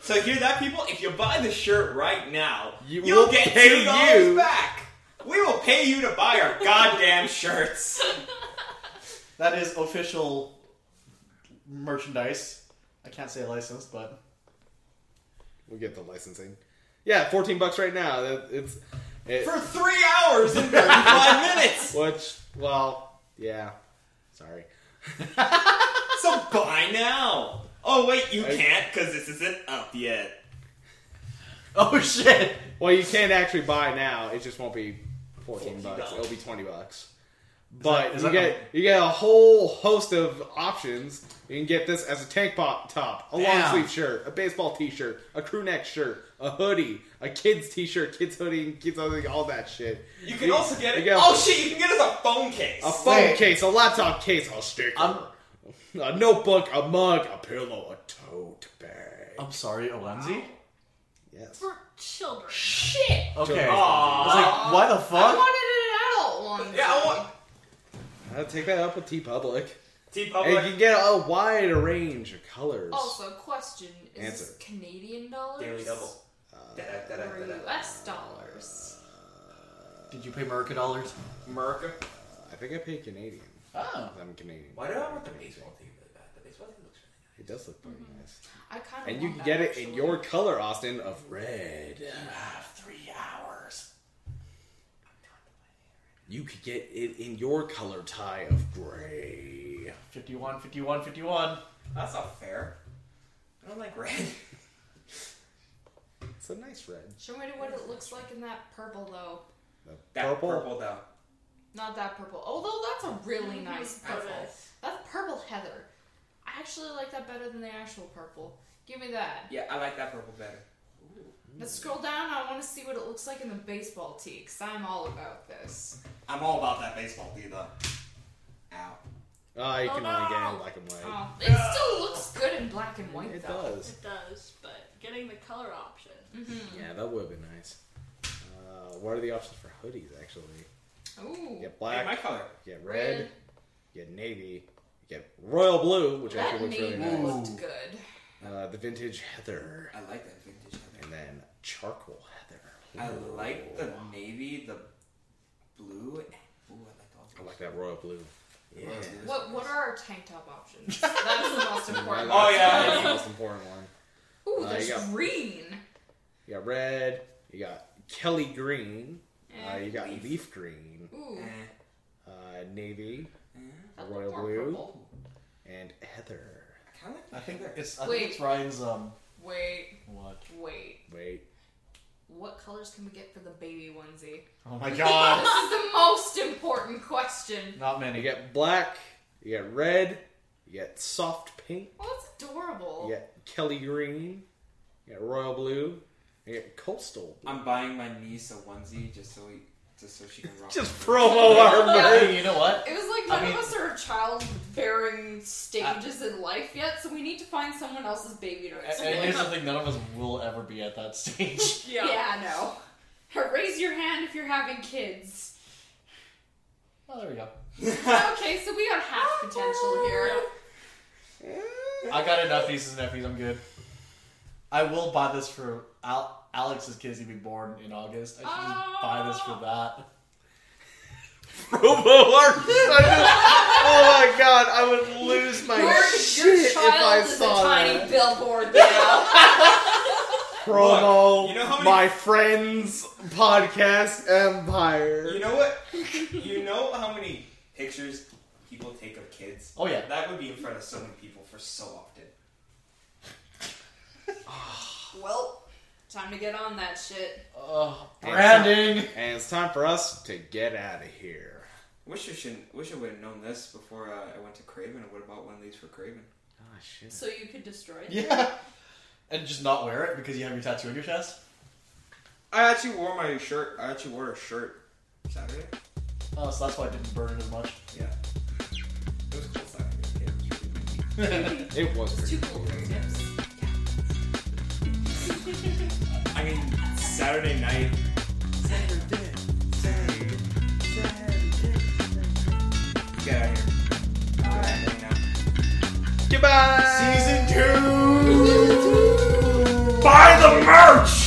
Speaker 3: So hear that, people? If you buy the shirt right now,
Speaker 1: You-
Speaker 3: you will
Speaker 1: we'll
Speaker 3: get
Speaker 1: pay
Speaker 3: two dollars
Speaker 1: you.
Speaker 3: back. We will pay you to buy our
Speaker 1: *laughs*
Speaker 3: goddamn shirts.
Speaker 2: That is official merchandise. I can't say license, but
Speaker 1: We get the licensing. Yeah, fourteen bucks right now. That- It's it,
Speaker 3: For three hours and thirty-five minutes.
Speaker 1: which well, yeah. Sorry.
Speaker 3: So buy now. Oh wait, you
Speaker 1: I-
Speaker 3: can't because this isn't up yet.
Speaker 2: oh shit!
Speaker 1: Well, you can't actually buy now. It just won't be fourteen bucks.
Speaker 3: $14.
Speaker 1: It'll be twenty bucks. But
Speaker 2: is
Speaker 1: you
Speaker 2: that-
Speaker 1: get you get a whole host of options. You can get this as a tank pop top, a long
Speaker 2: Damn.
Speaker 1: sleeve shirt, a baseball T-shirt, a crew neck shirt, a hoodie, a kids T-shirt, kids hoodie, kids hoodie, all that shit.
Speaker 3: You can also get
Speaker 1: you
Speaker 3: it.
Speaker 1: get a-
Speaker 3: Oh shit, you can get us a phone case.
Speaker 1: A phone
Speaker 2: Wait.
Speaker 1: case, a laptop case, a sticker,
Speaker 2: I'm-
Speaker 1: a notebook, a mug, a pillow, a tote bag.
Speaker 2: I'm sorry, Olenzi.
Speaker 1: Yes.
Speaker 5: For children.
Speaker 4: Shit!
Speaker 2: Okay, I was
Speaker 3: Aw.
Speaker 2: like, why the
Speaker 4: I
Speaker 2: fuck?
Speaker 4: wanted an adult one.
Speaker 3: Yeah, I want
Speaker 1: I'll take that up with T Public.
Speaker 3: T
Speaker 1: And you
Speaker 3: Public.
Speaker 1: can get a wide range of colors.
Speaker 4: Also, question is
Speaker 1: Answer.
Speaker 4: this Canadian dollars?
Speaker 3: Daily double. Da- da- da-
Speaker 4: Or
Speaker 3: da- da-
Speaker 4: US dollars?
Speaker 2: Did you pay American dollars?
Speaker 3: America.
Speaker 1: I think I pay Canadian.
Speaker 2: Oh,
Speaker 1: I'm Canadian.
Speaker 3: Why do I want the baseball team really bad? The baseball team looks really
Speaker 1: It does look pretty nice.
Speaker 4: I kind of
Speaker 1: And you can get it in your color, Austin, of red.
Speaker 2: you have three hours.
Speaker 1: You could get it in your color tie of gray.
Speaker 2: 51, 51, 51.
Speaker 3: good. That's not fair. I don't like red. *laughs*
Speaker 1: It's a nice red.
Speaker 4: Show me what it looks like in that purple, though.
Speaker 1: The
Speaker 3: That purple, though.
Speaker 4: Not that purple. Although that's a really
Speaker 5: Mm-hmm.
Speaker 4: nice purple.
Speaker 5: That's
Speaker 4: That's purple heather. I actually like that better than the actual purple. Give me that.
Speaker 3: Yeah, I like that purple better.
Speaker 1: Mm.
Speaker 4: Let's scroll down. I want to see what it looks like in the baseball tee, because I'm all about this.
Speaker 3: I'm all about that baseball team though. Ow.
Speaker 1: Oh, you
Speaker 5: Oh,
Speaker 1: can only get it in
Speaker 5: no.
Speaker 1: black and white.
Speaker 4: Oh, it still looks good in black and white,
Speaker 1: It
Speaker 4: though.
Speaker 1: does.
Speaker 5: It does, but getting the color option.
Speaker 4: Mm-hmm.
Speaker 1: Yeah, that would have been nice. Uh, what are the options for hoodies, actually?
Speaker 4: Ooh.
Speaker 1: You get
Speaker 3: Hey,
Speaker 1: black,
Speaker 3: my color.
Speaker 1: you get red,
Speaker 4: Red.
Speaker 1: you get navy, you get royal blue, which
Speaker 4: That
Speaker 1: actually looks
Speaker 4: navy
Speaker 1: really nice.
Speaker 4: looked good.
Speaker 1: Uh, the vintage heather,
Speaker 3: I like that vintage heather.
Speaker 1: and then charcoal heather.
Speaker 3: I like the navy, the blue. and- Ooh, I like all
Speaker 1: I
Speaker 3: those.
Speaker 1: like that royal blue. Yeah.
Speaker 4: What What are our tank top
Speaker 1: *laughs*
Speaker 4: options? That's the most important.
Speaker 3: Oh, yeah.
Speaker 1: That's the most important one.
Speaker 4: Ooh,
Speaker 1: Uh,
Speaker 4: there's
Speaker 1: you got-
Speaker 4: green.
Speaker 1: You got red. You got Kelly green. Uh,
Speaker 4: Eh.
Speaker 1: you got
Speaker 3: leaf.
Speaker 1: leaf green,
Speaker 4: Ooh,
Speaker 3: Eh.
Speaker 1: uh, navy,
Speaker 4: that
Speaker 1: royal
Speaker 4: looked more
Speaker 1: blue.
Speaker 4: purple.
Speaker 1: and heather.
Speaker 3: I kind of like
Speaker 2: I think
Speaker 3: that.
Speaker 2: it's I
Speaker 4: Wait.
Speaker 2: think it's Ryan's um
Speaker 4: Wait,
Speaker 2: what?
Speaker 4: wait.
Speaker 1: Wait,
Speaker 4: What colors can we get for the
Speaker 1: *laughs*
Speaker 4: baby onesie?
Speaker 2: Oh my god. *laughs*
Speaker 4: This is the most important question.
Speaker 2: Not
Speaker 1: you
Speaker 2: many.
Speaker 1: get black. You get red. You get soft pink.
Speaker 4: Well, that's adorable.
Speaker 1: You get Kelly green. You get royal blue. You get coastal. Blue.
Speaker 3: I'm buying my niece a onesie just so we, just so she can rock.
Speaker 1: Just
Speaker 3: it. *laughs*
Speaker 1: promo Oh, our merch.
Speaker 2: Hey, you know what?
Speaker 4: It was like none
Speaker 2: I mean-
Speaker 4: of us are child-bearing stages in life yet, so we need to find someone else's baby to
Speaker 2: And- And here's the
Speaker 4: explain.
Speaker 2: thing: none of us will ever be at that *laughs* stage.
Speaker 4: *laughs* Yeah, no. Raise your hand if you're having
Speaker 1: *laughs*
Speaker 4: kids.
Speaker 2: Oh, there we go.
Speaker 4: okay, so we got half potential here.
Speaker 2: I got enough nieces and nephews. I'm good. I will buy this for Al- Alex's kids. He'll be born in August. I should just buy this for that.
Speaker 1: Promo our. *laughs* oh my god! I would lose my
Speaker 4: Your, your
Speaker 1: shit if I
Speaker 4: child is a
Speaker 1: saw
Speaker 4: tiny
Speaker 1: that. *laughs*
Speaker 4: billboard now.
Speaker 1: promo
Speaker 3: Look, you know how many-
Speaker 1: my friends podcast empire.
Speaker 3: You know what? you know how many pictures people take of kids?
Speaker 2: Oh, yeah.
Speaker 3: That would be in front of so many people for so often.
Speaker 4: well, Time to get on that shit.
Speaker 2: Ugh,
Speaker 10: And
Speaker 2: branding.
Speaker 10: it's- And it's time for us to get out of here.
Speaker 3: Wish I shouldn't. Wish I would have known this before uh, I went to Craven. I would have bought one of these for Craven.
Speaker 10: Ah, shit.
Speaker 4: So you could destroy
Speaker 2: *laughs*
Speaker 4: it.
Speaker 2: Yeah. And just not wear it because you have your tattoo on your chest.
Speaker 3: I actually wore my shirt. I actually wore a shirt Saturday.
Speaker 2: Oh, so that's why it didn't burn it as much.
Speaker 3: Yeah, it was cool Saturday. Yeah, it was really nice.
Speaker 10: It was
Speaker 4: It's
Speaker 10: pretty
Speaker 4: too cool for tips.
Speaker 3: I mean, Saturday night. Get out of here. Right now.
Speaker 10: Goodbye!
Speaker 2: Season two.
Speaker 3: Buy the merch.